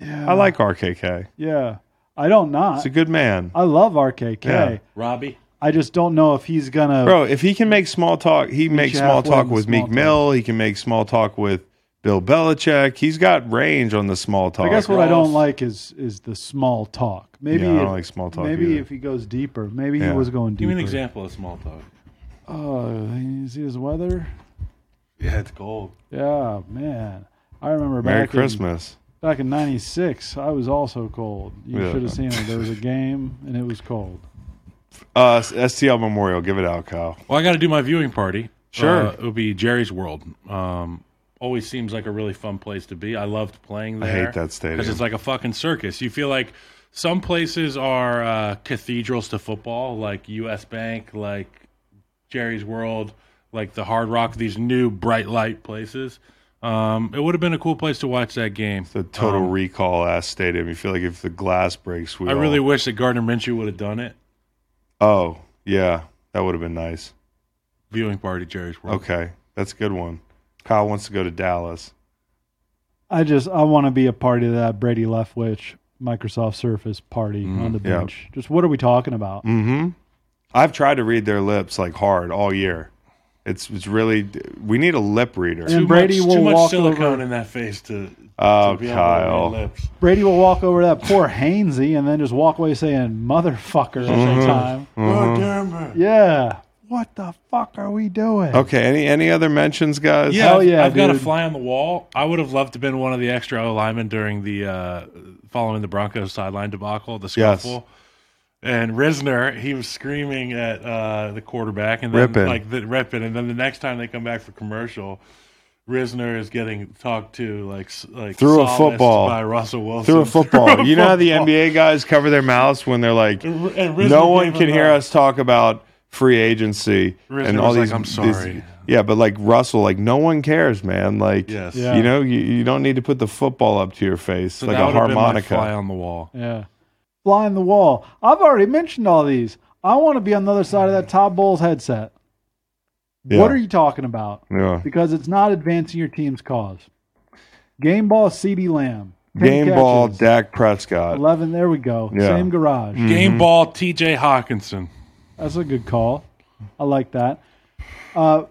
S5: Yeah,
S1: I like RKK.
S5: Yeah, I don't not.
S1: He's a good man.
S5: I love RKK.
S1: Yeah.
S4: Robbie.
S5: I just don't know if he's gonna.
S1: Bro, if he can make small talk, he makes
S5: you
S1: small
S5: halfway
S1: talk
S5: in the
S1: with
S5: small
S1: Meek
S5: talk.
S1: Mill. He can make small talk with Bill Belichick. He's got range on the small talk.
S5: I guess what I
S4: Ross.
S5: don't like is is the small talk. Maybe
S1: Yeah, I don't
S5: if-
S1: like small talk
S5: Maybe
S1: either.
S5: if he goes deeper. Maybe
S1: Yeah.
S5: he was going
S4: Give
S5: deeper.
S4: me an example of small talk.
S5: Oh, you see his weather.
S4: Yeah, it's cold.
S5: Yeah, man. I remember
S1: Merry
S5: back
S1: Christmas.
S5: in back in '96. I was also cold. You
S1: Yeah.
S5: should have seen it. There was a game and it was cold.
S1: Uh, STL Memorial, give it out, Kyle.
S4: Well, I got to do my viewing party.
S1: Sure.
S4: Uh, it'll be Jerry's World. Um, always seems like a really fun place to be. I loved playing there.
S1: hate that stadium.
S4: Because it's like a fucking circus. You feel like some places are uh, cathedrals to football, like U.S. Bank, like Jerry's World, like the Hard Rock, these new bright light places. Um, it would have been a cool place to watch that game.
S1: The total
S5: Um,
S1: recall ass stadium. You feel like if the glass breaks, we
S4: I
S1: all-
S4: really wish that Gardner Minshew would have done it.
S1: Oh, yeah. That would have been nice.
S4: viewing party, Jerry's World.
S1: Okay, that's a good one. Kyle wants to go to Dallas.
S5: I just I want to be a part of that Brady Leftwich Microsoft Surface party on the
S1: Mm-hmm. yeah.
S5: bench. Just what are we talking about?
S1: Mm-hmm. I've tried to read their lips like hard all year. It's it's really we need a lip reader.
S5: And Brady
S4: much,
S5: will
S4: too much
S5: walk
S4: silicone
S5: over.
S4: in that face to, to
S1: Oh,
S4: be
S1: Kyle.
S4: able to read lips.
S5: Brady will walk over to that poor Hainsey and then just walk away saying "motherfucker" all
S4: Mm-hmm.
S5: the time.
S1: Mm-hmm.
S4: God damn it.
S5: Yeah. What the fuck are we doing?
S1: Okay, any any other mentions, guys?
S4: Yeah,
S5: Hell
S4: I've-
S5: yeah,
S4: I've got a
S5: dude.
S4: fly on the wall. I would have loved to have been one of the extra O linemen during the uh, following the Broncos sideline debacle, the
S1: Yes.
S4: scuffle. And Risner, he was screaming at uh, the quarterback, and then
S1: Rippin'.
S4: like the ripping. And then the next time they come back for commercial, Risner is getting talked to like s- like
S1: Through a
S4: solaced
S1: football.
S4: by Russell Wilson
S1: Through a football.
S4: a
S1: you know how the
S4: football.
S1: NBA guys cover their mouths when they're like,
S4: And R- and Risner
S1: no one
S4: gave
S1: can
S4: him
S1: hear
S4: a-
S1: us talk about free agency
S4: Risner
S1: and all
S4: was like,
S1: these.
S4: "I'm
S1: these-
S4: sorry."
S1: yeah, but like Russell, like no one cares, man. Like,
S4: Yes.
S5: Yeah.
S1: you know, you, you don't need to put the football up to your face
S4: So
S1: like
S4: that
S1: a
S4: would have been my
S1: harmonica.
S4: fly on the wall.
S5: Yeah. Fly in the wall. I've already mentioned all these. I want to be on the other side of that Todd Bowles headset.
S1: Yeah. Mm.
S5: What are you talking about?
S1: Yeah.
S5: Because it's not advancing your team's cause. Game ball, CD Lamb. 10
S1: Game ball,
S5: catches,
S1: Dak Prescott.
S5: 11. There we go.
S1: Yeah.
S5: Same garage.
S1: Mm-hmm.
S4: Game ball, T.J. Hawkinson.
S5: That's a good call. I like that. Uh,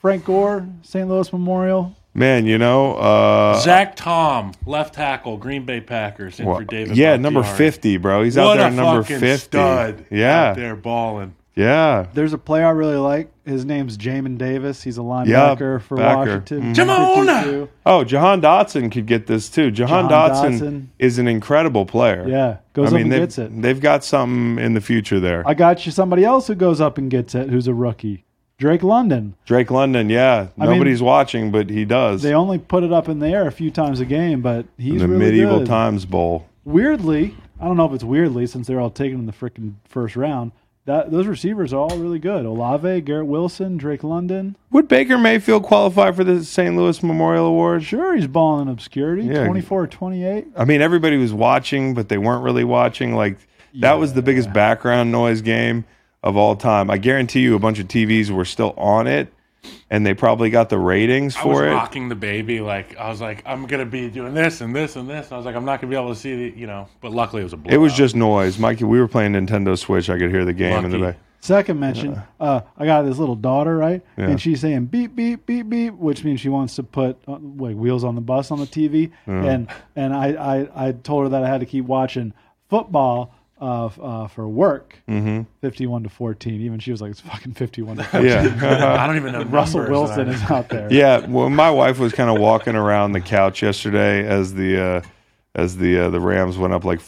S5: Frank Gore, St. Louis Memorial.
S1: Man, you know, uh,
S4: Zach Tom, left tackle, Green Bay Packers, in
S1: well,
S4: for David.
S1: yeah, number
S4: Bakhtiari.
S1: fifty, bro. He's
S4: What
S1: out there
S4: a
S1: at number
S4: fucking
S1: fifty.
S4: stud! out
S1: Yeah,
S4: there balling.
S1: yeah,
S5: There's a player I really like. His name's Jamin Davis. He's a linebacker for
S1: backer. Mm-hmm.
S5: Washington.
S4: Jamona!
S5: 52.
S1: Oh, Jahan Dotson could get this too. Jahan,
S5: Jahan
S1: Dotson,
S5: Dotson.
S1: is an incredible player.
S5: Yeah, goes
S1: I
S5: up
S1: mean,
S5: and
S1: they've,
S5: gets it.
S1: they've got something in the future there.
S5: I got you somebody else who goes up and gets it who's a rookie. Drake London.
S1: Drake London, yeah,
S5: I mean,
S1: nobody's watching, but he does
S5: They only put it up in the air a few times a game, but
S1: in
S5: he's
S1: the
S5: really
S1: medieval
S5: good.
S1: times bowl.
S5: Weirdly, I don't know if it's weirdly since they're all taken in the freaking first round. That those receivers are all really good. Olave, Garrett Wilson, Drake London.
S1: Would Baker Mayfield qualify for the St. Louis Memorial Award?
S5: Sure, he's balling in obscurity.
S1: Yeah.
S5: 24 28.
S1: I mean, everybody was watching, but they weren't really watching. Like that was the biggest background noise game of all time. I guarantee you, a bunch of TVs were still on it, and they probably got the ratings
S4: I was
S1: for it.
S4: rocking the baby. Like I was like, I'm gonna be doing this and this and this. And I was like, I'm not gonna be able to see the, you know. But luckily, it was a blowout.
S1: It was just noise, Mikey. We were playing Nintendo Switch. I could hear the game in the
S4: Lucky.
S1: back.
S5: Second mention, uh, I got this little daughter, right?
S1: Yeah.
S5: And she's saying beep beep beep beep, which means she wants to put uh, like wheels on the bus on the TV. And and I, I I told her that I had to keep watching football uh, f- uh, for work. Mm-hmm. Fifty-one to fourteen. Even she was like, "It's fucking fifty-one to 14.
S1: Yeah.
S4: I don't even know.
S5: Russell
S4: numbers
S5: Wilson
S4: that I-
S5: is out there.
S1: Yeah, well, my wife was kind of walking around the couch yesterday as the uh, as the uh, the Rams went up like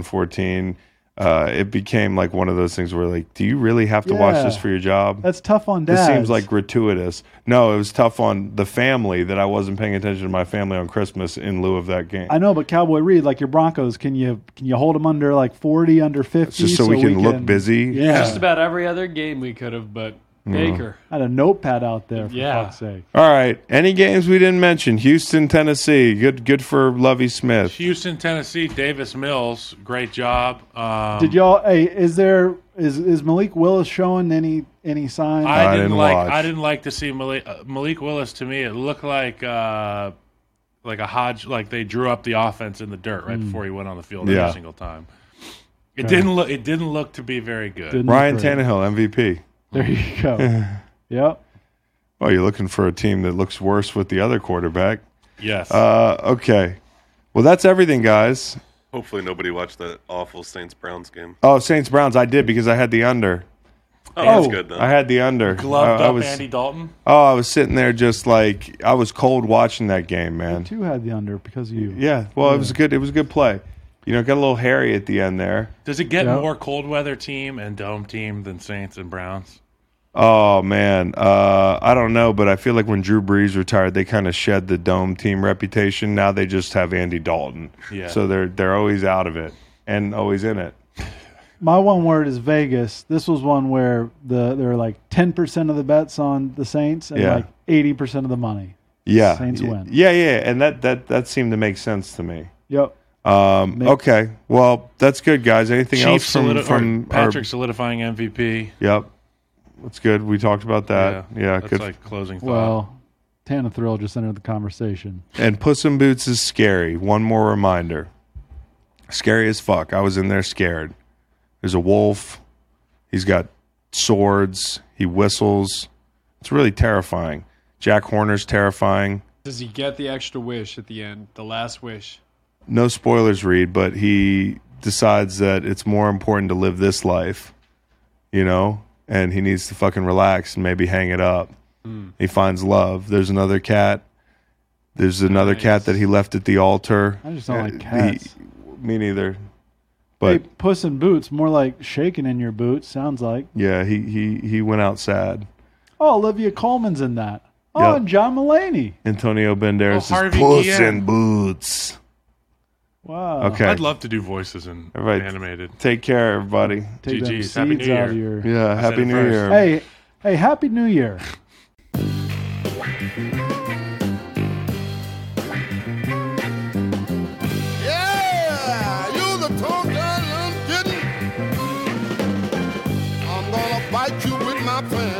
S1: 41-14. Uh, it became like one of those things where like, do you really have to watch
S5: Yeah.
S1: this for your job?
S5: That's tough on dad.
S1: this seems like gratuitous. No, it was tough on the family that I wasn't paying attention to my family on Christmas in lieu of that game.
S5: I know, but Cowboy Reed, like your Broncos, can you can you hold them under like forty, under fifty,
S1: Just so, we can look busy.
S5: Yeah,
S2: Just about every other game we could have, but Baker.
S5: I had a notepad out there. For
S2: Yeah.
S5: fuck's sake.
S1: All right. Any games we didn't mention? Houston, Tennessee. Good good for Lovey Smith.
S4: Houston, Tennessee, Davis Mills, great job. Um,
S5: Did y'all? Hey, is there is is Malik Willis showing any any sign?
S1: I
S4: I, didn't,
S1: didn't
S4: like.
S1: watch.
S4: I didn't like to see Malik, uh, Malik Willis. To me, it looked like uh, like a hodge. Like they drew up the offense in the dirt
S5: Hmm.
S4: right before he went on the field
S1: Yeah.
S4: every single time. It didn't look. It didn't look to be very good.
S5: Didn't
S1: Uh, Ryan
S5: agree.
S1: Tannehill, MVP.
S5: There you go. yep.
S1: Oh, you're looking for a team that looks worse with the other quarterback.
S4: Yes.
S1: Uh, okay. Well, that's everything, guys.
S6: Hopefully, nobody watched that awful Saints Browns game.
S7: Uh,
S1: Oh, Saints Browns. I did because I had the under.
S6: Oh, that's good then.
S1: I had the under.
S4: Gloved
S1: I, I
S4: up
S1: was,
S4: Andy Dalton.
S1: Oh, I was sitting there just like I was cold watching that game, man.
S5: Two had the under because of you.
S1: Yeah. Well, it was a good. It was a good play. You know, got a little hairy at the end there.
S4: Does it get
S5: Yeah.
S4: more cold weather team and dome team than Saints and Browns?
S1: Oh man, uh, I don't know, but I feel like when Drew Brees retired, they kind of shed the dome team reputation. Now they just have Andy Dalton.
S4: Yeah.
S1: So they're they're always out of it and always in it.
S5: My one word is Vegas. This was one where the there were like ten percent of the bets on the Saints and
S1: Yeah.
S5: like eighty percent of the money.
S1: Yeah.
S5: Saints
S1: Y-
S5: win.
S1: Yeah, yeah, and that that that seemed to make sense to me.
S5: Yep.
S1: Um, okay, well that's good, guys. Anything
S4: Chiefs
S1: else from
S4: solidi- or
S1: from our-
S4: Patrick solidifying MVP.
S1: yep. That's good. We talked about that. Yeah,
S4: that's
S1: good.
S4: like closing thought.
S5: Well, Tana Thrill just entered the conversation.
S1: and Puss in Boots is scary. One more reminder. Scary as fuck. I was in there scared. There's a wolf. He's got swords. He whistles. It's really terrifying. Jack Horner's terrifying.
S2: Does he get the extra wish at the end? The last wish.
S1: no spoilers read, but he decides that it's more important to live this life, you know, and he needs to fucking relax and maybe hang it up.
S4: Hmm.
S1: He finds love. There's another cat. There's another cat that he left at the altar.
S5: I just don't like
S1: Uh,
S5: cats.
S1: me neither. But
S5: hey, Puss in Boots, more like shaking in your boots. Sounds like.
S1: yeah, he he he went out sad.
S5: Oh, Olivia Coleman's in that. Oh,
S1: Yeah.
S5: and John Mulaney.
S1: Antonio Banderas
S4: Oh,
S1: is
S4: Harvey
S1: puss
S4: Guillen. Oh,
S1: in boots.
S5: Wow.
S1: Okay,
S4: I'd love to do voices in
S1: All right.
S4: animated.
S1: take care, everybody.
S5: Take them
S4: GGs. Happy
S5: seeds
S4: New
S5: out of
S4: Year.
S5: your.
S1: Yeah,
S4: said
S1: happy
S4: it
S1: New
S4: first.
S1: Year.
S5: Hey, hey, happy New Year.
S3: Yeah, you the tongue and kitten. I'm gonna bite you with my pen.